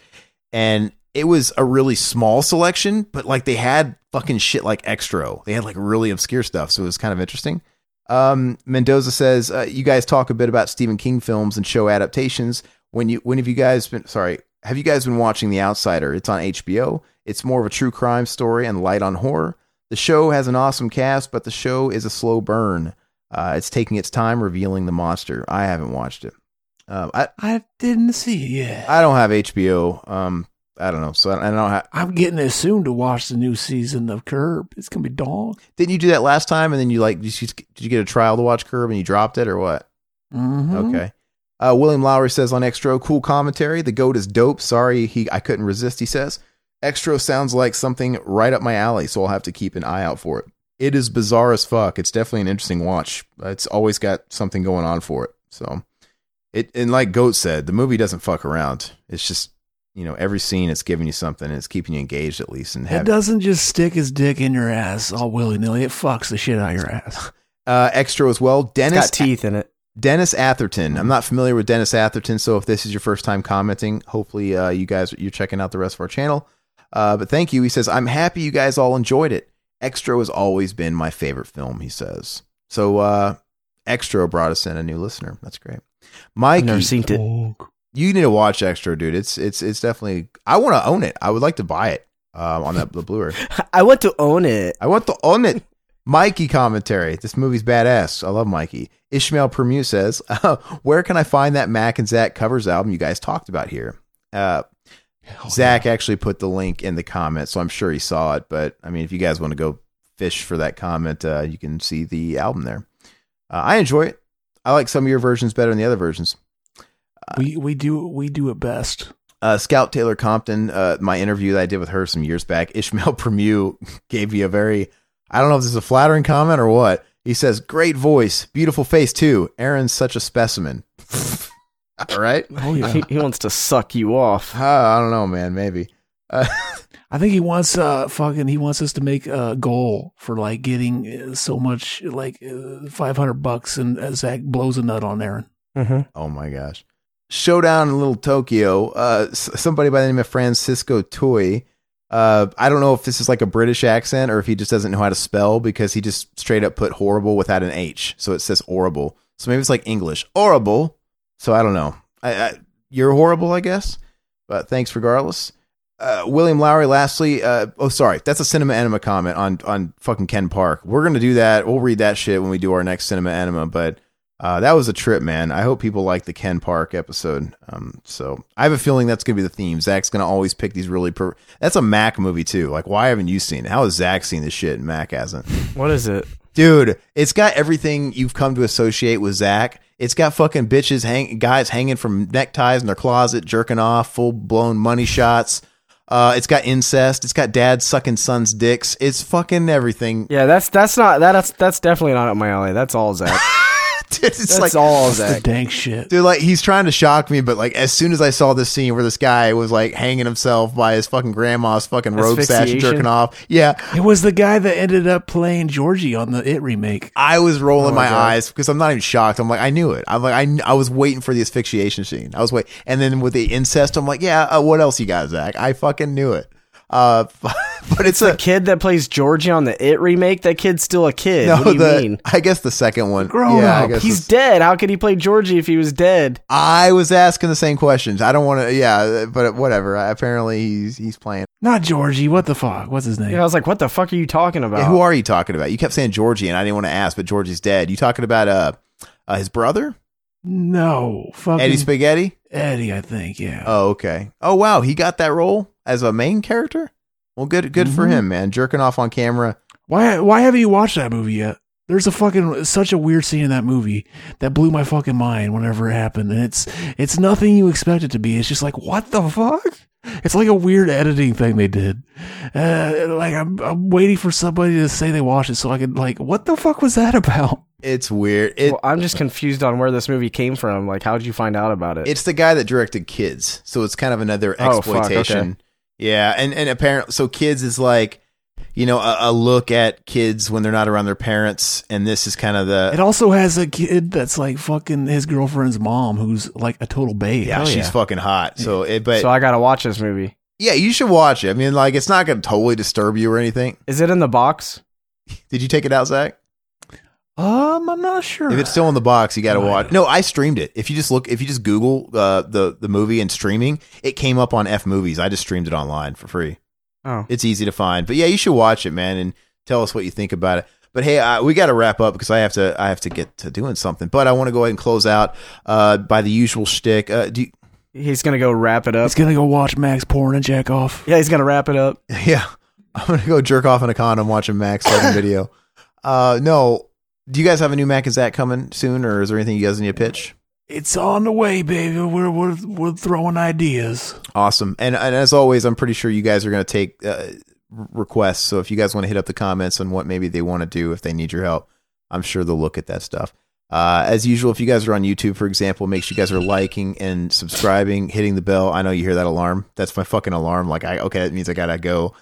and it was a really small selection, but like they had fucking shit like extra. They had like really obscure stuff, so it was kind of interesting. Um, Mendoza says uh, you guys talk a bit about Stephen King films and show adaptations. When you when have you guys been sorry? Have you guys been watching The Outsider? It's on HBO. It's more of a true crime story and light on horror. The show has an awesome cast, but the show is a slow burn. Uh, it's taking its time revealing the monster. I haven't watched it. Um, I, I didn't see it yet. I don't have HBO. Um, I don't know. So I I don't. Have, I'm getting it soon to watch the new season of Curb. It's gonna be dog. didn't you do that last time? And then you like, did you, did you get a trial to watch Curb and you dropped it or what? Mm-hmm. Okay. Uh, William Lowry says on Extro, cool commentary. The goat is dope. Sorry, he I couldn't resist. He says, Extro sounds like something right up my alley, so I'll have to keep an eye out for it. It is bizarre as fuck. It's definitely an interesting watch. It's always got something going on for it. So it and like Goat said, the movie doesn't fuck around. It's just you know every scene it's giving you something. And it's keeping you engaged at least. And It have, doesn't just stick his dick in your ass all willy nilly. It fucks the shit out of your ass. uh, Extro as well. It's Dennis got teeth in it. Dennis Atherton. I'm not familiar with Dennis Atherton, so if this is your first time commenting, hopefully uh, you guys you're checking out the rest of our channel. Uh, but thank you. He says, I'm happy you guys all enjoyed it. Extra has always been my favorite film, he says. So uh, Extra brought us in a new listener. That's great. Mike, I've never seen it. you need to watch Extra, dude. It's it's it's definitely. I want to own it. I would like to buy it um, on that the Blu-ray. I want to own it. I want to own it. Mikey commentary. This movie's badass. I love Mikey. Ishmael Permu says, uh, "Where can I find that Mac and Zach covers album you guys talked about here?" Uh, Oh, Zach actually put the link in the comment, so I'm sure he saw it. But I mean, if you guys want to go fish for that comment, uh, you can see the album there. Uh, I enjoy it. I like some of your versions better than the other versions. We we do we do it best. uh, Scout Taylor Compton, uh, my interview that I did with her some years back, Ishmael Premu gave me a very, I don't know if this is a flattering comment or what. He says, "Great voice, beautiful face too. Aaron's such a specimen." All right, Oh yeah. He, he wants to suck you off. Uh, I don't know, man. Maybe. Uh, I think he wants uh fucking he wants us to make a goal for like getting uh, so much like uh, 500 bucks and uh, Zach blows a nut on Aaron. oh my gosh, showdown in Little Tokyo. Uh, s- somebody by the name of Francisco Toy. Uh, I don't know if this is like a British accent or if he just doesn't know how to spell because he just straight up put horrible without an H. So it says horrible. So maybe it's like English, horrible. So I don't know. I, I, you're horrible, I guess. But thanks regardless. Uh, William Lowry, lastly, uh, oh, sorry. That's a cinema enema comment on, on fucking Ken Park. We're going to do that. We'll read that shit when we do our next cinema enema. But uh, that was a trip, man. I hope people like the Ken Park episode. Um, so I have a feeling that's going to be the theme. Zach's going to always pick these really. Per- that's a Mac movie too. Like, why haven't you seen it? How has Zach seen this shit and Mac hasn't? What is it? Dude, it's got everything you've come to associate with Zach. It's got fucking bitches hang guys hanging from neckties in their closet, jerking off, full blown money shots. Uh, it's got incest. It's got dad sucking son's dicks. It's fucking everything. Yeah, that's that's not that's that's definitely not up my alley. That's all Zach. Dude, it's That's like all The Zach. dank shit. Dude, like he's trying to shock me, but like as soon as I saw this scene where this guy was like hanging himself by his fucking grandma's fucking robe sash, Asphyxiation? jerking off, yeah, It was the guy that ended up playing Georgie on the It remake. I was rolling Oh my, eyes because I'm not even shocked. I'm like, I knew it. I'm like, I, kn- I was waiting for the asphyxiation scene. I was wait, and then with the incest, I'm like, yeah, uh, what else you got, Zach? I fucking knew it. Uh, but it's a Kid that plays Georgie on the It remake. That kid's still a kid. no. what do you the mean? I guess the second one, Grown yeah, I up. guess it's- He's dead. How could he play Georgie if he was dead? I was asking the same questions. I don't want to. Yeah, but whatever. I, apparently, he's he's playing. Not Georgie, what the fuck? What's his name? Yeah, I was like, what the fuck are you talking about? Yeah, who are you talking about? You kept saying Georgie, and I didn't want to ask, but Georgie's dead. You talking about uh, uh his brother No, fucking Eddie Spaghetti? Eddie, I think, yeah. Oh, okay. Oh, wow, he got that role as a main character. Well, good, good for Mm-hmm. Mhm. him, man. Jerking off on camera. Why why haven't you watched that movie yet? There's a fucking such a weird scene in that movie that blew my fucking mind whenever it happened, and it's it's nothing you expect it to be. It's just like what the fuck? It's like a weird editing thing they did. Uh, like I'm I'm waiting for somebody to say they watched it so I could like what the fuck was that about? It's weird. It Well, I'm just confused on where this movie came from. Like, how did you find out about it? it's the guy that directed Kids, so it's kind of another Oh, fuck, okay. exploitation. Yeah, and and apparently, so Kids is like, you know, a, a look at kids when they're not around their parents, and this is kind of the It also has a kid that's like fucking his girlfriend's mom who's like a total babe. yeah, she's fucking hot. So it, but so I gotta watch this movie. yeah, you should watch it. I mean, like, it's not going to totally disturb you or anything. Is it in the box? Did you take it out, Zach? Um, I'm not sure. If it's still in the box, you got to Right. watch. No, I streamed it. If you just look, if you just Google uh, the the movie and streaming, it came up on F Movies. I just streamed it online for free. Oh, It's easy to find. But yeah, you should watch it, man, and tell us what you think about it. But hey, I, we got to wrap up because I have to. I have to get to doing something. But I want to go ahead and close out uh, by the usual shtick. Uh, do you, he's gonna go wrap it up. He's gonna go watch Max porn and jack off. Yeah, he's gonna wrap it up. yeah, I'm gonna go jerk off in a condom watching Max fucking video. Uh, no, do you guys have a new Mac and Zach coming soon, or is there anything you guys need to pitch? It's on the way, baby. We're we're we're throwing ideas. Awesome. And, and as always, I'm pretty sure you guys are going to take uh, r- requests. So if you guys want to hit up the comments on what maybe they want to do if they need your help, I'm sure they'll look at that stuff. Uh, as usual, if you guys are on YouTube, for example, make sure you guys are liking and subscribing, hitting the bell. I know you hear that alarm. That's my fucking alarm. Like, I, okay, that means I got to go.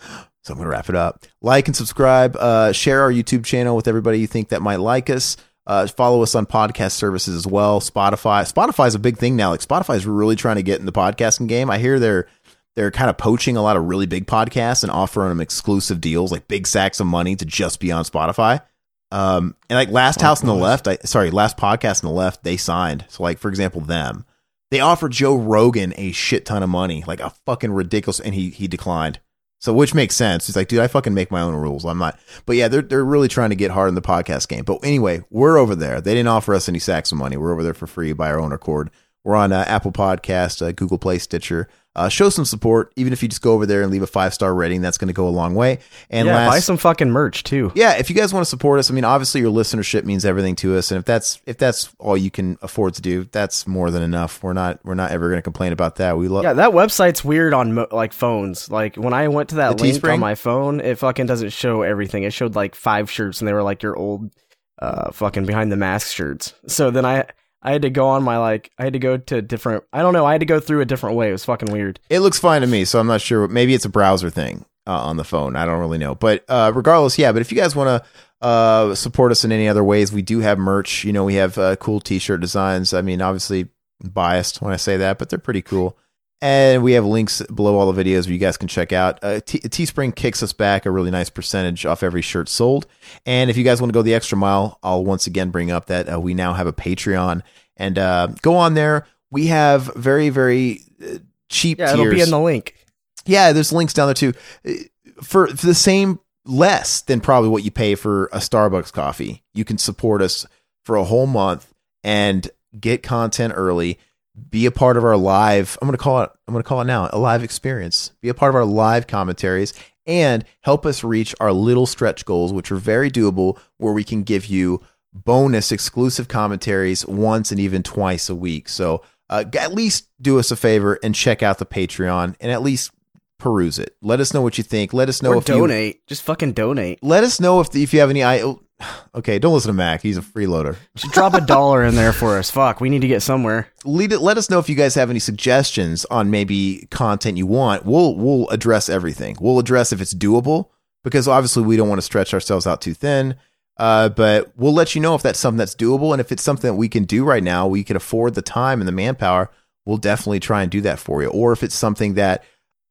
So I'm going to wrap it up. Like and subscribe. Uh, share our YouTube channel with everybody you think that might like us. Uh, follow us on podcast services as well. Spotify. Spotify is a big thing now. Like Spotify is really trying to get in the podcasting game. I hear they're they're kind of poaching a lot of really big podcasts and offering them exclusive deals, like big sacks of money to just be on Spotify. Um, and like last house on the left, I sorry, last podcast on the left, they signed. So like for example, them, they offered Joe Rogan a shit ton of money, like a fucking ridiculous, and he he declined. So which makes sense. He's like, dude, I fucking make my own rules. I'm not. But yeah, they're they're really trying to get hard in the podcast game. But anyway, we're over there. They didn't offer us any sacks of money. We're over there for free by our own accord. We're on uh, Apple Podcast, uh, Google Play, Stitcher. Uh, show some support, even if you just go over there and leave a five star rating. That's going to go a long way. And yeah, last, buy some fucking merch too. yeah, if you guys want to support us, I mean, obviously your listenership means everything to us, and if that's if that's all you can afford to do, that's more than enough. We're not we're not ever going to complain about that. We love Yeah, that website's weird on mo- like phones. Like when I went to that The link Teespring? on my phone, it fucking doesn't show everything. It showed like five shirts, and they were like your old, uh, fucking behind the mask shirts. So then I I had to go on my like I had to go to different. I don't know. I had to go through a different way. It was fucking weird. It looks fine to me, so I'm not sure. Maybe it's a browser thing uh, on the phone. I don't really know. But uh, regardless, yeah. But if you guys want to uh, support us in any other ways, we do have merch. You know, we have uh, cool T-shirt designs. I mean, obviously biased when I say that, but they're pretty cool. And we have links below all the videos where you guys can check out. Uh, Te- Teespring kicks us back a really nice percentage off every shirt sold. And if you guys want to go the extra mile, I'll once again bring up that uh, we now have a Patreon. And uh, go on there. We have very, very uh, cheap Yeah, tiers. it'll be in the link. Yeah, there's links down there too. Uh, For, for the same less than probably what you pay for a Starbucks coffee, you can support us for a whole month and get content early. Be a part of our live. I'm gonna call it. I'm gonna call it now a live experience. Be a part of our live commentaries and help us reach our little stretch goals, which are very doable, where we can give you bonus exclusive commentaries once and even twice a week. So uh, g- at least do us a favor and check out the Patreon and at least peruse it. Let us know what you think. Let us know or if you donate. Just fucking donate. let us know if if you have any. I oh, okay, don't listen to Mac. He's a freeloader. Just drop a dollar in there for us. Fuck, we need to get somewhere. Lead it, let us know if you guys have any suggestions on maybe content you want. We'll we'll address everything. We'll address if it's doable because obviously we don't want to stretch ourselves out too thin. Uh, but we'll let you know if that's something that's doable and if it's something that we can do right now. We can afford the time and the manpower. We'll definitely try and do that for you. Or if it's something that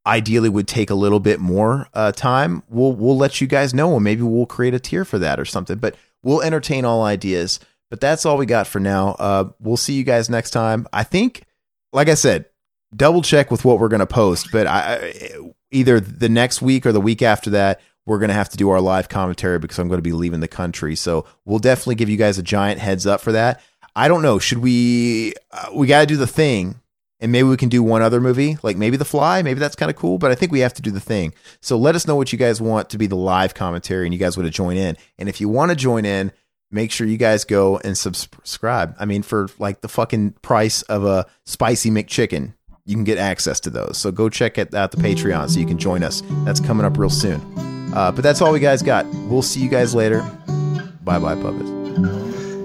ideally would take a little bit more uh, time, we'll we'll let you guys know, and maybe we'll create a tier for that or something. But we'll entertain all ideas. But that's all we got for now. Uh, we'll see you guys next time. I think, like I said, double check with what we're going to post. But I, I- either the next week or the week after that, we're going to have to do our live commentary because I'm going to be leaving the country. So we'll definitely give you guys a giant heads up for that. I don't know. Should we? Uh, we got to do the thing and maybe we can do one other movie like maybe the fly maybe that's kind of cool but i think we have to do the thing so let us know what you guys want to be the live commentary and you guys want to join in and if you want to join in make sure you guys go and subscribe i mean for like the fucking price of a spicy mcchicken you can get access to those so go check it out the patreon so you can join us that's coming up real soon uh, but that's all we guys got we'll see you guys later bye bye puppets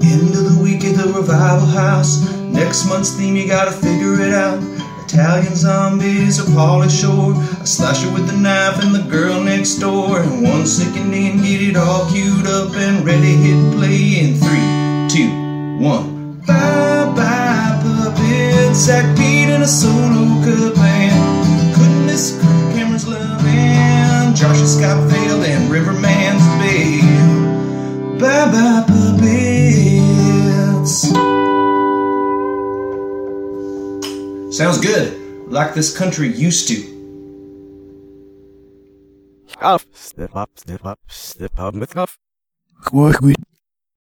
Into the week at the revival house. Next month's theme, you gotta figure it out. Italian zombies or Polly Shore. A slasher with a knife and the girl next door. And one second in, get it all queued up and ready. Hit play in three, two, one. Bye bye, puppets. Zach Pete and a solo cup band. Couldn't miss Kirk Cameron's love and Josh's Scott Vale and Riverman's Bay. Bye bye puppets. Sounds good, like this country used to. Oh. Up, step up, step up, step up with up. What we